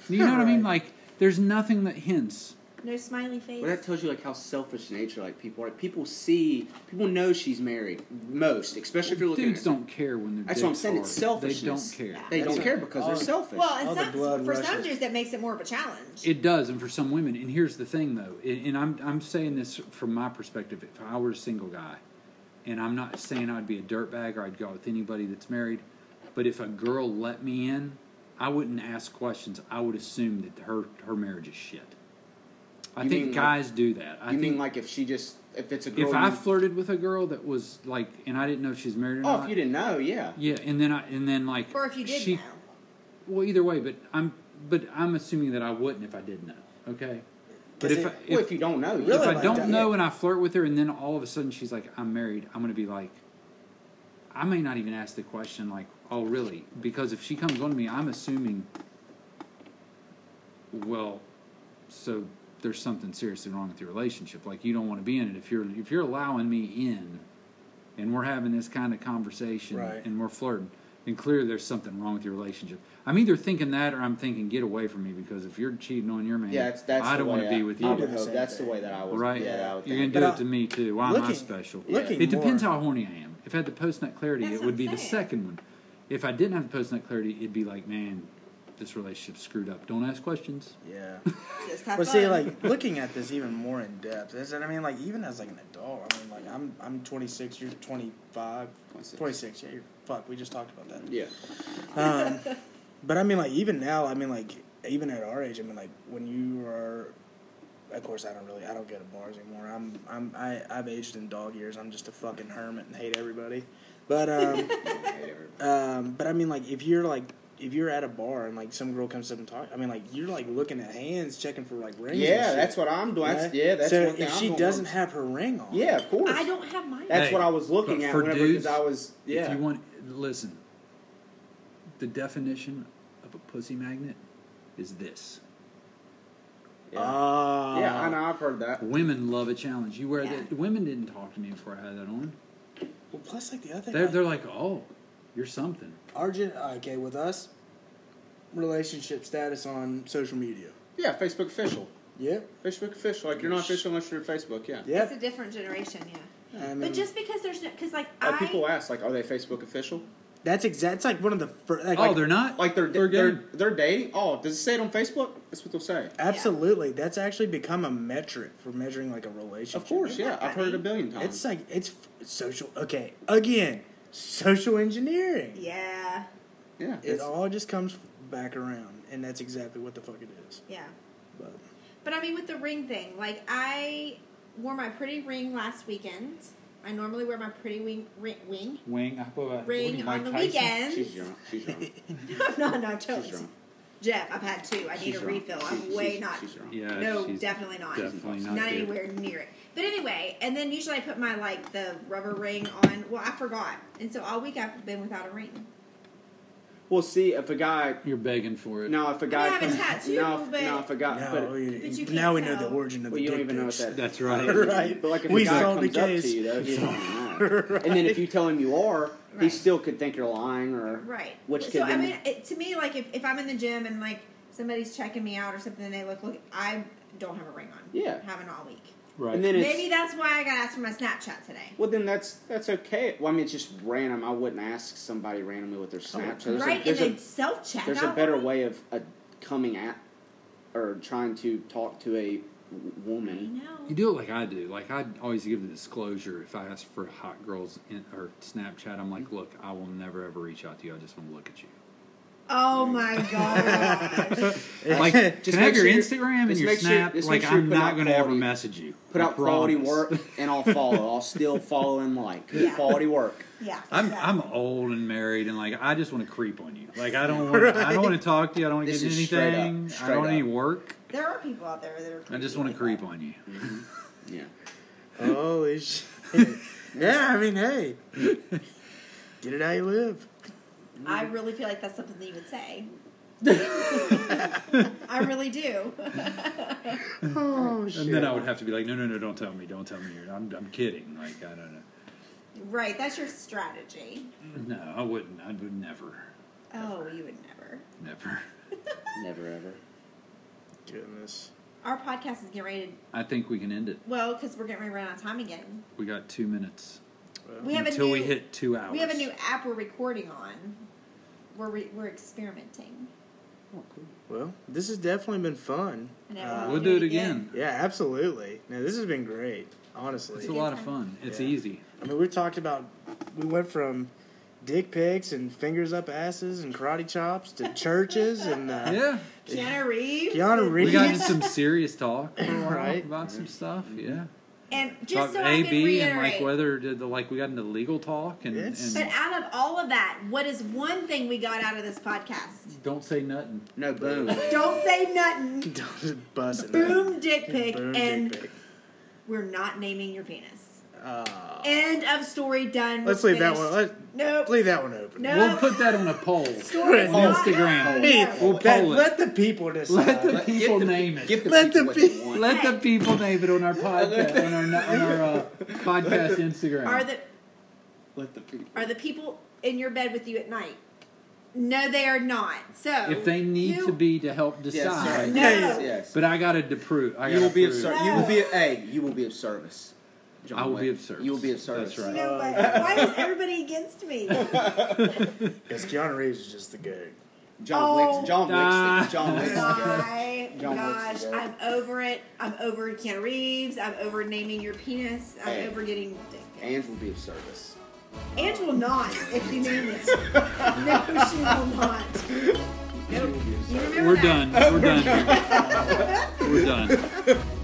Speaker 1: You know what I mean?
Speaker 4: Right.
Speaker 1: Like there's nothing that hints.
Speaker 2: no smiley face.
Speaker 3: Well, that tells you like how selfish nature like people are. Like, people see, people know she's married most, especially if you're looking.
Speaker 1: Dudes
Speaker 3: at
Speaker 1: don't care when they're.
Speaker 3: That's what I'm saying. It's
Speaker 1: They don't
Speaker 3: selfishness.
Speaker 1: care.
Speaker 3: They
Speaker 4: That's
Speaker 3: don't
Speaker 4: a-
Speaker 3: care because
Speaker 4: oh.
Speaker 3: they're selfish.
Speaker 2: well, and
Speaker 4: all the
Speaker 2: some,
Speaker 4: blood
Speaker 2: for some
Speaker 4: rushes.
Speaker 2: dudes that makes it more of a challenge.
Speaker 1: It does, and for some women. And here's the thing, though, and and I'm I'm saying this from my perspective. If I were a single guy, and I'm not saying I'd be a dirtbag or I'd go out with anybody that's married, but if a girl let me in, I wouldn't ask questions. I would assume that her her marriage is shit. I
Speaker 3: You
Speaker 1: think
Speaker 3: mean like-
Speaker 1: guys do that. I
Speaker 3: you
Speaker 1: think
Speaker 3: mean like if she just if it's a girl?
Speaker 1: if I
Speaker 3: you-
Speaker 1: flirted with a girl that was like, and I didn't know she's married or
Speaker 3: oh,
Speaker 1: not.
Speaker 3: if you didn't know, yeah.
Speaker 1: Yeah, and then I and then like,
Speaker 2: or if you did
Speaker 1: she-
Speaker 2: know.
Speaker 1: Well, either way, but I'm but I'm assuming that I wouldn't if I did know. Okay. But
Speaker 4: Is
Speaker 1: if,
Speaker 4: it-
Speaker 1: I-
Speaker 3: well, if you don't know, you
Speaker 4: Really?
Speaker 1: if I
Speaker 4: like
Speaker 1: don't
Speaker 4: that.
Speaker 1: know and I flirt with her and then all of a sudden she's like, I'm married, I'm gonna be like, I may not even ask the question like, "Oh, really?" Because if she comes on to me, I'm assuming. Well, so there's something seriously wrong with your relationship. Like you don't want to be in it. If you're if you're allowing me in, and we're having this kind of conversation
Speaker 4: Right.
Speaker 1: and we're flirting, then clearly there's something wrong with your relationship. I'm either thinking that or I'm thinking get away from me because if you're cheating on your man,
Speaker 3: Yeah, it's, that's
Speaker 1: I
Speaker 3: the
Speaker 1: don't want
Speaker 3: way
Speaker 1: to be
Speaker 3: I-
Speaker 1: with
Speaker 3: I
Speaker 1: you.
Speaker 3: would
Speaker 4: Yeah,
Speaker 3: hope
Speaker 4: same
Speaker 3: that's the
Speaker 4: thing.
Speaker 3: way that I would.
Speaker 1: Right?
Speaker 3: Yeah, I would
Speaker 1: you're gonna
Speaker 3: think.
Speaker 1: do
Speaker 4: But
Speaker 1: it
Speaker 4: I-
Speaker 1: to me too. Why am I
Speaker 4: looking-
Speaker 1: special?
Speaker 4: looking
Speaker 1: It depends
Speaker 4: more-
Speaker 1: how horny I am. If I had the post nut clarity,
Speaker 2: That's
Speaker 1: it
Speaker 2: what
Speaker 1: would
Speaker 2: I'm
Speaker 1: be the
Speaker 2: saying.
Speaker 1: second one. If I didn't have the post nut clarity, it'd be like, man, this relationship screwed up. Don't ask questions.
Speaker 4: Yeah.
Speaker 2: Just have
Speaker 4: But
Speaker 2: fun.
Speaker 4: see, like looking at this even more in depth, is that I mean, like even as like an adult, I mean, like I'm I'm 26, you're 25,
Speaker 3: 26.
Speaker 4: 26. Yeah, you're fuck. We just talked about that.
Speaker 3: Yeah.
Speaker 4: Um, but I mean, like even now, I mean, like even at our age, I mean, like when you are, of course, I don't really, I don't go to bars anymore. I'm, I'm, I, I've aged in dog years. I'm just a fucking hermit and hate everybody. But um,
Speaker 3: I hate everybody.
Speaker 4: um, but I mean, like if you're like. If you're at a bar and like some girl comes up and talk, I mean, like you're like looking at hands, checking for like rings.
Speaker 3: Yeah,
Speaker 4: and shit.
Speaker 3: that's what I'm doing. That's-
Speaker 4: Yeah.
Speaker 3: Yeah, that's
Speaker 4: so
Speaker 3: one thing
Speaker 4: if
Speaker 3: I'm
Speaker 4: she
Speaker 3: doing.
Speaker 4: doesn't have her ring on,
Speaker 3: yeah, of course.
Speaker 2: I don't have mine.
Speaker 3: That's
Speaker 1: Hey,
Speaker 3: what I was looking
Speaker 1: but
Speaker 3: at
Speaker 1: for
Speaker 3: whenever because
Speaker 1: dudes,
Speaker 3: I was. Yeah.
Speaker 1: If you want, listen. The definition of a pussy magnet is this:
Speaker 3: yeah.
Speaker 4: Ah.
Speaker 3: yeah, I know. I've heard that.
Speaker 1: women love a challenge. You wear
Speaker 2: Yeah.
Speaker 1: that. Women didn't talk to me before I had that on.
Speaker 4: Well, plus like the other,
Speaker 1: They're
Speaker 4: like,
Speaker 1: they're like, oh, you're something.
Speaker 4: our gen- okay with us, relationship status on social media.
Speaker 3: Yeah, Facebook official.
Speaker 4: Yep.
Speaker 3: Facebook official. Like you're not official unless you're Facebook. Yeah.
Speaker 2: It's
Speaker 4: Yep.
Speaker 2: a different generation, yeah.
Speaker 4: I mean, uh,
Speaker 2: But just because there's no, because like
Speaker 3: Like
Speaker 2: I,
Speaker 3: people ask, like, are they Facebook official?
Speaker 4: that's exact. It's like one of the first. Like,
Speaker 1: oh, they're not.
Speaker 3: Like they're
Speaker 1: They're
Speaker 3: they're
Speaker 1: good.
Speaker 3: they're, dating. Oh, does it say it on Facebook? That's what they'll say.
Speaker 4: absolutely. That's actually become a metric for measuring like a relationship.
Speaker 3: Of course, yeah. I've heard it a billion times.
Speaker 4: It's like it's f- social. Okay, again, social engineering.
Speaker 2: yeah,
Speaker 3: yeah.
Speaker 4: It
Speaker 3: It's,
Speaker 4: all just comes back around, and that's exactly what the fuck it is.
Speaker 2: yeah.
Speaker 4: But
Speaker 2: But I mean, with the ring thing, like I wore my pretty ring last weekend. I normally wear my pretty wing ring, wing
Speaker 1: Wing, I put a- what do
Speaker 2: ring
Speaker 1: you,
Speaker 2: on
Speaker 1: Mike
Speaker 2: the
Speaker 1: Tyson?
Speaker 2: weekends.
Speaker 3: she's drunk. She's drunk.
Speaker 2: no, no, no,
Speaker 3: She's
Speaker 2: totes.
Speaker 3: drunk.
Speaker 2: Jeff, I've had two. I need
Speaker 3: She's
Speaker 2: a
Speaker 3: drunk.
Speaker 2: refill.
Speaker 3: She-
Speaker 2: I'm way
Speaker 3: she's-
Speaker 2: not.
Speaker 3: Uh, She's drunk.
Speaker 1: Yeah,
Speaker 2: no,
Speaker 1: she's
Speaker 2: definitely not.
Speaker 1: Definitely
Speaker 2: not
Speaker 1: not. good.
Speaker 2: anywhere near it. But anyway, and then usually I put my like the rubber ring on. Well, I forgot, and so all week I've been without a ring.
Speaker 3: Well, see, if a guy
Speaker 1: You're begging for it.
Speaker 3: No, if a guy
Speaker 2: I have a
Speaker 3: comes,
Speaker 2: tattoo,
Speaker 3: no, if-
Speaker 2: but-
Speaker 3: no, if a guy,
Speaker 4: now,
Speaker 3: Uh, but,
Speaker 4: we,
Speaker 2: But you
Speaker 4: now
Speaker 2: can't
Speaker 4: we know the
Speaker 2: tell.
Speaker 4: origin of
Speaker 3: well,
Speaker 4: the
Speaker 3: you don't
Speaker 4: dick
Speaker 3: even know what
Speaker 4: pics.
Speaker 3: that.
Speaker 1: That's right.
Speaker 4: Right.
Speaker 3: But like, if
Speaker 4: We
Speaker 3: a guy
Speaker 4: solved the
Speaker 3: comes up
Speaker 4: case.
Speaker 3: to you, though, you don't know. and then if you tell him you are, he
Speaker 2: Right.
Speaker 3: still could think you're lying, or
Speaker 2: Right.
Speaker 3: Which
Speaker 2: so
Speaker 3: could
Speaker 2: I
Speaker 3: then-
Speaker 2: mean, it, to me, like if, if I'm in the gym and like somebody's checking me out or something, and they look look, I don't have a ring on.
Speaker 3: Yeah.
Speaker 2: haven't all week.
Speaker 1: Right.
Speaker 3: and then it's
Speaker 2: Maybe that's why I got asked for my Snapchat today.
Speaker 3: well, then that's that's okay. Well, I mean, it's just random. I wouldn't ask somebody randomly with their Snapchat. There's
Speaker 2: right,
Speaker 3: a, there's
Speaker 2: and
Speaker 3: a
Speaker 2: then self check.
Speaker 3: there's a better way of uh, coming at or trying to talk to a w-
Speaker 2: I
Speaker 3: woman.
Speaker 2: know.
Speaker 1: You do it like I do. Like I always give the disclosure. If I ask for hot girls in, or Snapchat, I'm like, look, I will never ever reach out to you. I just want to look at you.
Speaker 2: Oh my god!
Speaker 1: Like,
Speaker 3: just
Speaker 1: can I have your
Speaker 3: make sure you-
Speaker 1: Instagram and
Speaker 3: just
Speaker 1: your
Speaker 3: make sure-
Speaker 1: Snap?
Speaker 3: just make
Speaker 1: like,
Speaker 3: sure you
Speaker 1: I'm
Speaker 3: put
Speaker 1: not
Speaker 3: out
Speaker 1: going to ever
Speaker 3: quality-
Speaker 1: message you.
Speaker 3: Put
Speaker 1: I
Speaker 3: out quality
Speaker 1: promise.
Speaker 3: work, and I'll follow. I'll still follow and like
Speaker 2: Yeah.
Speaker 3: quality work.
Speaker 2: yeah,
Speaker 1: I'm
Speaker 2: yeah.
Speaker 1: I'm old and married, and like I just want to creep on you. Like I don't want I don't want to talk to you. I don't want to
Speaker 3: This
Speaker 1: get
Speaker 3: is
Speaker 1: into
Speaker 3: straight up,
Speaker 1: anything. I
Speaker 3: straight
Speaker 1: don't want any
Speaker 3: up.
Speaker 1: work.
Speaker 2: There are people out there that are.
Speaker 1: I just want to
Speaker 2: like
Speaker 1: creep
Speaker 2: that.
Speaker 1: on you.
Speaker 3: Yeah.
Speaker 4: Holy shit. yeah, I mean, hey. Get it how you live.
Speaker 2: I
Speaker 1: Mm-hmm.
Speaker 2: really feel like that's something that you would say. I really do.
Speaker 4: Oh,
Speaker 1: And then I would have to be like, no, no, no, don't tell me, don't tell me. You're, I'm I'm kidding. Like I don't know.
Speaker 2: right, that's your strategy.
Speaker 1: No, I wouldn't. I would never,
Speaker 2: Oh, you would never.
Speaker 1: never.
Speaker 3: Never ever.
Speaker 4: Goodness.
Speaker 2: Our podcast is getting ready to,
Speaker 1: I think we can end it.
Speaker 2: well, because we're getting ready to run out of time again.
Speaker 1: We got two minutes
Speaker 2: We have
Speaker 1: until
Speaker 2: a new,
Speaker 1: we hit two hours.
Speaker 2: We have a new app we're recording on. We're, re, we're experimenting.
Speaker 4: Well, this has definitely been fun.
Speaker 2: And
Speaker 4: Uh,
Speaker 1: We'll do it again.
Speaker 4: yeah, absolutely. No, this has been great, honestly.
Speaker 1: It's a lot of fun. It's
Speaker 4: Yeah.
Speaker 1: easy.
Speaker 4: I mean, we've talked about, we went from dick pics and fingers up asses and karate chops to churches and uh,
Speaker 1: Yeah.
Speaker 2: Keanu Reeves.
Speaker 4: Keanu
Speaker 1: We got into
Speaker 4: Reeves.
Speaker 1: some serious talk for a while
Speaker 4: Right.
Speaker 1: about some stuff. Yeah.
Speaker 2: And just so
Speaker 1: Talk
Speaker 2: I
Speaker 1: A,
Speaker 2: can
Speaker 1: B,
Speaker 2: reiterate.
Speaker 1: and like whether did the like we got into legal talk and,
Speaker 4: It's-
Speaker 2: but
Speaker 1: and
Speaker 2: out of all of that, what is one thing we got out of this podcast?
Speaker 1: don't say nothing.
Speaker 3: No boom.
Speaker 2: Don't say nothing.
Speaker 4: Don't just bust it.
Speaker 2: Boom dick pic,
Speaker 4: Boom dick
Speaker 2: and
Speaker 4: pic.
Speaker 2: we're not naming your penis. End of story. Done.
Speaker 4: Let's
Speaker 2: We're
Speaker 4: leave that
Speaker 2: finished.
Speaker 4: one. Let's
Speaker 2: Nope.
Speaker 4: leave that one open.
Speaker 2: No.
Speaker 1: We'll put that on a poll.
Speaker 2: Story's
Speaker 1: On
Speaker 2: not-
Speaker 1: Instagram.
Speaker 4: Hey,
Speaker 2: No.
Speaker 1: We'll
Speaker 4: that-
Speaker 1: poll it.
Speaker 4: let the people decide.
Speaker 1: Uh, Let the people name it.
Speaker 3: Give the
Speaker 4: Let
Speaker 3: people
Speaker 4: the
Speaker 3: what they
Speaker 4: pe-
Speaker 3: want.
Speaker 1: Let the people name it on our podcast on our, on our uh, podcast Instagram.
Speaker 2: Are the
Speaker 3: Let the people.
Speaker 2: are the people in your bed with you at night? No, they are not. So
Speaker 1: if they need
Speaker 2: you-
Speaker 1: to be to help
Speaker 3: Yes,
Speaker 1: decide,
Speaker 2: No.
Speaker 3: yes, yes.
Speaker 1: but I gotta deprove. I
Speaker 3: you will
Speaker 1: gotta
Speaker 3: be of
Speaker 1: prove.
Speaker 3: service. You will be. A, hey, you will be of service. John
Speaker 1: I will
Speaker 3: Wayne.
Speaker 1: be of service.
Speaker 3: You will be of service.
Speaker 1: That's right.
Speaker 2: No, but why is everybody against me?
Speaker 4: Because Keanu Reeves is just the goat.
Speaker 3: John
Speaker 2: Oh.
Speaker 3: Wick's. John Wick's. the- John Wick's. the guy.
Speaker 2: My
Speaker 4: John
Speaker 2: gosh,
Speaker 4: Wilkes is
Speaker 2: I'm over it. I'm over Keanu Reeves. I'm over naming your penis. I'm
Speaker 3: Hey.
Speaker 2: over getting.
Speaker 3: Ange will be of service.
Speaker 2: Ange will not if you name it. no, she will not. Nope. You remember
Speaker 1: We're
Speaker 2: that.
Speaker 1: done. We're done. We're done.